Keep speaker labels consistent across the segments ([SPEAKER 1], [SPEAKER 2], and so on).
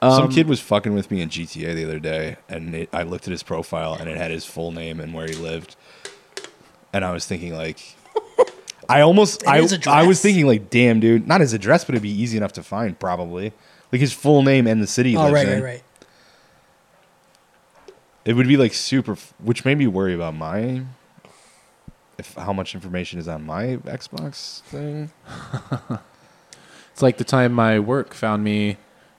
[SPEAKER 1] Um,
[SPEAKER 2] Some kid was fucking with me in GTA the other day, and it, I looked at his profile, and it had his full name and where he lived, and I was thinking like, I almost, I,
[SPEAKER 1] his
[SPEAKER 2] I was
[SPEAKER 1] address.
[SPEAKER 2] thinking like, damn, dude, not his address, but it'd be easy enough to find probably, like his full name and the city. He
[SPEAKER 1] Oh,
[SPEAKER 2] lives
[SPEAKER 1] right,
[SPEAKER 2] in.
[SPEAKER 1] right, right.
[SPEAKER 2] It would be like super, f- which made me worry about my, if how much information is on my Xbox thing.
[SPEAKER 3] It's like the time my work found me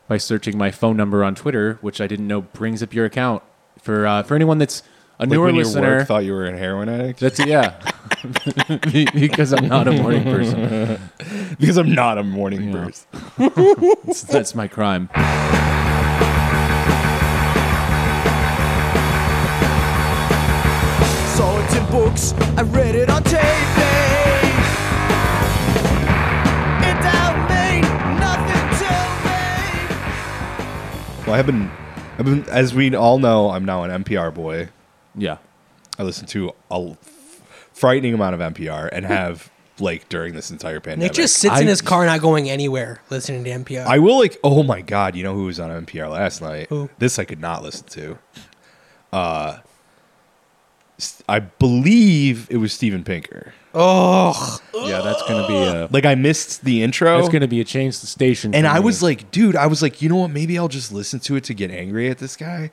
[SPEAKER 3] by searching my phone number on Twitter, which I didn't know brings up your account. For uh, for anyone that's a
[SPEAKER 2] Like
[SPEAKER 3] newer
[SPEAKER 2] when your
[SPEAKER 3] listener,
[SPEAKER 2] work thought you were a heroin addict.
[SPEAKER 3] that's yeah, Be- because I'm not a morning person.
[SPEAKER 2] because I'm not a morning
[SPEAKER 3] Yeah.
[SPEAKER 2] person.
[SPEAKER 3] That's- That's my crime.
[SPEAKER 4] Saw it in books, I read it on tape. It don't mean nothing to me.
[SPEAKER 2] Well, I've been, I've been, as we all know, I'm now an NPR boy.
[SPEAKER 3] Yeah,
[SPEAKER 2] I listen to a frightening amount of NPR and have like during this entire pandemic.
[SPEAKER 1] Hmm. Nick just sits in
[SPEAKER 3] I-
[SPEAKER 1] his car, not going anywhere, listening to NPR.
[SPEAKER 2] I will like. Oh my god! You know who was on NPR last night?
[SPEAKER 1] Who?
[SPEAKER 2] This I could not listen to. Uh, s- I believe it was Steven Pinker.
[SPEAKER 1] oh,
[SPEAKER 3] yeah, that's gonna be a
[SPEAKER 2] Like I missed the intro.
[SPEAKER 3] that's gonna be a change the station.
[SPEAKER 2] And
[SPEAKER 3] for
[SPEAKER 2] I
[SPEAKER 1] Mm-hmm.
[SPEAKER 3] me.
[SPEAKER 2] was like, dude, I was like, you know what? Maybe I'll just listen to it to get angry at this guy,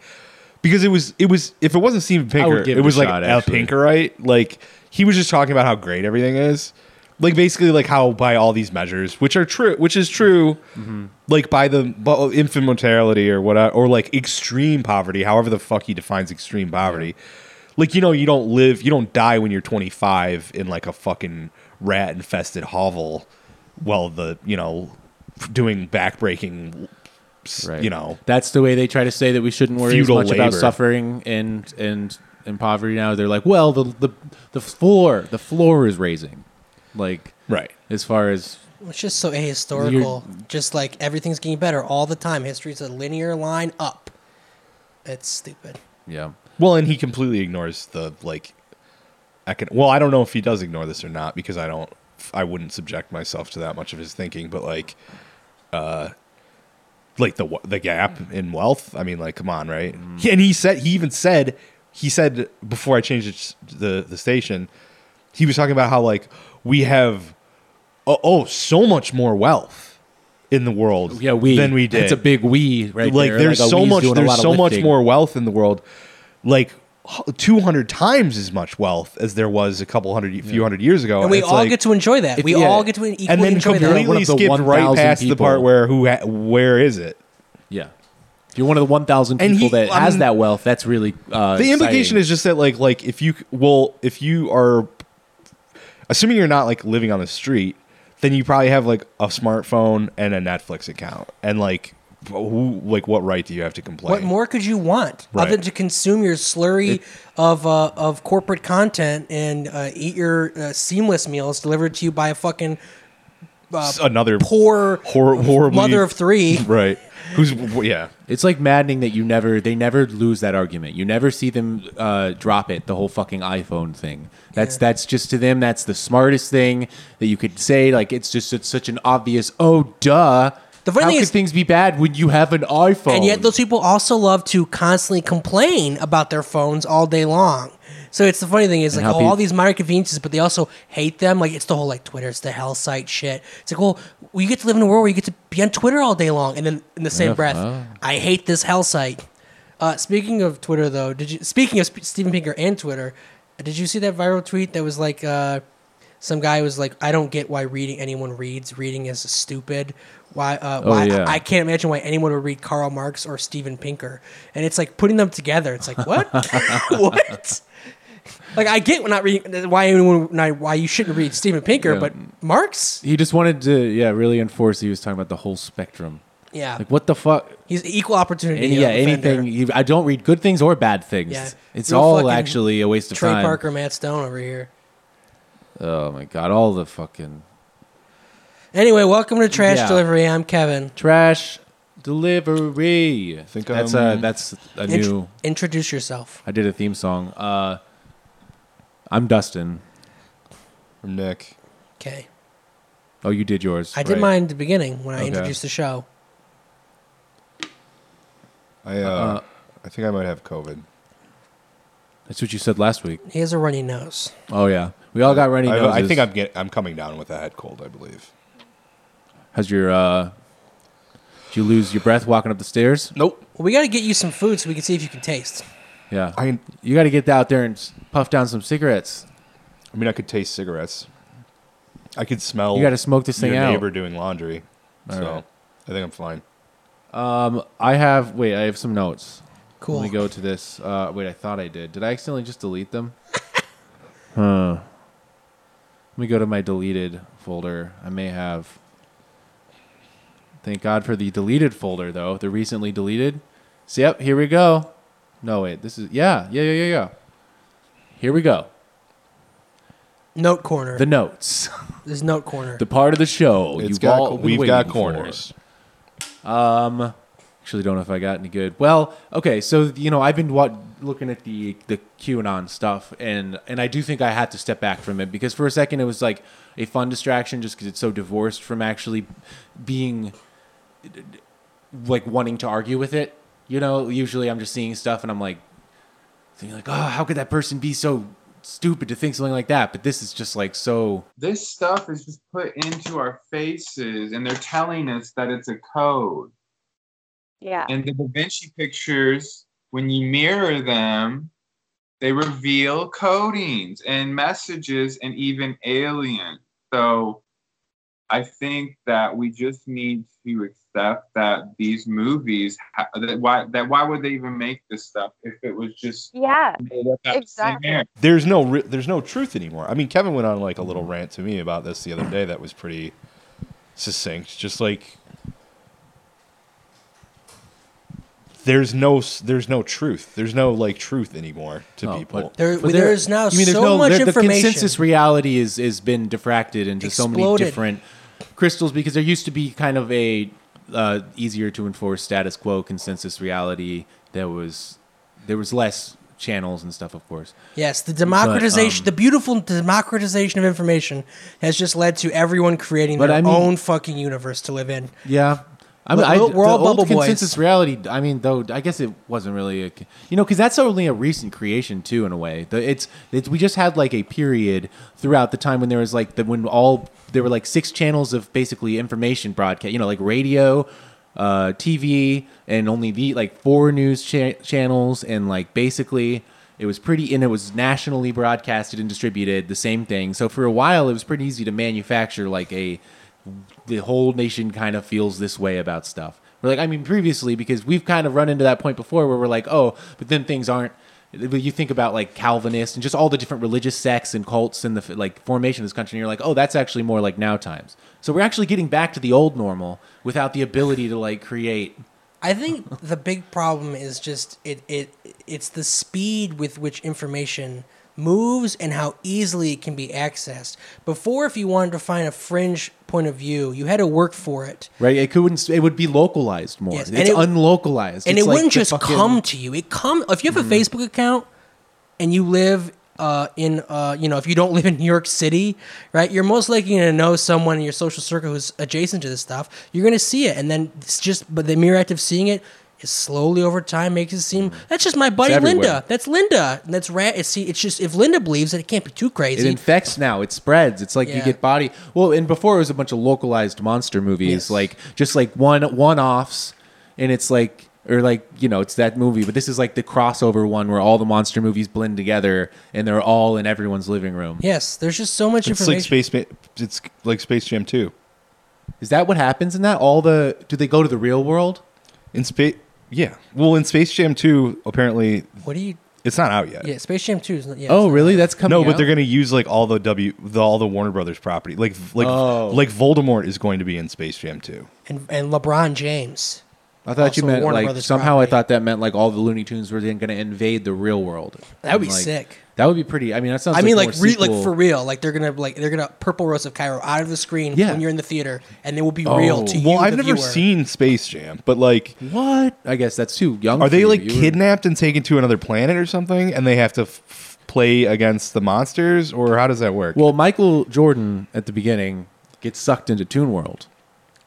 [SPEAKER 2] because it was, it was, if it wasn't Steven
[SPEAKER 3] I would
[SPEAKER 2] Pinker,
[SPEAKER 3] give
[SPEAKER 2] it
[SPEAKER 3] it
[SPEAKER 2] was
[SPEAKER 3] a
[SPEAKER 2] like
[SPEAKER 3] shot,
[SPEAKER 2] a
[SPEAKER 3] actually.
[SPEAKER 2] Pinkerite. Like he was just talking about how great everything is, like basically like how by all these measures, which are true, which is true,
[SPEAKER 3] Mm-hmm.
[SPEAKER 2] like by the bu- infant mortality or what, or like extreme poverty, however the fuck he defines extreme poverty. Like you know, you don't live, you don't die when you're 25 in like a fucking rat infested hovel. Well, the you know doing backbreaking, s-
[SPEAKER 3] Right.
[SPEAKER 2] you know.
[SPEAKER 3] that's the way they try to say that we shouldn't worry as
[SPEAKER 2] Feudal
[SPEAKER 3] much about
[SPEAKER 2] labor.
[SPEAKER 3] suffering and and and poverty. Now they're like, well, the the the floor the floor is raising, like
[SPEAKER 2] Right.
[SPEAKER 3] as far as
[SPEAKER 1] it's just so ahistorical. just like everything's getting better all the time. History's a linear line up. It's stupid.
[SPEAKER 3] yeah.
[SPEAKER 2] Well, and he completely ignores the like. Econ- well, I don't know if he does ignore this or not because I don't. I wouldn't subject myself to that much of his thinking, but like, uh, like the wa- the gap in wealth. I mean, like, come on, right?
[SPEAKER 3] Mm-hmm.
[SPEAKER 2] He- and he said he even said he said before I changed it s- the the station, he was talking about how like we have oh, oh so much more wealth in the world
[SPEAKER 3] Yeah, we.
[SPEAKER 2] than we did
[SPEAKER 3] It's a big we, right?
[SPEAKER 2] like
[SPEAKER 3] there.
[SPEAKER 2] there's
[SPEAKER 3] a
[SPEAKER 2] so
[SPEAKER 3] we's
[SPEAKER 2] much
[SPEAKER 3] doing a
[SPEAKER 2] there's
[SPEAKER 3] lot of
[SPEAKER 2] so much
[SPEAKER 3] lifting.
[SPEAKER 2] more wealth in the world like h- 200 times as much wealth as there was a couple hundred few hundred years ago
[SPEAKER 1] And we
[SPEAKER 2] it's
[SPEAKER 1] all
[SPEAKER 2] like-
[SPEAKER 1] get to enjoy that.
[SPEAKER 3] If-
[SPEAKER 1] We
[SPEAKER 3] yeah.
[SPEAKER 1] all get to equally
[SPEAKER 2] and then
[SPEAKER 1] enjoy that.
[SPEAKER 3] one
[SPEAKER 2] completely
[SPEAKER 3] of the
[SPEAKER 2] skipped right
[SPEAKER 3] 1,000
[SPEAKER 2] past the
[SPEAKER 3] people.
[SPEAKER 2] part where who ha- where is it
[SPEAKER 3] Yeah. If you're one of the 1,000
[SPEAKER 2] And
[SPEAKER 3] people
[SPEAKER 2] he-
[SPEAKER 3] that
[SPEAKER 2] I
[SPEAKER 3] has
[SPEAKER 2] mean,
[SPEAKER 3] that wealth, that's really uh,
[SPEAKER 2] the implication
[SPEAKER 3] exciting.
[SPEAKER 2] is just that like like if you c- well if you are assuming you're not like living on the street then you probably have like a smartphone and a netflix account and like who like what right do you have to complain
[SPEAKER 1] What more could you want
[SPEAKER 2] Right.
[SPEAKER 1] other than to consume your slurry of uh, of corporate content and uh, eat your uh, seamless meals delivered to you by a fucking uh,
[SPEAKER 2] S- another
[SPEAKER 1] poor
[SPEAKER 2] hor- horribly
[SPEAKER 1] mother of three.
[SPEAKER 2] right who's yeah
[SPEAKER 3] It's like maddening that you never, they never lose that argument. You never see them uh, drop it, the whole fucking iPhone thing. That's that's just to them, that's the smartest thing that you could say. Like, it's just it's such an obvious, oh, duh.
[SPEAKER 1] The funny
[SPEAKER 3] How
[SPEAKER 1] thing
[SPEAKER 3] could
[SPEAKER 1] is-
[SPEAKER 3] things be bad when you have an iPhone?
[SPEAKER 1] And yet, those people also love to constantly complain about their phones all day long. So it's the funny thing is
[SPEAKER 3] And
[SPEAKER 1] like
[SPEAKER 3] how
[SPEAKER 1] oh,
[SPEAKER 3] peop-
[SPEAKER 1] all these minor conveniences, but they also hate them. Like it's the whole like Twitter, it's the hell site shit. It's like, well, you get to live in a world where you get to be on Twitter all day long, and then in the same
[SPEAKER 3] Yeah,
[SPEAKER 1] breath,
[SPEAKER 3] wow.
[SPEAKER 1] I hate this hell site. Uh, speaking of Twitter, though, did you? Speaking of Sp- Steven Pinker and Twitter, did you see that viral tweet that was like? Uh, some guy was like, "I don't get why reading anyone reads. Reading is stupid. Why? Uh, why
[SPEAKER 3] Oh, yeah.
[SPEAKER 1] I, I can't imagine why anyone would read Karl Marx or Steven Pinker." And it's like putting them together. It's like what? what? Like I get not reading why anyone not, why you shouldn't read Steven Pinker,
[SPEAKER 3] Yeah.
[SPEAKER 1] but Marx,
[SPEAKER 3] he just wanted to, yeah, really enforce. He was talking about the whole spectrum.
[SPEAKER 1] yeah,
[SPEAKER 3] Like, what the fuck?
[SPEAKER 1] he's an equal opportunity.
[SPEAKER 3] Any, yeah,
[SPEAKER 1] uh, offender.
[SPEAKER 3] anything. You, I don't read good things or bad things.
[SPEAKER 1] Yeah.
[SPEAKER 3] It's
[SPEAKER 1] Real
[SPEAKER 3] all
[SPEAKER 1] fucking
[SPEAKER 3] actually a waste of
[SPEAKER 1] Trey
[SPEAKER 3] time.
[SPEAKER 1] Parker, Matt Stone over here.
[SPEAKER 3] Oh my god, all the fucking
[SPEAKER 1] Anyway, welcome to Trash
[SPEAKER 3] Yeah.
[SPEAKER 1] Delivery. I'm Kevin.
[SPEAKER 3] trash delivery.
[SPEAKER 2] Think,
[SPEAKER 3] that's
[SPEAKER 2] um,
[SPEAKER 3] a that's a
[SPEAKER 1] Int-
[SPEAKER 3] new.
[SPEAKER 1] introduce yourself.
[SPEAKER 3] I did a theme song. Uh, I'm Dustin.
[SPEAKER 2] from Nick.
[SPEAKER 1] Okay,
[SPEAKER 3] Oh, you did yours.
[SPEAKER 1] I did
[SPEAKER 2] Right.
[SPEAKER 1] mine at the beginning when I
[SPEAKER 3] Okay.
[SPEAKER 1] introduced the show.
[SPEAKER 2] I uh,
[SPEAKER 3] Uh-uh.
[SPEAKER 2] I think I might have COVID.
[SPEAKER 3] That's what you said last week.
[SPEAKER 1] He has a runny nose.
[SPEAKER 3] Oh yeah, we all got runny
[SPEAKER 2] I,
[SPEAKER 3] noses.
[SPEAKER 2] I think I'm get, I'm coming down with a head cold. I believe.
[SPEAKER 3] How's your? uh Did you lose your breath walking up the stairs?
[SPEAKER 2] Nope.
[SPEAKER 1] Well, we got to get you some food so we can see if you can taste.
[SPEAKER 3] Yeah.
[SPEAKER 2] I
[SPEAKER 3] you got to get out there and s- puff down some cigarettes.
[SPEAKER 2] I mean, I could taste cigarettes. I could smell.
[SPEAKER 3] You gotta smoke this thing
[SPEAKER 2] your
[SPEAKER 3] out.
[SPEAKER 2] Neighbor doing laundry. so
[SPEAKER 3] right.
[SPEAKER 2] I think I'm fine.
[SPEAKER 3] Um, I have. Wait, I have some notes.
[SPEAKER 1] Cool.
[SPEAKER 3] Let me go to this. Uh, wait, I thought I did. Did I accidentally just delete them? huh. Let me go to my deleted folder. I may have. Thank God for the deleted folder, though. The recently deleted. So, yep, here we go. No, wait, this is. Yeah, yeah, yeah, yeah, yeah. Here we go.
[SPEAKER 1] Note corner.
[SPEAKER 3] The notes.
[SPEAKER 1] There's note corner.
[SPEAKER 3] The part of the show.
[SPEAKER 2] It's
[SPEAKER 3] you've
[SPEAKER 2] got
[SPEAKER 3] all been
[SPEAKER 2] we've got
[SPEAKER 3] waiting for.
[SPEAKER 2] corners.
[SPEAKER 3] Actually, don't know if I got any good. Well, okay, so you know, I've been wa looking at the the QAnon stuff, and and I do think I had to step back from it because for a second it was like a fun distraction, just because it's so divorced from actually being like wanting to argue with it. You know, usually I'm just seeing stuff and I'm like, thinking like, oh, how could that person be so stupid to think something like that? But this is just like so.
[SPEAKER 5] This stuff is just put into our faces, and they're telling us that it's a code.
[SPEAKER 6] Yeah.
[SPEAKER 5] And the Da Vinci pictures, when you mirror them, they reveal codings and messages and even aliens. So I think that we just need to accept that these movies, ha- that why, that why would they even make this stuff if it was just
[SPEAKER 6] Yeah.
[SPEAKER 5] made up out of thin
[SPEAKER 6] Exactly.
[SPEAKER 5] air?
[SPEAKER 2] There's no re- there's no truth anymore. I mean, Kevin went on like a little rant to me about this the other day. That was pretty succinct. Just like there's no s- there's no truth. There's no like truth anymore to
[SPEAKER 3] No,
[SPEAKER 2] people.
[SPEAKER 3] but-
[SPEAKER 1] there,
[SPEAKER 3] But
[SPEAKER 1] there is now
[SPEAKER 3] I mean, there's
[SPEAKER 1] so
[SPEAKER 3] no-
[SPEAKER 1] much
[SPEAKER 3] there-
[SPEAKER 1] information.
[SPEAKER 3] The consensus reality is has been diffracted into so many
[SPEAKER 1] Exploded.
[SPEAKER 3] different crystals because there used to be kind of a uh, easier to enforce status quo consensus reality. There was there was less channels and stuff, of course.
[SPEAKER 1] Yes, the democratization,
[SPEAKER 3] um,
[SPEAKER 1] the beautiful democratization of information has just led to everyone creating
[SPEAKER 3] But
[SPEAKER 1] their
[SPEAKER 3] I mean-
[SPEAKER 1] own fucking universe to live in.
[SPEAKER 3] Yeah. I mean,
[SPEAKER 1] Look,
[SPEAKER 3] I,
[SPEAKER 1] we're- we're
[SPEAKER 3] the
[SPEAKER 1] all
[SPEAKER 3] old
[SPEAKER 1] bubble boys.
[SPEAKER 3] consensus reality. I mean, though, I guess it wasn't really a, you know, because that's only a recent creation too, in a way. The, it's, it's we just had like a period throughout the time when there was like the when all there were like six channels of basically information broadcast. You know, like radio, uh, TV, and only the like four news cha- channels, and like basically it was pretty and it was nationally broadcasted and distributed the same thing. So for a while, it was pretty easy to manufacture like a the whole nation kind of feels this way about stuff. We're like, I mean, previously, because we've kind of run into that point before where we're like, oh, but then things aren't. You think about like Calvinists and just all the different religious sects and cults and the like formation of this country, and you're like, oh, that's actually more like now times. So we're actually getting back to the old normal without the ability to like create.
[SPEAKER 1] I think the big problem is just it, it it's the speed with which information moves and how easily it can be accessed. Before, if you wanted to find a fringe point of view, you had to work for it.
[SPEAKER 3] Right, it couldn't. It would be localized more.
[SPEAKER 1] Yes, and
[SPEAKER 3] it's
[SPEAKER 1] it-
[SPEAKER 3] unlocalized,
[SPEAKER 1] and it
[SPEAKER 3] It's like
[SPEAKER 1] wouldn't
[SPEAKER 3] the
[SPEAKER 1] just
[SPEAKER 3] fucking- Mm-hmm.
[SPEAKER 1] come to you. It come if you have a Facebook account and you live uh, in uh, you know if you don't live in New York City, right? You're most likely going to know someone in your social circle who's adjacent to this stuff. You're going to see it, and then it's just but the mere act of seeing it is slowly over time makes it seem that's just my buddy
[SPEAKER 3] Mm-hmm. everywhere.
[SPEAKER 1] Linda. That's Linda. And that's rat. It's see, it's just if Linda believes it, it can't be too
[SPEAKER 3] It
[SPEAKER 1] crazy.
[SPEAKER 3] infects now. It spreads. It's like you
[SPEAKER 1] Yeah.
[SPEAKER 3] get body. Well, and before it was a bunch of localized monster movies,
[SPEAKER 1] Yes.
[SPEAKER 3] like just like one one offs, and it's like or like you know it's that movie. But this is like the crossover one where all the monster movies blend together and they're all in everyone's living room.
[SPEAKER 1] yes, there's just so much
[SPEAKER 2] it's like
[SPEAKER 1] information.
[SPEAKER 2] space. Ma- It's like Space Jam Two.
[SPEAKER 3] Is that what happens in that? All the do they go to the real world?
[SPEAKER 2] In space, yeah. Well, in Space Jam Two, apparently
[SPEAKER 1] what do you?
[SPEAKER 2] it's not out yet.
[SPEAKER 1] Yeah, Space Jam Two is not. Yeah,
[SPEAKER 3] Oh, really? That's coming.
[SPEAKER 2] No, but
[SPEAKER 3] out?
[SPEAKER 2] they're going to use like all the W, the, all the Warner Brothers property. Like, like,
[SPEAKER 3] Oh.
[SPEAKER 2] like Voldemort is going to be in Space Jam 2.
[SPEAKER 1] and and LeBron James.
[SPEAKER 3] I thought you
[SPEAKER 1] also
[SPEAKER 3] meant
[SPEAKER 1] Warner
[SPEAKER 3] like
[SPEAKER 1] Brothers
[SPEAKER 3] somehow
[SPEAKER 1] property.
[SPEAKER 3] I thought that meant like all the Looney Tunes were then going to invade the real world.
[SPEAKER 1] That would be
[SPEAKER 3] And, like,
[SPEAKER 1] sick.
[SPEAKER 3] That would be pretty. I mean, that sounds.
[SPEAKER 1] I mean, like,
[SPEAKER 3] more
[SPEAKER 1] re- like
[SPEAKER 3] sequel-
[SPEAKER 1] for real, like they're gonna like they're gonna purple rose of Cairo out of the screen
[SPEAKER 3] Yeah.
[SPEAKER 1] when you're in the theater, and they will be real to you.
[SPEAKER 2] Well, I've
[SPEAKER 1] the
[SPEAKER 2] never
[SPEAKER 1] viewer.
[SPEAKER 2] seen Space Jam, but like,
[SPEAKER 3] What? I guess that's too young.
[SPEAKER 2] are
[SPEAKER 3] for
[SPEAKER 2] they
[SPEAKER 3] you.
[SPEAKER 2] like
[SPEAKER 3] You were-
[SPEAKER 2] kidnapped and taken to another planet or something, and they have to f- f- play against the monsters, or how does that work?
[SPEAKER 3] Well, Michael Jordan at the beginning gets sucked into Toon World.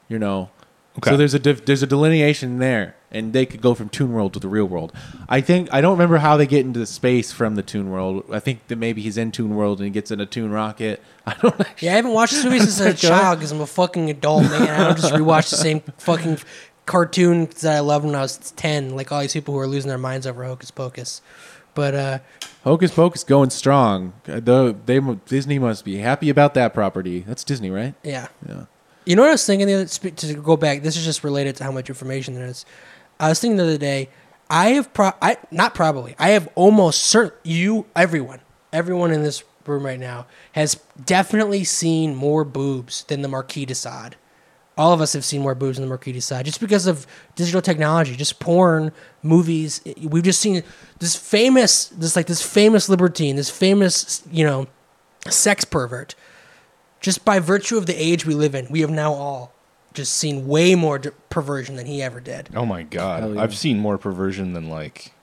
[SPEAKER 3] You know,
[SPEAKER 2] Okay.
[SPEAKER 3] So there's a dif- there's a delineation there, and they could go from Toon World to the real world. I think I don't remember how they get into the space from the Toon World. I think that maybe he's in Toon World and he gets in a Toon rocket. I don't. Actually,
[SPEAKER 1] Yeah, I haven't watched this movie since I was a child because I'm a fucking adult, man. I don't just rewatch the same fucking cartoons that I loved when I was 10, like all these people who are losing their minds over Hocus Pocus. But uh,
[SPEAKER 3] Hocus Pocus going strong. Uh, Though they mu- Disney must be happy about that property. That's Disney, right?
[SPEAKER 1] yeah.
[SPEAKER 3] Yeah.
[SPEAKER 1] You know what I was thinking the other sp- to go back. This is just related to how much information there is. I was thinking the other day. I have pro I not probably. I have almost certain you everyone everyone in this room right now has definitely seen more boobs than the Marquis de Sade. All of us have seen more boobs than the Marquis de Sade just because of digital technology, just porn, movies. eh, We've just seen this famous, this like this famous libertine, this famous you know, sex pervert just by virtue of the age we live in, we have now all just seen way more d- perversion than he ever did.
[SPEAKER 2] Oh my god. I've seen more perversion than like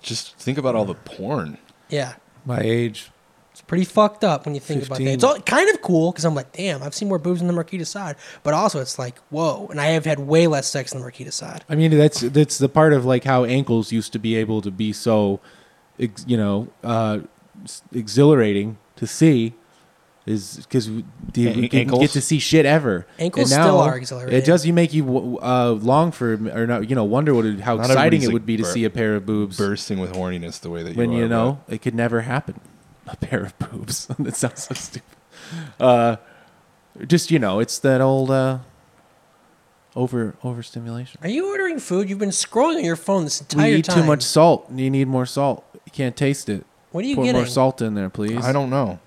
[SPEAKER 2] just think about all the porn.
[SPEAKER 1] Yeah,
[SPEAKER 3] My age.
[SPEAKER 1] it's pretty fucked up when you think about that.
[SPEAKER 3] 15.
[SPEAKER 1] It's all kind of cool because I'm like, damn, I've seen more boobs than the Marquis de Sade, but also it's like, whoa, and I have had way less sex than the Marquis de Sade.
[SPEAKER 3] I mean, that's that's the part of like how ankles used to be able to be so, ex- you know, uh, s- exhilarating to see, is because we, the-
[SPEAKER 2] An-
[SPEAKER 3] we didn't
[SPEAKER 2] ankles?
[SPEAKER 3] get to see shit ever.
[SPEAKER 1] Ankles
[SPEAKER 3] And
[SPEAKER 1] still are exhilarating.
[SPEAKER 3] It does you make you w- uh, long for or not, you know, wonder what it, how
[SPEAKER 2] Not everybody's
[SPEAKER 3] exciting it
[SPEAKER 2] like
[SPEAKER 3] would be to
[SPEAKER 2] bur-
[SPEAKER 3] see a pair of boobs
[SPEAKER 2] Bursting with horniness the way that you
[SPEAKER 3] when
[SPEAKER 2] are,
[SPEAKER 3] you
[SPEAKER 2] but-
[SPEAKER 3] know it could never happen. A pair of boobs. that sounds so stupid. Uh, just you know, it's that old uh, over overstimulation.
[SPEAKER 1] Are you ordering food? You've been scrolling on your phone this entire
[SPEAKER 3] we eat
[SPEAKER 1] time.
[SPEAKER 3] too much salt. You need more salt. You can't taste it.
[SPEAKER 1] What are you
[SPEAKER 3] Put
[SPEAKER 1] getting?
[SPEAKER 3] more salt in there, please.
[SPEAKER 2] I don't know.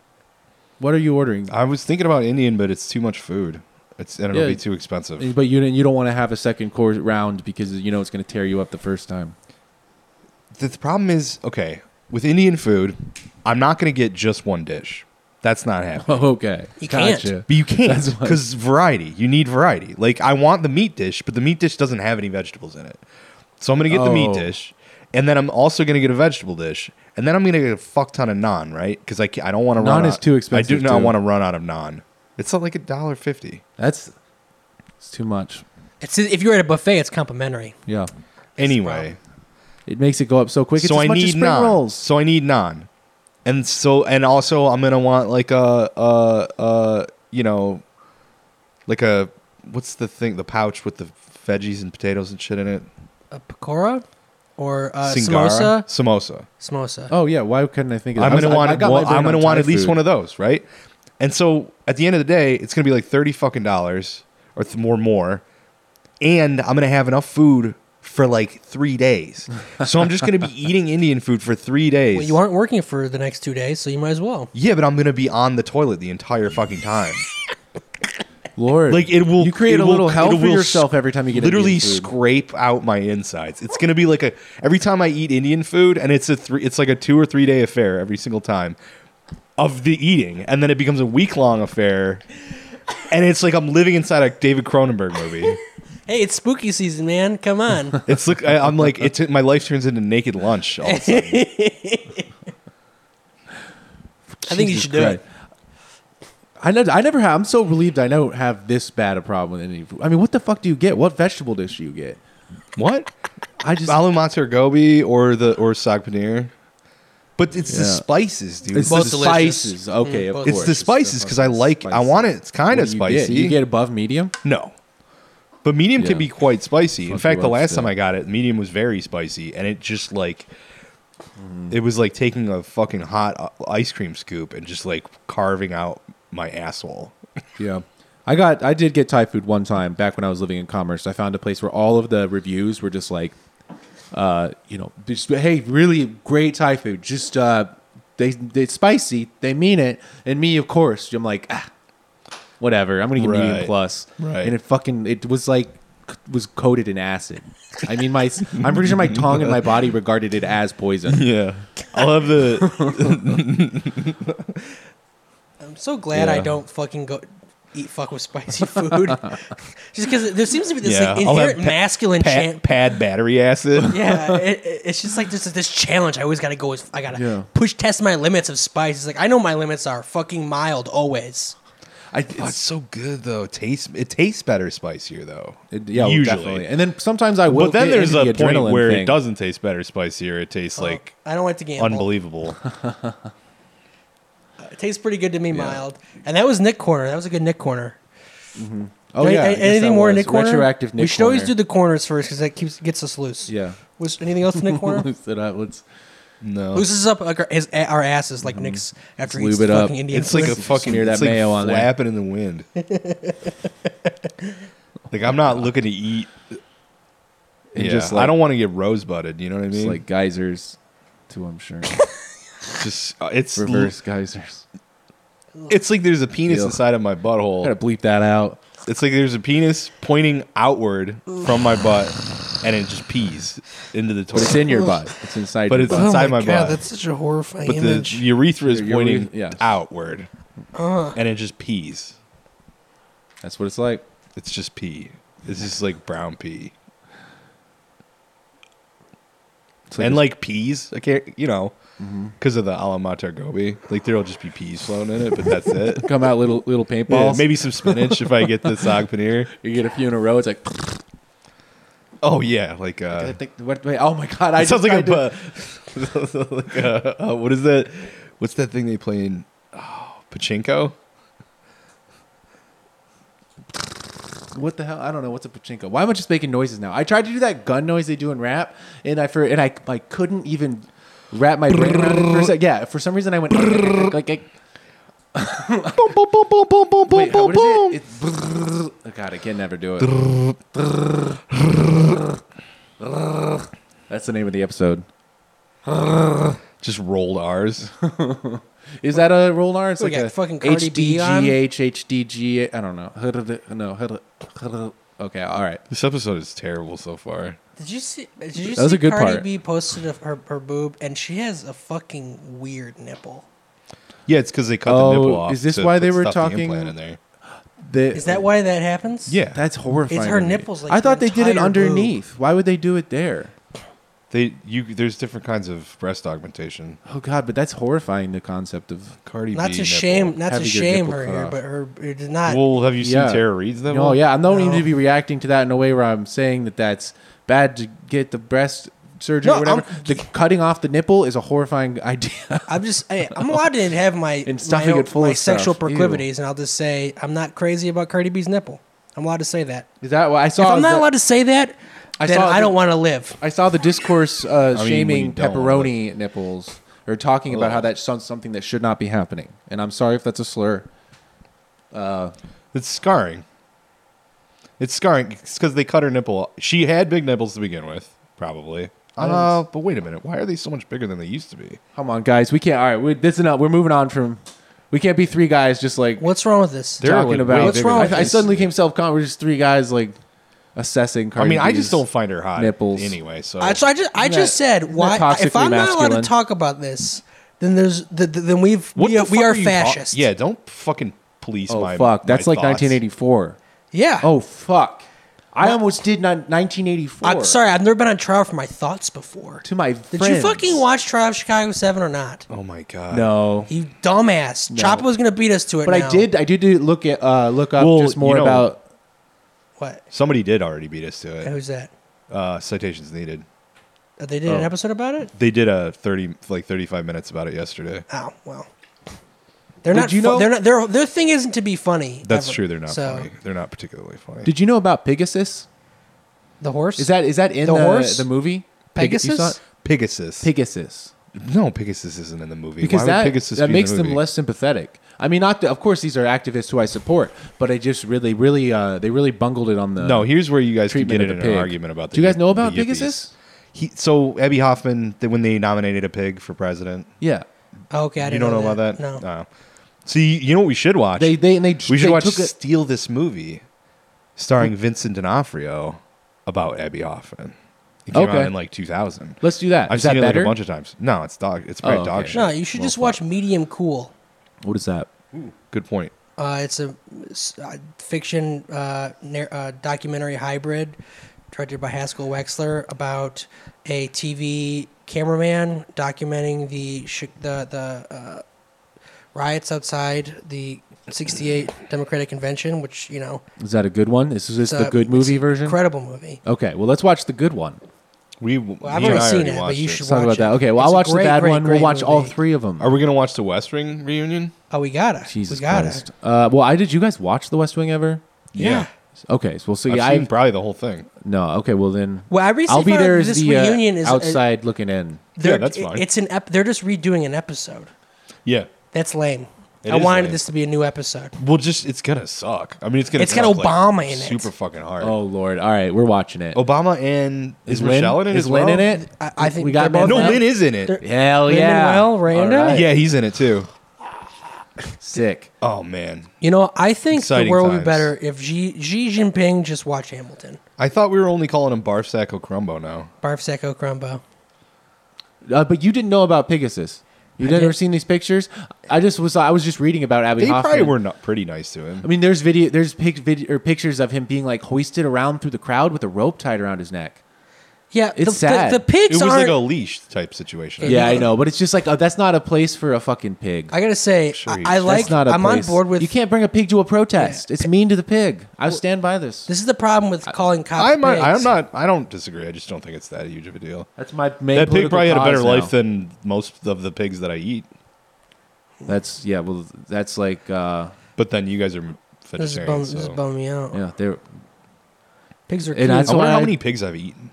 [SPEAKER 3] What are you ordering?
[SPEAKER 2] I was thinking about Indian, but it's too much food. It's and it'll
[SPEAKER 3] Yeah.
[SPEAKER 2] be too expensive.
[SPEAKER 3] But you don't- you don't want to have a second course round because you know it's going to tear you up the first time.
[SPEAKER 2] The th- problem is, okay, with Indian food, I'm not going to get just one dish. That's not happening.
[SPEAKER 3] Oh, okay.
[SPEAKER 1] You can't.
[SPEAKER 2] But you can't
[SPEAKER 3] That's why-
[SPEAKER 2] because variety. You need variety. Like I want the meat dish, but the meat dish doesn't have any vegetables in it. So I'm gonna get the meat
[SPEAKER 3] Oh.
[SPEAKER 2] dish, and then I'm also gonna get a vegetable dish, and then I'm gonna get a fuck ton of naan, right? Because I, ca- I don't want to run.
[SPEAKER 3] Naan is
[SPEAKER 2] out-
[SPEAKER 3] too
[SPEAKER 2] I
[SPEAKER 3] expensive,
[SPEAKER 2] do not
[SPEAKER 3] too.
[SPEAKER 2] want to run out of naan. It's like a dollar fifty,
[SPEAKER 3] That's it's too much.
[SPEAKER 1] It's, if you're at a buffet, it's complimentary.
[SPEAKER 3] Yeah.
[SPEAKER 2] anyway.
[SPEAKER 3] It makes it go up so quick. It's
[SPEAKER 2] so
[SPEAKER 3] as
[SPEAKER 2] I
[SPEAKER 3] much as
[SPEAKER 2] need
[SPEAKER 3] spring
[SPEAKER 2] naan.
[SPEAKER 3] rolls.
[SPEAKER 2] So I need naan, and so and also I'm gonna want like a uh uh you know, like a what's the thing the pouch with the veggies and potatoes and shit in it.
[SPEAKER 1] A pakora or uh,
[SPEAKER 2] Singara?
[SPEAKER 1] samosa?
[SPEAKER 2] Samosa.
[SPEAKER 1] Samosa.
[SPEAKER 3] oh yeah. Why couldn't I think of? that?
[SPEAKER 2] I'm
[SPEAKER 3] I was-
[SPEAKER 2] gonna
[SPEAKER 3] I-
[SPEAKER 2] want.
[SPEAKER 3] I got my
[SPEAKER 2] one-
[SPEAKER 3] brain
[SPEAKER 2] I'm
[SPEAKER 3] on
[SPEAKER 2] gonna
[SPEAKER 3] Thai
[SPEAKER 2] want at least
[SPEAKER 3] food.
[SPEAKER 2] one of those, right? And so at the end of the day, it's gonna be like thirty fucking dollars or th- more, more, and I'm gonna have enough food for like three days. So I'm just gonna be eating Indian food for three days.
[SPEAKER 1] Well, you aren't working for the next two days, so you might as well.
[SPEAKER 2] Yeah, but I'm gonna be on the toilet the entire fucking time.
[SPEAKER 3] Lord,
[SPEAKER 2] Like it will.
[SPEAKER 3] You create
[SPEAKER 2] it
[SPEAKER 3] a
[SPEAKER 2] will-
[SPEAKER 3] little hell
[SPEAKER 2] it
[SPEAKER 3] for
[SPEAKER 2] will
[SPEAKER 3] yourself
[SPEAKER 2] sc-
[SPEAKER 3] every time you get
[SPEAKER 2] literally
[SPEAKER 3] Indian food.
[SPEAKER 2] scrape out my insides. It's gonna be like a every time I eat Indian food, and it's a three. It's like a two or three day affair every single time of the eating, and then it becomes a week long affair. And it's like I'm living inside a David Cronenberg movie.
[SPEAKER 1] Hey, it's spooky season, man. Come on.
[SPEAKER 2] It's like I, I'm like it. my life turns into naked lunch. All of a sudden.
[SPEAKER 1] I think you
[SPEAKER 3] Jesus
[SPEAKER 1] should do it.
[SPEAKER 3] Christ. I, ne- I never have. I'm so relieved I don't have this bad a problem with any food. I mean, what the fuck do you get? What vegetable dish do you get?
[SPEAKER 2] What?
[SPEAKER 3] I just
[SPEAKER 2] Aloo mater gobi or the or sag paneer. But it's the
[SPEAKER 3] Yeah.
[SPEAKER 2] spices, dude.
[SPEAKER 3] it's
[SPEAKER 1] both
[SPEAKER 3] the
[SPEAKER 1] delicious.
[SPEAKER 3] spices. Okay,
[SPEAKER 1] Mm,
[SPEAKER 3] of
[SPEAKER 1] both
[SPEAKER 3] course.
[SPEAKER 2] It's the spices because I like. I want it. It's kind
[SPEAKER 3] What
[SPEAKER 2] of
[SPEAKER 3] do you get?
[SPEAKER 2] spicy.
[SPEAKER 3] You get above medium.
[SPEAKER 2] no, but medium
[SPEAKER 3] Yeah.
[SPEAKER 2] can be quite spicy. In
[SPEAKER 3] Fuck
[SPEAKER 2] fact,
[SPEAKER 3] you
[SPEAKER 2] the
[SPEAKER 3] up
[SPEAKER 2] last
[SPEAKER 3] still.
[SPEAKER 2] time I got it, medium was very spicy, and it just like it was like taking a fucking hot uh, ice cream scoop and just like carving out my asshole.
[SPEAKER 3] Yeah. I got I did get Thai food one time back when I was living in Commerce. I found a place where all of the reviews were just like uh, you know, just, hey, really great Thai food. Just uh they they it's spicy, they mean it. And me, of course, I'm like, ah, whatever. I'm gonna get medium
[SPEAKER 2] Right.
[SPEAKER 3] plus.
[SPEAKER 2] Right.
[SPEAKER 3] And it fucking it was like was coated in acid. I mean my I'm pretty sure my tongue and my body regarded it as poison.
[SPEAKER 2] Yeah, I'll have the.
[SPEAKER 1] I'm so glad I
[SPEAKER 2] Yeah.
[SPEAKER 1] don't fucking go eat fuck with spicy food. Just because there seems to be this
[SPEAKER 2] Yeah, I'll
[SPEAKER 1] like
[SPEAKER 2] have
[SPEAKER 1] inherent
[SPEAKER 2] pa-
[SPEAKER 1] masculine
[SPEAKER 2] Pad,
[SPEAKER 1] chant.
[SPEAKER 2] pad battery acid.
[SPEAKER 1] yeah, it, it- it's just like this this challenge. I always gotta go. With, I gotta
[SPEAKER 3] Yeah.
[SPEAKER 1] push test my limits of spice. It's like I know my limits are fucking mild always.
[SPEAKER 2] Oh,
[SPEAKER 3] I,
[SPEAKER 2] it's
[SPEAKER 3] it's,
[SPEAKER 2] so good though. It tastes it tastes better spicier though.
[SPEAKER 3] it- yeah, well,
[SPEAKER 2] Usually.
[SPEAKER 3] definitely. And then sometimes I will.
[SPEAKER 2] But then
[SPEAKER 3] get
[SPEAKER 2] there's
[SPEAKER 3] into
[SPEAKER 2] a
[SPEAKER 3] the
[SPEAKER 2] point
[SPEAKER 3] adrenaline
[SPEAKER 2] where
[SPEAKER 3] thing.
[SPEAKER 2] it doesn't taste better spicier. It
[SPEAKER 1] Oh.
[SPEAKER 2] tastes like
[SPEAKER 1] I don't like to gamble.
[SPEAKER 2] unbelievable.
[SPEAKER 1] It tastes pretty good to me, mild. And that was Nick Corner. That was a good Nick Corner.
[SPEAKER 3] Oh
[SPEAKER 1] Any-
[SPEAKER 3] yeah, I
[SPEAKER 1] any-
[SPEAKER 3] guess
[SPEAKER 1] anything
[SPEAKER 3] that
[SPEAKER 1] more
[SPEAKER 3] was.
[SPEAKER 1] Nick Corner?
[SPEAKER 3] Retroactive Nick
[SPEAKER 1] We should always do
[SPEAKER 3] Corner.
[SPEAKER 1] the corners first because that keeps gets us loose.
[SPEAKER 3] Yeah.
[SPEAKER 1] Was anything else Nick Corner?
[SPEAKER 3] Loose it up. Let's-
[SPEAKER 2] no,
[SPEAKER 1] Looses up like, our, his, our asses like Nick's after
[SPEAKER 3] Lube
[SPEAKER 1] he's
[SPEAKER 3] it up.
[SPEAKER 1] fucking Indian.
[SPEAKER 2] Mm-hmm. it's like a
[SPEAKER 1] food.
[SPEAKER 2] fucking
[SPEAKER 3] smear that
[SPEAKER 2] it's like
[SPEAKER 3] mayo on there.
[SPEAKER 2] flapping in the wind. like I'm not looking to eat.
[SPEAKER 3] And
[SPEAKER 2] yeah,
[SPEAKER 3] just
[SPEAKER 2] I
[SPEAKER 3] like-
[SPEAKER 2] don't want to get rosebudded. You know what I mean?
[SPEAKER 3] It's like geysers, too. I'm sure.
[SPEAKER 2] just uh, it's
[SPEAKER 3] Reverse geysers.
[SPEAKER 2] It's like there's a penis
[SPEAKER 3] Ew.
[SPEAKER 2] inside of my butthole.
[SPEAKER 3] Gotta bleep that out.
[SPEAKER 2] It's like there's a penis pointing outward from my butt, and it just pees into the
[SPEAKER 3] But
[SPEAKER 2] toilet.
[SPEAKER 3] it's in your butt. It's inside.
[SPEAKER 2] But
[SPEAKER 3] your
[SPEAKER 2] it's
[SPEAKER 3] butt.
[SPEAKER 1] Oh
[SPEAKER 2] inside
[SPEAKER 1] my,
[SPEAKER 2] my
[SPEAKER 1] god,
[SPEAKER 2] butt.
[SPEAKER 1] that's such a horrifying
[SPEAKER 2] but the
[SPEAKER 1] image.
[SPEAKER 2] urethra is
[SPEAKER 3] Your
[SPEAKER 2] pointing
[SPEAKER 3] urethra- yes.
[SPEAKER 2] outward, and it just pees.
[SPEAKER 3] That's what it's like.
[SPEAKER 2] It's just pee. It's just like brown pee,
[SPEAKER 3] It's
[SPEAKER 2] and
[SPEAKER 3] like a- Mm-hmm.
[SPEAKER 2] like peas. I can't, you know, because of the alamater gobi. Like there'll just be peas flown in it, but that's it.
[SPEAKER 3] come out little little
[SPEAKER 2] Yeah,
[SPEAKER 3] paintballs.
[SPEAKER 2] maybe some spinach if I get the sag paneer.
[SPEAKER 3] you get a few in a row. It's like.
[SPEAKER 2] Oh yeah, like uh,
[SPEAKER 3] what, wait, oh my god! I
[SPEAKER 2] It sounds
[SPEAKER 3] just
[SPEAKER 2] like a,
[SPEAKER 3] tried to-
[SPEAKER 2] bu- like a- uh, what is that? What's that thing they play in? Oh, pachinko.
[SPEAKER 3] What the hell? I don't know. What's a pachinko? Why am I just making noises now? I tried to do that gun noise they do in rap, and I for and I like couldn't even wrap my brain around it for a sec. Yeah, for some reason I went like like. like
[SPEAKER 2] boom, boom, boom, boom, boom, boom,
[SPEAKER 3] Wait,
[SPEAKER 2] boom,
[SPEAKER 3] what is
[SPEAKER 2] boom.
[SPEAKER 3] it? It's brrrr. Oh, God, I can never do it. Brrrr. That's the name of the episode.
[SPEAKER 2] Just rolled R's.
[SPEAKER 3] Is that a roll R? It's
[SPEAKER 1] We
[SPEAKER 3] like
[SPEAKER 1] got
[SPEAKER 3] a
[SPEAKER 1] fucking Cardi B on?
[SPEAKER 3] HDGH, HDGA. I don't know. No. Okay, all right.
[SPEAKER 2] This episode is terrible so far.
[SPEAKER 1] Did you see? Did you
[SPEAKER 3] That was
[SPEAKER 1] see
[SPEAKER 3] a good
[SPEAKER 1] Cardi
[SPEAKER 3] part.
[SPEAKER 1] B posted of her, her boob, and she has a fucking weird nipple.
[SPEAKER 2] Yeah, it's because they cut
[SPEAKER 3] Oh,
[SPEAKER 2] the nipple off.
[SPEAKER 3] is this
[SPEAKER 2] to
[SPEAKER 3] why they
[SPEAKER 2] put
[SPEAKER 3] were
[SPEAKER 2] stuff to
[SPEAKER 3] talking-
[SPEAKER 2] implant in there?
[SPEAKER 3] The-
[SPEAKER 1] Is that why that happens?
[SPEAKER 2] Yeah,
[SPEAKER 3] That's horrifying.
[SPEAKER 1] It's her
[SPEAKER 3] to me.
[SPEAKER 1] nipples, like,
[SPEAKER 3] I
[SPEAKER 1] her
[SPEAKER 3] thought they did it
[SPEAKER 1] entire
[SPEAKER 3] underneath. Why would they do it there?
[SPEAKER 2] they you. There's different kinds of breast augmentation.
[SPEAKER 3] Oh God, but that's horrifying. The concept of
[SPEAKER 2] Cardi
[SPEAKER 1] Not
[SPEAKER 2] B
[SPEAKER 1] to
[SPEAKER 2] nipple.
[SPEAKER 1] shame, not to
[SPEAKER 3] Having your
[SPEAKER 1] shame
[SPEAKER 3] nipple
[SPEAKER 1] her
[SPEAKER 3] cut
[SPEAKER 1] here,
[SPEAKER 3] off.
[SPEAKER 1] but her it did not.
[SPEAKER 2] Well, have you seen
[SPEAKER 3] Yeah.
[SPEAKER 2] Tara Reed's
[SPEAKER 3] oh
[SPEAKER 2] nipple?
[SPEAKER 3] no, yeah, I'm not even
[SPEAKER 1] No.
[SPEAKER 3] to be reacting to that in a way where I'm saying that that's bad to get the breast surgery
[SPEAKER 1] No,
[SPEAKER 3] or whatever.
[SPEAKER 1] I'm-
[SPEAKER 3] the cutting off the nipple is a horrifying idea.
[SPEAKER 1] I'm just. I, I'm allowed to have my
[SPEAKER 3] And stuffing
[SPEAKER 1] my, own-
[SPEAKER 3] it full
[SPEAKER 1] my
[SPEAKER 3] of stuff.
[SPEAKER 1] sexual
[SPEAKER 3] Ew.
[SPEAKER 1] proclivities, and I'll just say I'm not crazy about Cardi B's nipple. I'm allowed to say that.
[SPEAKER 3] Is that why I saw?
[SPEAKER 1] if I'm not
[SPEAKER 3] the-
[SPEAKER 1] allowed to say that,
[SPEAKER 3] I
[SPEAKER 1] then
[SPEAKER 3] saw
[SPEAKER 1] I
[SPEAKER 3] the-
[SPEAKER 1] don't want to live.
[SPEAKER 3] I saw the discourse uh,
[SPEAKER 2] when you
[SPEAKER 3] shaming
[SPEAKER 2] don't,
[SPEAKER 3] pepperoni nipples or talking about
[SPEAKER 2] Ugh.
[SPEAKER 3] how that's some- something that should not be happening. And I'm sorry if that's a slur.
[SPEAKER 2] It's scarring. It's scarring. It's because they cut her nipple. She had big nipples to begin with, probably. Uh, but wait a minute. Why are they so much bigger than they used to be?
[SPEAKER 3] Come on, guys, we can't. All right, we, this is enough. We're moving on from. We can't be three guys just like
[SPEAKER 1] What's wrong with this?
[SPEAKER 2] They're
[SPEAKER 3] talking
[SPEAKER 2] like
[SPEAKER 3] about.
[SPEAKER 2] way
[SPEAKER 1] What's wrong
[SPEAKER 3] I,
[SPEAKER 1] with
[SPEAKER 3] I
[SPEAKER 1] this?
[SPEAKER 3] suddenly came self conscious. We're just three guys like assessing. Cardi
[SPEAKER 2] I mean, I
[SPEAKER 3] B's.
[SPEAKER 2] just don't find her hot
[SPEAKER 3] nipples.
[SPEAKER 2] anyway. So
[SPEAKER 1] I, so I just I
[SPEAKER 3] Isn't
[SPEAKER 1] just said
[SPEAKER 3] that- isn't
[SPEAKER 1] why
[SPEAKER 3] that
[SPEAKER 1] if I'm
[SPEAKER 3] toxically
[SPEAKER 1] not allowed to
[SPEAKER 3] masculine?
[SPEAKER 1] talk about this, then there's the, the, then we've
[SPEAKER 2] What
[SPEAKER 1] we
[SPEAKER 2] the
[SPEAKER 1] are, we
[SPEAKER 2] fuck
[SPEAKER 1] are
[SPEAKER 2] you ta-
[SPEAKER 1] fascists.
[SPEAKER 2] yeah, don't fucking police
[SPEAKER 3] Oh
[SPEAKER 2] my.
[SPEAKER 3] fuck!
[SPEAKER 2] my
[SPEAKER 3] That's like
[SPEAKER 2] thoughts.
[SPEAKER 3] 1984.
[SPEAKER 1] yeah.
[SPEAKER 3] Oh fuck! I almost did not 1984.
[SPEAKER 1] I'm sorry, I've never been on trial for my thoughts before.
[SPEAKER 3] to my
[SPEAKER 1] Did
[SPEAKER 3] friends.
[SPEAKER 1] you fucking watch Trial of Chicago Seven or not?
[SPEAKER 2] Oh my god.
[SPEAKER 3] No.
[SPEAKER 1] You dumbass! Choppa was gonna beat us to it.
[SPEAKER 3] But I
[SPEAKER 1] now.
[SPEAKER 3] did. I did do look at uh, look up
[SPEAKER 2] Well,
[SPEAKER 3] just
[SPEAKER 2] you
[SPEAKER 3] more
[SPEAKER 2] know-
[SPEAKER 3] about.
[SPEAKER 1] What?
[SPEAKER 2] Somebody did already beat us to it.
[SPEAKER 1] Who's that?
[SPEAKER 2] Uh, citations needed.
[SPEAKER 1] Uh, They did an episode about it.
[SPEAKER 2] They did a thirty, like thirty-five minutes about it yesterday.
[SPEAKER 1] Oh well. They're
[SPEAKER 3] Did
[SPEAKER 1] not.
[SPEAKER 3] you
[SPEAKER 1] fu-
[SPEAKER 3] know-
[SPEAKER 1] they're not. Their their thing isn't to be funny.
[SPEAKER 2] That's
[SPEAKER 1] ever.
[SPEAKER 2] true. They're not
[SPEAKER 1] So,
[SPEAKER 2] funny. They're not particularly funny.
[SPEAKER 3] Did you know about Pegasus?
[SPEAKER 1] The horse
[SPEAKER 3] Is that is that in
[SPEAKER 1] The
[SPEAKER 3] the,
[SPEAKER 1] horse?
[SPEAKER 3] the movie? Peg- you
[SPEAKER 1] Pegasus?
[SPEAKER 3] saw it?
[SPEAKER 2] Pegasus?
[SPEAKER 3] Pegasus.
[SPEAKER 2] no, Pegasus isn't in the movie.
[SPEAKER 3] because
[SPEAKER 2] Why
[SPEAKER 3] that,
[SPEAKER 2] would Pegasus
[SPEAKER 3] that
[SPEAKER 2] be in the
[SPEAKER 3] makes them
[SPEAKER 2] movie?
[SPEAKER 3] less sympathetic. I mean, not that of course these are activists who I support, but I just really, really, uh, they really bungled it on the.
[SPEAKER 2] No, here's where you guys could
[SPEAKER 3] uh,
[SPEAKER 2] get
[SPEAKER 3] treatment of
[SPEAKER 2] in
[SPEAKER 3] the
[SPEAKER 2] an
[SPEAKER 3] pig.
[SPEAKER 2] argument about. The
[SPEAKER 3] Do you guys
[SPEAKER 2] yip-
[SPEAKER 3] know about
[SPEAKER 2] the yippies.
[SPEAKER 3] Pegasus?
[SPEAKER 2] He, so Abby Hoffman, th- when they nominated a pig for president,
[SPEAKER 3] yeah,
[SPEAKER 1] Oh, okay, I
[SPEAKER 2] you
[SPEAKER 1] didn't
[SPEAKER 2] don't know,
[SPEAKER 1] know,
[SPEAKER 2] about that.
[SPEAKER 1] No.
[SPEAKER 2] Oh. See, you know what we should watch?
[SPEAKER 3] they they and they
[SPEAKER 2] we should
[SPEAKER 3] they
[SPEAKER 2] watch
[SPEAKER 3] took it-
[SPEAKER 2] "Steal This Movie," starring Vincent D'Onofrio, about Abby Hoffman. It came
[SPEAKER 3] Okay.
[SPEAKER 2] out in like 2000.
[SPEAKER 3] Let's do that.
[SPEAKER 2] I've
[SPEAKER 3] Is that
[SPEAKER 2] seen it
[SPEAKER 3] better?
[SPEAKER 2] like a bunch of times. No, it's dog. It's
[SPEAKER 3] Oh,
[SPEAKER 2] probably dog
[SPEAKER 3] okay.
[SPEAKER 2] shit.
[SPEAKER 1] No, you should just watch Medium Cool.
[SPEAKER 3] what is that?
[SPEAKER 2] Good point.
[SPEAKER 1] Uh, it's a s- uh, fiction uh, nar- uh, documentary hybrid directed by Haskell Wexler about a TV cameraman documenting the chi- the the uh, riots outside the 68 Democratic Convention, which, you know,
[SPEAKER 3] Is that a good one? Is this
[SPEAKER 1] it's
[SPEAKER 3] the
[SPEAKER 1] a-
[SPEAKER 3] good
[SPEAKER 1] it's
[SPEAKER 3] movie
[SPEAKER 1] an
[SPEAKER 3] version?
[SPEAKER 1] Incredible movie.
[SPEAKER 3] Okay, well, let's watch the good one.
[SPEAKER 2] We
[SPEAKER 1] Well, I've
[SPEAKER 2] he and I
[SPEAKER 1] already seen
[SPEAKER 2] already
[SPEAKER 1] it, but
[SPEAKER 2] watched
[SPEAKER 1] you should
[SPEAKER 3] Let's talk
[SPEAKER 1] watch
[SPEAKER 3] about
[SPEAKER 1] it.
[SPEAKER 3] that. Okay, well,
[SPEAKER 1] It's
[SPEAKER 3] I'll
[SPEAKER 1] a
[SPEAKER 3] watch
[SPEAKER 1] great,
[SPEAKER 3] the bad
[SPEAKER 1] great,
[SPEAKER 3] one.
[SPEAKER 1] great
[SPEAKER 3] we'll watch all
[SPEAKER 1] movie.
[SPEAKER 3] three of them.
[SPEAKER 2] Are we gonna watch the West Wing reunion?
[SPEAKER 1] Oh, we gotta.
[SPEAKER 3] Jesus
[SPEAKER 1] we gotta.
[SPEAKER 3] Christ. Uh, well, I did. You guys watch The West Wing ever?
[SPEAKER 2] Yeah.
[SPEAKER 3] Okay, so we'll see.
[SPEAKER 2] I've
[SPEAKER 3] I
[SPEAKER 2] seen probably the whole thing.
[SPEAKER 3] no. Okay, well then.
[SPEAKER 1] Well, I recently
[SPEAKER 3] I'll be
[SPEAKER 1] found out
[SPEAKER 3] there
[SPEAKER 1] that
[SPEAKER 3] as
[SPEAKER 1] this
[SPEAKER 3] the uh,
[SPEAKER 1] reunion is
[SPEAKER 3] outside looking in.
[SPEAKER 1] they're-
[SPEAKER 2] Yeah, that's
[SPEAKER 1] it-
[SPEAKER 2] fine.
[SPEAKER 1] It's an ep- they're just redoing an episode.
[SPEAKER 2] Yeah.
[SPEAKER 1] That's lame.
[SPEAKER 2] It
[SPEAKER 1] I
[SPEAKER 2] is
[SPEAKER 1] wanted
[SPEAKER 2] lame.
[SPEAKER 1] this to be a new episode.
[SPEAKER 2] Well, just it's gonna suck. I mean, it's gonna.
[SPEAKER 1] It's got
[SPEAKER 2] suck, like,
[SPEAKER 1] Obama in it.
[SPEAKER 2] Super fucking hard.
[SPEAKER 3] Oh Lord! All right, we're watching it.
[SPEAKER 2] Obama and Oh, is, Michelle in it?
[SPEAKER 3] Is
[SPEAKER 2] as
[SPEAKER 3] Lynn
[SPEAKER 2] well?
[SPEAKER 3] in it?
[SPEAKER 1] I- I think
[SPEAKER 3] we got
[SPEAKER 1] they're both
[SPEAKER 2] No,
[SPEAKER 1] Well,
[SPEAKER 2] Lynn is in
[SPEAKER 1] they're-
[SPEAKER 2] it.
[SPEAKER 3] Hell yeah!
[SPEAKER 1] Lin-Manuel Miranda?
[SPEAKER 3] All right.
[SPEAKER 2] Yeah, he's in it too.
[SPEAKER 3] sick.
[SPEAKER 2] Oh man,
[SPEAKER 1] You know, I think
[SPEAKER 2] Exciting
[SPEAKER 1] the world would
[SPEAKER 2] times.
[SPEAKER 1] be better if Xi, Xi Jinping just watched Hamilton.
[SPEAKER 2] I thought we were only calling him Barsack O'Crumbo now.
[SPEAKER 1] Barf Secco Crumbo.
[SPEAKER 3] Uh, but you didn't know about Pegasus. You
[SPEAKER 1] did.
[SPEAKER 3] never seen these pictures? I just was. I was just reading about Abby.
[SPEAKER 2] They
[SPEAKER 3] Hoffman.
[SPEAKER 2] probably were not pretty nice to
[SPEAKER 3] I
[SPEAKER 2] him.
[SPEAKER 3] mean, there's video, there's pic, vid, or pictures of him being like hoisted around through the crowd with a rope tied around his neck.
[SPEAKER 1] Yeah,
[SPEAKER 3] It's
[SPEAKER 1] the,
[SPEAKER 3] sad.
[SPEAKER 1] The, the
[SPEAKER 2] It
[SPEAKER 1] pigs
[SPEAKER 2] was like
[SPEAKER 1] aren't.
[SPEAKER 2] a
[SPEAKER 1] I
[SPEAKER 2] leash type situation.
[SPEAKER 3] Yeah, I know, but it's just like uh, that's not a place for a fucking pig.
[SPEAKER 1] gotta say,
[SPEAKER 2] Sure he
[SPEAKER 1] I, I
[SPEAKER 2] is.
[SPEAKER 1] like.
[SPEAKER 3] that's not a
[SPEAKER 1] I'm
[SPEAKER 3] place.
[SPEAKER 1] on board with.
[SPEAKER 3] You can't bring a pig to a protest. It's mean to the pig. I stand by this.
[SPEAKER 1] This is the problem with calling cops.
[SPEAKER 2] I'm not, I'm
[SPEAKER 1] pigs.
[SPEAKER 2] not. I don't disagree. I just don't think it's that huge of a deal.
[SPEAKER 3] That's my main.
[SPEAKER 2] that pig
[SPEAKER 3] political
[SPEAKER 2] probably had a
[SPEAKER 3] cause
[SPEAKER 2] better
[SPEAKER 3] now.
[SPEAKER 2] life than most of the pigs that I eat.
[SPEAKER 3] That's yeah. Well, that's like uh,
[SPEAKER 2] But then you guys are
[SPEAKER 1] This is bum,
[SPEAKER 2] vegetarians.
[SPEAKER 1] this is
[SPEAKER 2] so.
[SPEAKER 1] bummed me out.
[SPEAKER 3] yeah. They're,
[SPEAKER 1] Pigs are. cool.
[SPEAKER 3] And that's
[SPEAKER 2] I wonder
[SPEAKER 3] why
[SPEAKER 2] how
[SPEAKER 3] I-
[SPEAKER 2] many pigs I've eaten.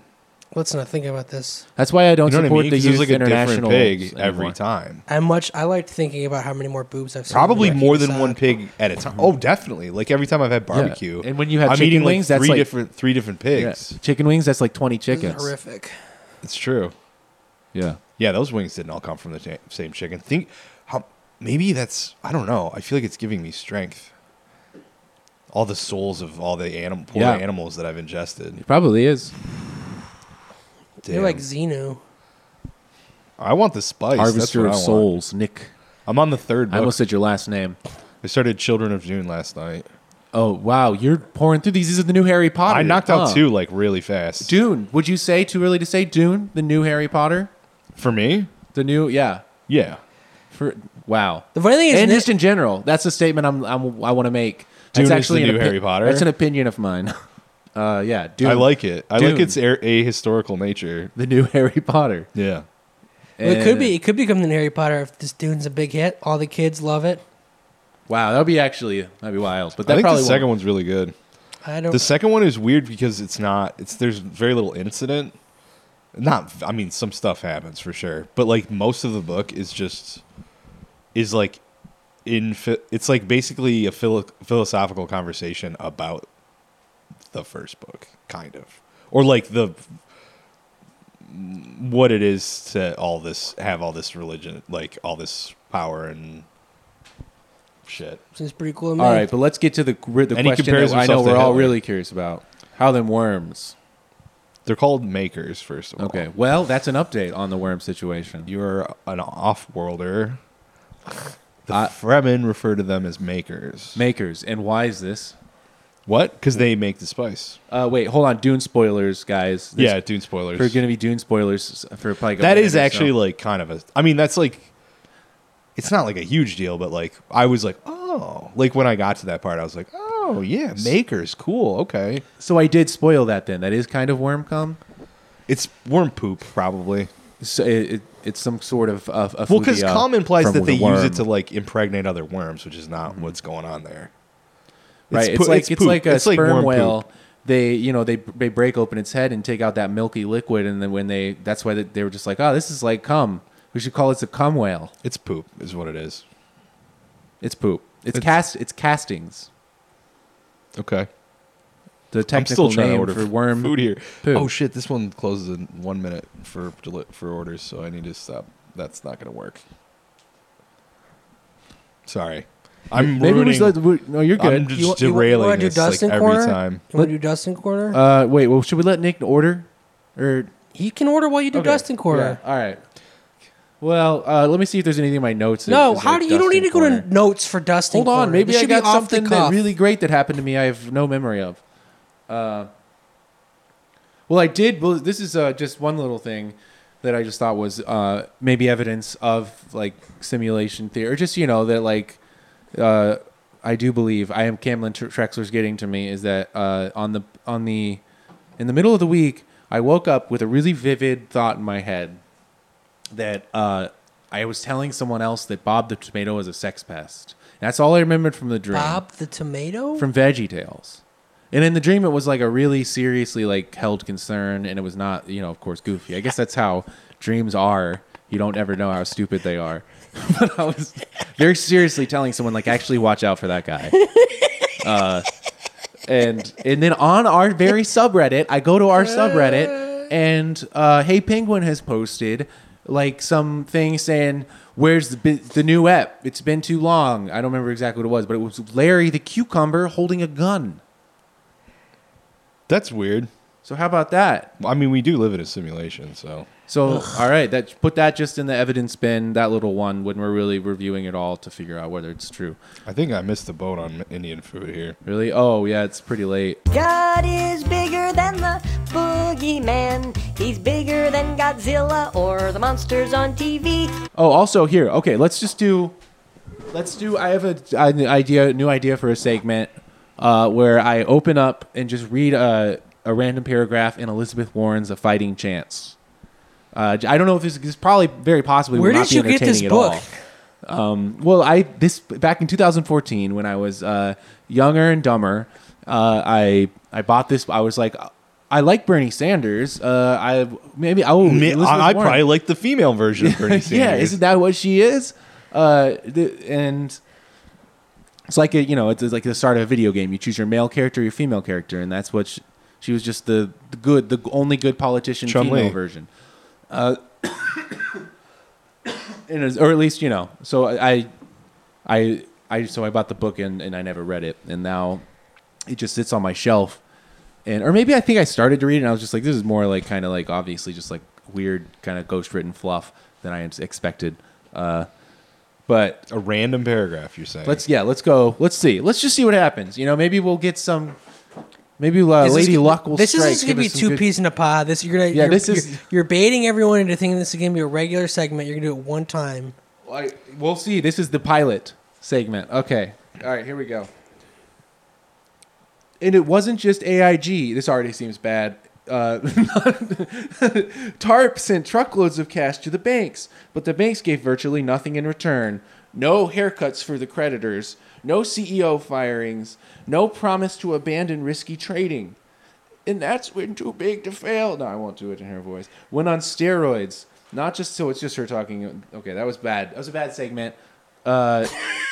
[SPEAKER 1] Let's not think about this.
[SPEAKER 3] that's why I don't
[SPEAKER 2] You know what I
[SPEAKER 3] support
[SPEAKER 2] mean?
[SPEAKER 3] the
[SPEAKER 2] 'Cause there's
[SPEAKER 3] use
[SPEAKER 2] like a different
[SPEAKER 3] international
[SPEAKER 2] pig every time.
[SPEAKER 1] I'm much. I liked thinking about how many more boobs I've seen.
[SPEAKER 2] Probably
[SPEAKER 1] on the
[SPEAKER 2] more
[SPEAKER 1] right-hand
[SPEAKER 2] than one
[SPEAKER 1] side.
[SPEAKER 2] pig at a time. Oh, definitely. Like every time I've had barbecue,
[SPEAKER 3] And when you have
[SPEAKER 2] I'm
[SPEAKER 3] chicken
[SPEAKER 2] eating
[SPEAKER 3] wings,
[SPEAKER 2] like
[SPEAKER 3] that's
[SPEAKER 2] three
[SPEAKER 3] like-
[SPEAKER 2] different three different
[SPEAKER 3] Yeah.
[SPEAKER 2] pigs.
[SPEAKER 3] Chicken wings. That's like twenty
[SPEAKER 1] This is
[SPEAKER 3] chickens.
[SPEAKER 1] horrific.
[SPEAKER 2] It's true.
[SPEAKER 3] Yeah.
[SPEAKER 2] Yeah, those wings didn't all come from the ta- same chicken. Think how maybe that's I don't know. I feel like it's giving me strength. All the souls of all the anim- poor
[SPEAKER 3] Yeah.
[SPEAKER 2] animals that I've ingested.
[SPEAKER 3] Probably is.
[SPEAKER 1] You're
[SPEAKER 2] Damn.
[SPEAKER 1] like Xenu.
[SPEAKER 2] I want the spice.
[SPEAKER 3] Harvester of
[SPEAKER 2] That's what I want.
[SPEAKER 3] souls, Nick.
[SPEAKER 2] I'm on the third
[SPEAKER 3] I
[SPEAKER 2] book. I,
[SPEAKER 3] almost said your last name.
[SPEAKER 2] started Children of June last night.
[SPEAKER 3] Oh wow, you're pouring through these. These are the new Harry Potter.
[SPEAKER 2] I knocked out
[SPEAKER 3] huh.
[SPEAKER 2] two like really fast.
[SPEAKER 3] Dune. Would you say too early to say Dune, the new Harry Potter,
[SPEAKER 2] For me,
[SPEAKER 3] the new yeah.
[SPEAKER 2] yeah.
[SPEAKER 3] For wow.
[SPEAKER 1] The funny thing is,
[SPEAKER 3] and
[SPEAKER 1] Nick-
[SPEAKER 3] just in general, that's a statement I'm, I'm I want to make.
[SPEAKER 2] Dune
[SPEAKER 3] That's
[SPEAKER 2] is
[SPEAKER 3] actually
[SPEAKER 2] the
[SPEAKER 3] an
[SPEAKER 2] new Harry Potter?
[SPEAKER 3] That's an opinion of mine. Uh, yeah, Dune.
[SPEAKER 2] I like it. I
[SPEAKER 3] Dune.
[SPEAKER 2] like its a- ahistorical nature.
[SPEAKER 3] the new Harry Potter.
[SPEAKER 2] Yeah.
[SPEAKER 1] well, it could
[SPEAKER 3] And-
[SPEAKER 1] be. It could become the new Harry Potter if this dune's a big hit. All the kids love it.
[SPEAKER 3] Wow, that'd be actually that'd be wild. But that
[SPEAKER 2] I think
[SPEAKER 3] probably
[SPEAKER 2] the 2nd
[SPEAKER 3] won't.
[SPEAKER 2] one's really good.
[SPEAKER 1] I don't.
[SPEAKER 2] The second one is weird because it's not. It's there's very little incident. Not. I mean, some stuff happens for sure, but like most of the book is just is like in. phi- It's like basically a philo- philosophical conversation about the first book, kind of, or like the what it is to all this have all this religion, like all this power and shit.
[SPEAKER 1] seems pretty cool. To me.
[SPEAKER 3] All right, but let's get to the the
[SPEAKER 2] And he
[SPEAKER 3] question
[SPEAKER 2] compares
[SPEAKER 3] that I know
[SPEAKER 2] himself to
[SPEAKER 3] we're all
[SPEAKER 2] Hitler.
[SPEAKER 3] really curious about. How them worms?
[SPEAKER 2] They're called makers, first of all.
[SPEAKER 3] Okay, well, that's an update on the worm situation.
[SPEAKER 2] You're an off-worlder. The
[SPEAKER 3] I-
[SPEAKER 2] Fremen refer to them as makers.
[SPEAKER 3] Makers, and why is this?
[SPEAKER 2] what? Because they make the spice.
[SPEAKER 3] Uh, wait, hold on. Dune spoilers, guys. This-
[SPEAKER 2] yeah, Dune spoilers.
[SPEAKER 3] we're gonna be Dune spoilers for probably. a
[SPEAKER 2] that
[SPEAKER 3] minute
[SPEAKER 2] is
[SPEAKER 3] or so.
[SPEAKER 2] actually like kind of a. I mean, that's like. It's not like a huge deal, but like I was like, oh, like when I got to that part, I was like, oh yeah, makers, cool, okay.
[SPEAKER 3] So I did spoil that. Then that is kind of worm cum.
[SPEAKER 2] It's worm poop probably.
[SPEAKER 3] So it, it, it's some sort of uh, a
[SPEAKER 2] Well, because
[SPEAKER 3] effluvia
[SPEAKER 2] cum implies
[SPEAKER 3] from
[SPEAKER 2] that they use
[SPEAKER 3] the worm.
[SPEAKER 2] it to like impregnate other worms, which is not what's going on there.
[SPEAKER 3] right. It's,
[SPEAKER 2] poo-
[SPEAKER 3] like it's,
[SPEAKER 2] poop.
[SPEAKER 3] like a
[SPEAKER 2] Mm-hmm. It's
[SPEAKER 3] sperm
[SPEAKER 2] worm poop.
[SPEAKER 3] whale. They you know they they break open its head and take out that milky liquid, and then when they that's why they, they were just like, oh, this is like cum. We should call it a cum whale.
[SPEAKER 2] It's poop, is what it is.
[SPEAKER 3] It's poop. It's,
[SPEAKER 2] It's-
[SPEAKER 3] cast. It's castings.
[SPEAKER 2] Okay.
[SPEAKER 3] The
[SPEAKER 2] I'm still
[SPEAKER 3] technical
[SPEAKER 2] trying
[SPEAKER 3] name
[SPEAKER 2] to order
[SPEAKER 3] for worm
[SPEAKER 2] food here.
[SPEAKER 3] poo.
[SPEAKER 2] Oh shit! This one closes in one minute for deli- for orders, so I need to stop. That's not gonna work. Sorry, I'm
[SPEAKER 3] Maybe we
[SPEAKER 2] ruining.
[SPEAKER 3] should. we- No, you're good.
[SPEAKER 2] I'm
[SPEAKER 1] You,
[SPEAKER 2] just
[SPEAKER 1] you, you
[SPEAKER 2] derailing
[SPEAKER 1] want to do
[SPEAKER 2] this like
[SPEAKER 1] Dustin
[SPEAKER 2] every
[SPEAKER 1] Corner?
[SPEAKER 2] time.
[SPEAKER 1] You want to do Dustin Corner?
[SPEAKER 3] Uh, wait. Well, should we let Nick order, or
[SPEAKER 1] he can order while you do
[SPEAKER 3] Okay.
[SPEAKER 1] Dustin Corner.
[SPEAKER 3] Yeah, All right. Well, uh, let me see if there's anything in my notes. that
[SPEAKER 1] No,
[SPEAKER 3] is
[SPEAKER 1] how
[SPEAKER 3] like
[SPEAKER 1] do you don't
[SPEAKER 3] Dustin
[SPEAKER 1] need to go
[SPEAKER 3] Corner.
[SPEAKER 1] to notes for Dustin?
[SPEAKER 3] Hold on,
[SPEAKER 1] Corner.
[SPEAKER 3] maybe
[SPEAKER 1] This
[SPEAKER 3] I
[SPEAKER 1] should be
[SPEAKER 3] got
[SPEAKER 1] off the
[SPEAKER 3] something that
[SPEAKER 1] cuff.
[SPEAKER 3] really great that happened to me. I have no memory of. Uh, well, I did. Well, this is uh, just one little thing that I just thought was uh, maybe evidence of like simulation theory, or just you know that like uh, I do believe I am Camlin Tr- Trexler's getting to me is that uh, on the on the in the middle of the week I woke up with a really vivid thought in my head that uh, I was telling someone else that Bob the Tomato was a sex pest. That's all I remembered from the dream
[SPEAKER 1] Bob the tomato.
[SPEAKER 3] from Veggie Tales. And in the dream, it was like a really seriously like held concern, and it was not, you know, of course, goofy. I guess that's how dreams are. You don't ever know how stupid they are. but I was very seriously telling someone like, actually, watch out for that guy. Uh, and and then on our very subreddit, I go to our subreddit, and uh, Hey Penguin has posted like something saying, "Where's the bi- the new ep? It's been too long." I don't remember exactly what it was, but it was Larry the cucumber holding a gun.
[SPEAKER 2] That's weird.
[SPEAKER 3] So how about that?
[SPEAKER 2] I mean, we do live in a simulation, so
[SPEAKER 3] So all right, that put that just in the evidence bin, that little one when we're really reviewing it all to figure out whether it's true.
[SPEAKER 2] I think I missed the boat on Indian food here.
[SPEAKER 3] Really? Oh yeah, it's pretty late.
[SPEAKER 6] God is bigger than the boogeyman. He's bigger than Godzilla or the monsters on TV.
[SPEAKER 3] Oh, also here. Okay, let's just do. Let's do. I have a an idea, new idea for a segment uh, where I open up and just read a a random paragraph in Elizabeth Warren's "A Fighting Chance." Uh, j- I don't know if this, this is probably very possibly
[SPEAKER 1] Where
[SPEAKER 3] will not
[SPEAKER 1] did
[SPEAKER 3] be
[SPEAKER 1] you get
[SPEAKER 3] entertaining
[SPEAKER 1] this
[SPEAKER 3] at
[SPEAKER 1] book?
[SPEAKER 3] all. Well, I this back in 2014 when I was uh, younger and dumber, uh, I I bought this. I was like, I like Bernie Sanders. Uh, I maybe I will.
[SPEAKER 2] I,
[SPEAKER 3] Elizabeth
[SPEAKER 2] I
[SPEAKER 3] Warren.
[SPEAKER 2] probably like the female version of Bernie Sanders.
[SPEAKER 3] yeah, isn't that what she is? Uh, the, and it's like a, you know, it's like the start of a video game. You choose your male character, your female character, and that's what she, she was. Just the, the good, the only good politician
[SPEAKER 2] Chun
[SPEAKER 3] female
[SPEAKER 2] Li.
[SPEAKER 3] version. Uh, and it was- or at least you know. So I, I, I, so I bought the book and, and I never read it, and now it just sits on my shelf. And or maybe I think I started to read it and I was just like, this is more like kind of like obviously just like weird kind of ghost written fluff than I expected. Uh, but
[SPEAKER 2] a random paragraph? You're saying?
[SPEAKER 3] Let's yeah, let's go. Let's see. Let's just see what happens. You know, maybe we'll get some. Maybe uh,
[SPEAKER 1] This
[SPEAKER 3] Lady
[SPEAKER 1] is,
[SPEAKER 3] Luck will.
[SPEAKER 1] This
[SPEAKER 3] strike,
[SPEAKER 1] is gonna
[SPEAKER 3] give
[SPEAKER 1] be
[SPEAKER 3] us some
[SPEAKER 1] two
[SPEAKER 3] good-
[SPEAKER 1] peas in a pod. This you're gonna.
[SPEAKER 3] Yeah,
[SPEAKER 1] you're,
[SPEAKER 3] this is-
[SPEAKER 1] You're, you're baiting everyone into thinking this is gonna be a regular segment. You're gonna do it one time.
[SPEAKER 3] I- We'll see. This is the pilot segment. Okay. All right. Here we go. And it wasn't just AIG. This already seems bad. Uh, TARP sent truckloads of cash to the banks, but the banks gave virtually nothing in return. No haircuts for the creditors, no CEO firings, no promise to abandon risky trading. And that's when too big to fail. No, I won't do it in her voice. Went on steroids. Not just so it's just her talking. Okay, that was bad. That was a bad segment. Uh,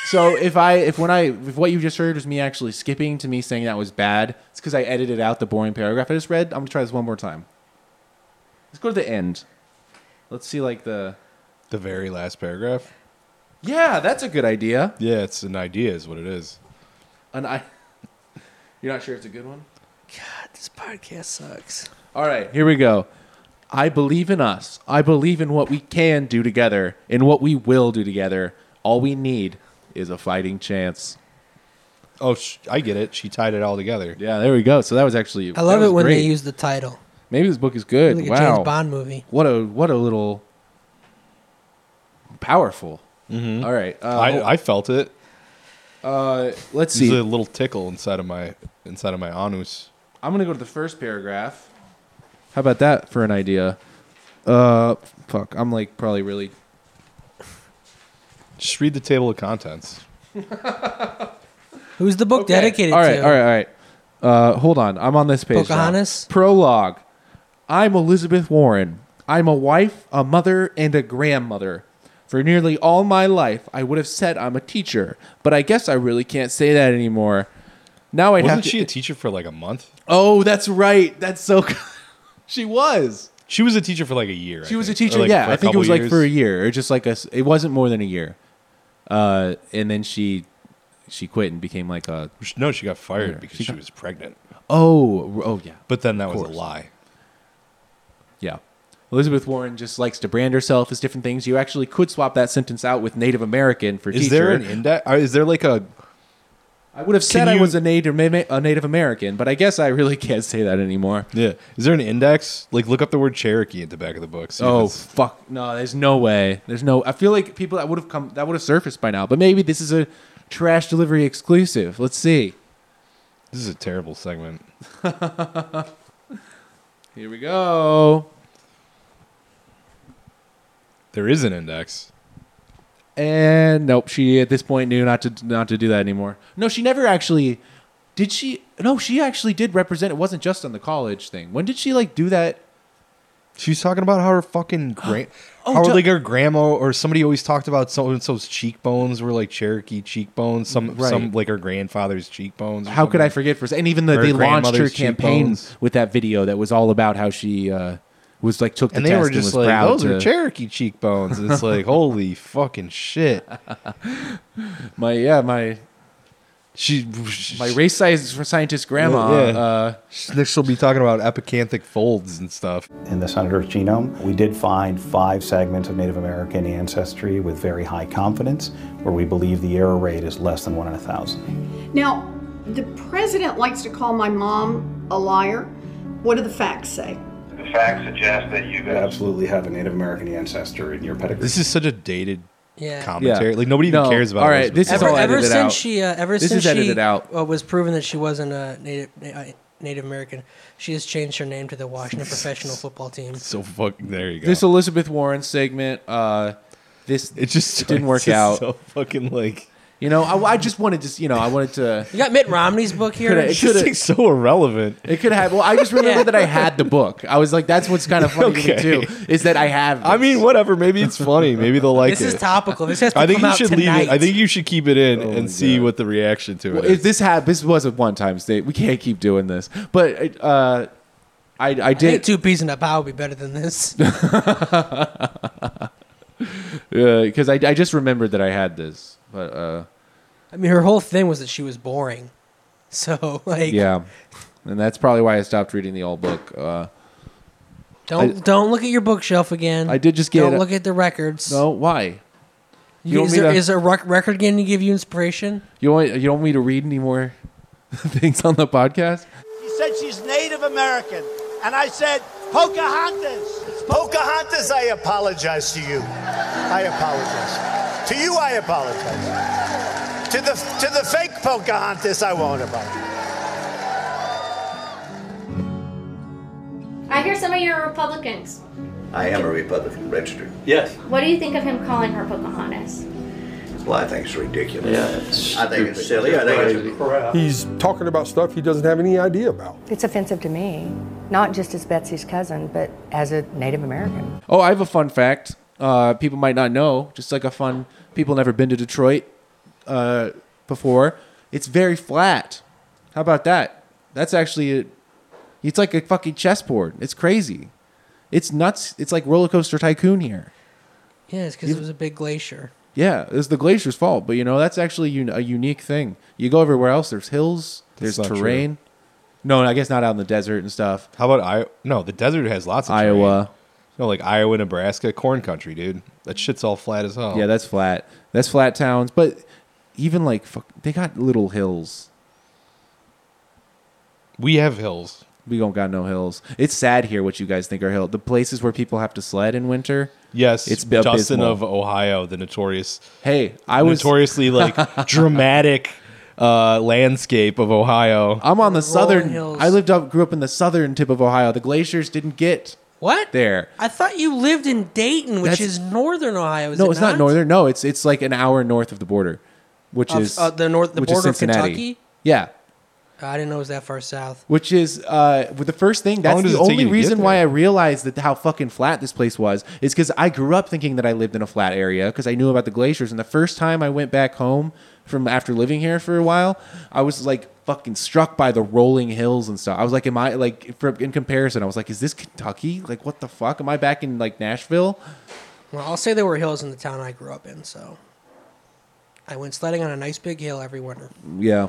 [SPEAKER 3] so if I if when I if what you just heard was me actually skipping to me saying that was bad, it's because I edited out the boring paragraph I just read. I'm gonna try this one more time. Let's go to the end. Let's see like the
[SPEAKER 2] the very last paragraph.
[SPEAKER 3] yeah, that's a good idea.
[SPEAKER 2] Yeah, it's an idea, is what it is.
[SPEAKER 3] And I, you're not sure it's a good one.
[SPEAKER 1] God, this podcast sucks.
[SPEAKER 3] All right, here we go. I believe in us. I believe in what we can do together and what we will do together. All we need is a fighting chance.
[SPEAKER 2] Oh, sh- I get it. She tied it all together.
[SPEAKER 3] Yeah, there we go. So that was actually.
[SPEAKER 1] I love
[SPEAKER 3] that
[SPEAKER 1] it
[SPEAKER 3] was
[SPEAKER 1] when
[SPEAKER 3] great.
[SPEAKER 1] they use the title.
[SPEAKER 3] Maybe this book is good.
[SPEAKER 1] Like a
[SPEAKER 3] wow.
[SPEAKER 1] James Bond movie.
[SPEAKER 3] What a what a little powerful.
[SPEAKER 1] Mm-hmm.
[SPEAKER 3] All right. Uh,
[SPEAKER 2] I, I felt it.
[SPEAKER 3] uh, let's
[SPEAKER 2] There's
[SPEAKER 3] see.
[SPEAKER 2] a little tickle inside of my inside of my anus.
[SPEAKER 3] I'm gonna go to the first paragraph. How about that for an idea? Uh, fuck. I'm like probably really
[SPEAKER 2] Just read the table of contents.
[SPEAKER 1] Who's the book
[SPEAKER 3] Okay.
[SPEAKER 1] dedicated
[SPEAKER 3] all right,
[SPEAKER 1] to?
[SPEAKER 3] All right, all right. Uh, hold on. I'm on this page. now.
[SPEAKER 1] Pocahontas?
[SPEAKER 3] Prologue. I'm Elizabeth Warren. I'm a wife, a mother, and a grandmother. For nearly all my life, I would have said I'm a teacher, but I guess I really can't say that anymore. Now I'd have
[SPEAKER 2] Wasn't
[SPEAKER 3] to.
[SPEAKER 2] she a teacher for like a month?
[SPEAKER 3] oh, that's right. That's so. she was.
[SPEAKER 2] She was a teacher for like a year.
[SPEAKER 3] She was a teacher. yeah, I think it was like for a year, or just like a. s- It wasn't more than a year. Uh, and then she, she quit and became like a.
[SPEAKER 2] year. No, she got fired because
[SPEAKER 3] She
[SPEAKER 2] she,
[SPEAKER 3] got-
[SPEAKER 2] was pregnant.
[SPEAKER 3] Oh, oh yeah.
[SPEAKER 2] But then that was a
[SPEAKER 3] course.
[SPEAKER 2] lie.
[SPEAKER 3] Yeah. Elizabeth Warren just likes to brand herself as different things. You actually could swap that sentence out with Native American for
[SPEAKER 2] Is
[SPEAKER 3] teacher.
[SPEAKER 2] there an index? uh, Is there like a?
[SPEAKER 3] I would have said
[SPEAKER 2] Can
[SPEAKER 3] I
[SPEAKER 2] you-
[SPEAKER 3] was a Native a Native American, but I guess I really can't say that anymore.
[SPEAKER 2] Yeah. Is there an index? Like, look up the word Cherokee at the back of the book. see if
[SPEAKER 3] Oh
[SPEAKER 2] it's-
[SPEAKER 3] fuck! No, there's no way. There's no. I feel like people that would have come that would have surfaced by now. But maybe this is a trash delivery exclusive. Let's see.
[SPEAKER 2] This is a terrible segment.
[SPEAKER 3] Here we go.
[SPEAKER 2] There is an index.
[SPEAKER 3] And nope, she at this point knew not to not to do that anymore. No, she never actually did she no, she actually did represent it wasn't just on the college thing. When did she like do that?
[SPEAKER 2] She's talking about how her fucking grand,
[SPEAKER 3] Oh,
[SPEAKER 2] how
[SPEAKER 3] Ju-
[SPEAKER 2] like her grandma or somebody always talked about so and so's cheekbones were like Cherokee cheekbones, some
[SPEAKER 3] Right.
[SPEAKER 2] some like her grandfather's cheekbones. or
[SPEAKER 3] How could I
[SPEAKER 2] something.
[SPEAKER 3] forget for a second? And even the,
[SPEAKER 2] Mm-hmm. Her
[SPEAKER 3] they launched her
[SPEAKER 2] grandmother's
[SPEAKER 3] campaign
[SPEAKER 2] cheekbones.
[SPEAKER 3] with that video that was all about how she uh, was like took the
[SPEAKER 2] And they
[SPEAKER 3] test
[SPEAKER 2] were just
[SPEAKER 3] and was
[SPEAKER 2] like,
[SPEAKER 3] proud
[SPEAKER 2] those
[SPEAKER 3] to,
[SPEAKER 2] are Cherokee cheekbones. And it's like, holy fucking shit.
[SPEAKER 3] my yeah my
[SPEAKER 2] She,
[SPEAKER 3] my race science scientist grandma.
[SPEAKER 2] Yeah, yeah.
[SPEAKER 3] Uh,
[SPEAKER 2] she'll be talking about epicanthic folds and stuff.
[SPEAKER 7] in the senator's genome. We did find five segments of Native American ancestry with very high confidence, where we believe the error rate is less than one in a thousand.
[SPEAKER 8] Now, the president likes to call my mom a liar. What do the facts say?
[SPEAKER 9] The facts suggest that you
[SPEAKER 7] You
[SPEAKER 9] guys
[SPEAKER 7] absolutely have a Native American ancestor in your pedigree.
[SPEAKER 2] This is such a dated
[SPEAKER 1] Yeah.
[SPEAKER 2] commentary. Like nobody
[SPEAKER 3] No,
[SPEAKER 2] even cares about.
[SPEAKER 3] all
[SPEAKER 2] it.
[SPEAKER 3] right, this is
[SPEAKER 1] Ever,
[SPEAKER 3] all
[SPEAKER 1] ever
[SPEAKER 3] edited
[SPEAKER 1] since
[SPEAKER 3] out.
[SPEAKER 1] she, uh, ever
[SPEAKER 3] This
[SPEAKER 1] since
[SPEAKER 3] is edited
[SPEAKER 1] she
[SPEAKER 3] out.
[SPEAKER 1] Uh, was proven that she wasn't a native uh, Native American, she has changed her name to the Washington Professional Football Team.
[SPEAKER 2] so fucking. There you go.
[SPEAKER 3] This Elizabeth Warren segment. Uh, this
[SPEAKER 2] it just
[SPEAKER 3] didn't
[SPEAKER 2] it's
[SPEAKER 3] work
[SPEAKER 2] just
[SPEAKER 3] out.
[SPEAKER 2] So fucking like
[SPEAKER 3] you know I, I just wanted to you know I wanted to.
[SPEAKER 1] You got Mitt Romney's book here.
[SPEAKER 3] Coulda-
[SPEAKER 2] it's just
[SPEAKER 3] coulda-
[SPEAKER 2] like so irrelevant.
[SPEAKER 3] It could have. Well, I just remember
[SPEAKER 1] Yeah.
[SPEAKER 3] that I had the book. I was like, that's what's kind of funny to me
[SPEAKER 2] Okay.
[SPEAKER 3] too, is that I have.
[SPEAKER 2] I
[SPEAKER 3] this.
[SPEAKER 2] mean, whatever. Maybe it's funny. Maybe they'll like
[SPEAKER 1] This
[SPEAKER 2] it.
[SPEAKER 1] is topical. This has to
[SPEAKER 2] I think
[SPEAKER 1] come
[SPEAKER 2] you
[SPEAKER 1] out
[SPEAKER 2] should
[SPEAKER 1] tonight.
[SPEAKER 2] leave it. I think you should keep it in
[SPEAKER 3] Oh my
[SPEAKER 2] and see
[SPEAKER 3] God.
[SPEAKER 2] what the reaction to it
[SPEAKER 3] Well,
[SPEAKER 2] is.
[SPEAKER 3] if this had this was a one time state, we can't keep doing this. But uh, I I
[SPEAKER 1] I think
[SPEAKER 3] did.
[SPEAKER 1] two peas in a pod would be better than this.
[SPEAKER 3] because uh, I, I just remembered that I had this. But uh,
[SPEAKER 1] I mean, her whole thing was that she was boring. So like,
[SPEAKER 3] yeah, and that's probably why I stopped reading the old book. Uh,
[SPEAKER 1] don't
[SPEAKER 3] I-
[SPEAKER 1] don't look at your bookshelf again.
[SPEAKER 3] I did just get
[SPEAKER 1] Don't
[SPEAKER 3] a-
[SPEAKER 1] look at the records.
[SPEAKER 3] no, why? You want
[SPEAKER 1] is
[SPEAKER 3] me
[SPEAKER 1] there,
[SPEAKER 3] to-
[SPEAKER 1] is there a rec- record going to give you inspiration?
[SPEAKER 3] You want you don't want me to read any more things on the podcast?
[SPEAKER 10] She said she's Native American. And I said, Pocahontas. It's Pocahontas, I apologize to you. I apologize. To you, I apologize. To the, to the fake Pocahontas, I won't apologize.
[SPEAKER 11] I hear some of you are Republicans.
[SPEAKER 10] I am a Republican registered.
[SPEAKER 11] What do you think of him calling her Pocahontas?
[SPEAKER 10] Well, I think it's ridiculous. Yeah, it's I think it's silly. I think it's
[SPEAKER 9] He's talking about stuff he doesn't have any idea about.
[SPEAKER 6] It's offensive to me, not just as Betsy's cousin, but as a Native American.
[SPEAKER 3] Oh, I have a fun fact. Uh, people might not know. Just like a fun, people never been to Detroit uh, before. It's very flat. How about that? That's actually, a, it's like a fucking chessboard. It's crazy. It's nuts. It's like roller coaster tycoon here.
[SPEAKER 1] Yeah, it's because it was a big glacier.
[SPEAKER 3] Yeah, it's the glacier's fault, but you know that's actually un- a unique thing. You go everywhere else. There's hills.
[SPEAKER 2] That's
[SPEAKER 3] There's
[SPEAKER 2] not true.
[SPEAKER 3] terrain. No, I guess not out in the desert and stuff.
[SPEAKER 2] How about I? No, the desert has lots of
[SPEAKER 3] Iowa.
[SPEAKER 2] terrain. No, like Iowa, Nebraska, corn country, dude. That shit's all flat as hell.
[SPEAKER 3] Yeah, that's flat. That's flat towns. But even like fuck, they got little hills.
[SPEAKER 2] we have hills.
[SPEAKER 3] We don't got no hills. It's sad here what you guys think are hills. The places where people have to sled in winter.
[SPEAKER 2] Yes,
[SPEAKER 3] It's abysmal.
[SPEAKER 2] Dustin of Ohio, the notorious,
[SPEAKER 3] Hey, I was.
[SPEAKER 2] notoriously like dramatic uh, landscape of Ohio.
[SPEAKER 3] I'm on the southern.
[SPEAKER 1] hills.
[SPEAKER 3] I lived up, grew up in the southern tip of Ohio. The glaciers didn't get
[SPEAKER 1] What?
[SPEAKER 3] there.
[SPEAKER 1] I thought you lived in Dayton, which
[SPEAKER 3] That's-
[SPEAKER 1] is northern Ohio. Is
[SPEAKER 3] no,
[SPEAKER 1] it
[SPEAKER 3] it's not? northern. No, it's it's like an hour north of the border, which
[SPEAKER 1] Of,
[SPEAKER 3] is
[SPEAKER 1] uh, the north- the
[SPEAKER 3] which is
[SPEAKER 1] border of
[SPEAKER 3] Cincinnati.
[SPEAKER 1] Kentucky?
[SPEAKER 3] Yeah,
[SPEAKER 1] I didn't know it was that far south.
[SPEAKER 3] which is uh, with the first thing. That's
[SPEAKER 2] long does
[SPEAKER 3] the
[SPEAKER 2] it take you
[SPEAKER 3] only
[SPEAKER 2] to get
[SPEAKER 3] reason why I
[SPEAKER 2] there?
[SPEAKER 3] realized that how fucking flat this place was is because I grew up thinking that I lived in a flat area because I knew about the glaciers. And the first time I went back home from after living here for a while, I was like fucking struck by the rolling hills and stuff. I was like, am I like for, in comparison? I was like, is this Kentucky? Like, what the fuck? Am I back in like Nashville?
[SPEAKER 1] Well, I'll say there were hills in the town I grew up in, so I went sledding on a nice big hill every winter.
[SPEAKER 3] Yeah.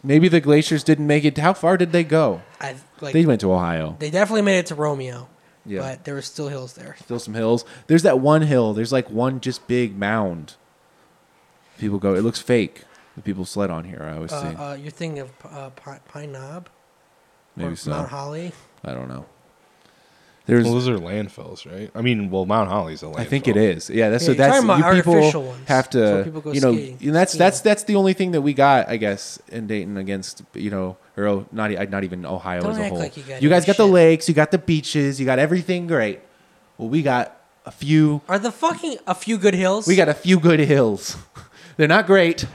[SPEAKER 3] Maybe the glaciers didn't make it. How far did they go?
[SPEAKER 1] I like
[SPEAKER 3] They
[SPEAKER 1] they,
[SPEAKER 3] went to Ohio.
[SPEAKER 1] definitely made it to Romeo,
[SPEAKER 3] Yeah.
[SPEAKER 1] but there were still hills there.
[SPEAKER 3] Still some hills. There's that one hill. There's like one just big mound. People go. It looks fake. The people sled on here. I always
[SPEAKER 1] Uh,
[SPEAKER 3] see.
[SPEAKER 1] uh, you're thinking of uh, Pine, Pine Knob
[SPEAKER 3] Maybe
[SPEAKER 1] or
[SPEAKER 3] so.
[SPEAKER 1] Mount Holly.
[SPEAKER 3] I don't know. There's
[SPEAKER 2] well, those are landfills, right? I mean, well, Mount Holly's a landfill.
[SPEAKER 3] I think it is. Yeah, that's
[SPEAKER 2] Yeah,
[SPEAKER 3] so
[SPEAKER 2] you're
[SPEAKER 3] that's
[SPEAKER 2] talking about
[SPEAKER 3] you
[SPEAKER 2] artificial
[SPEAKER 3] people
[SPEAKER 2] ones.
[SPEAKER 3] have
[SPEAKER 2] That's where
[SPEAKER 3] to
[SPEAKER 2] people go
[SPEAKER 3] you know
[SPEAKER 2] skiing.
[SPEAKER 3] and that's
[SPEAKER 2] Yeah.
[SPEAKER 3] that's that's the only thing that we got I guess in Dayton against you know or oh, not e- not even Ohio
[SPEAKER 1] Don't
[SPEAKER 3] as a
[SPEAKER 1] act
[SPEAKER 3] whole.
[SPEAKER 1] like you got
[SPEAKER 3] guys got the lakes, you got the beaches, you got everything great. Well, we got a few
[SPEAKER 1] Are the fucking a few good hills?
[SPEAKER 3] we got a few good hills. They're not great,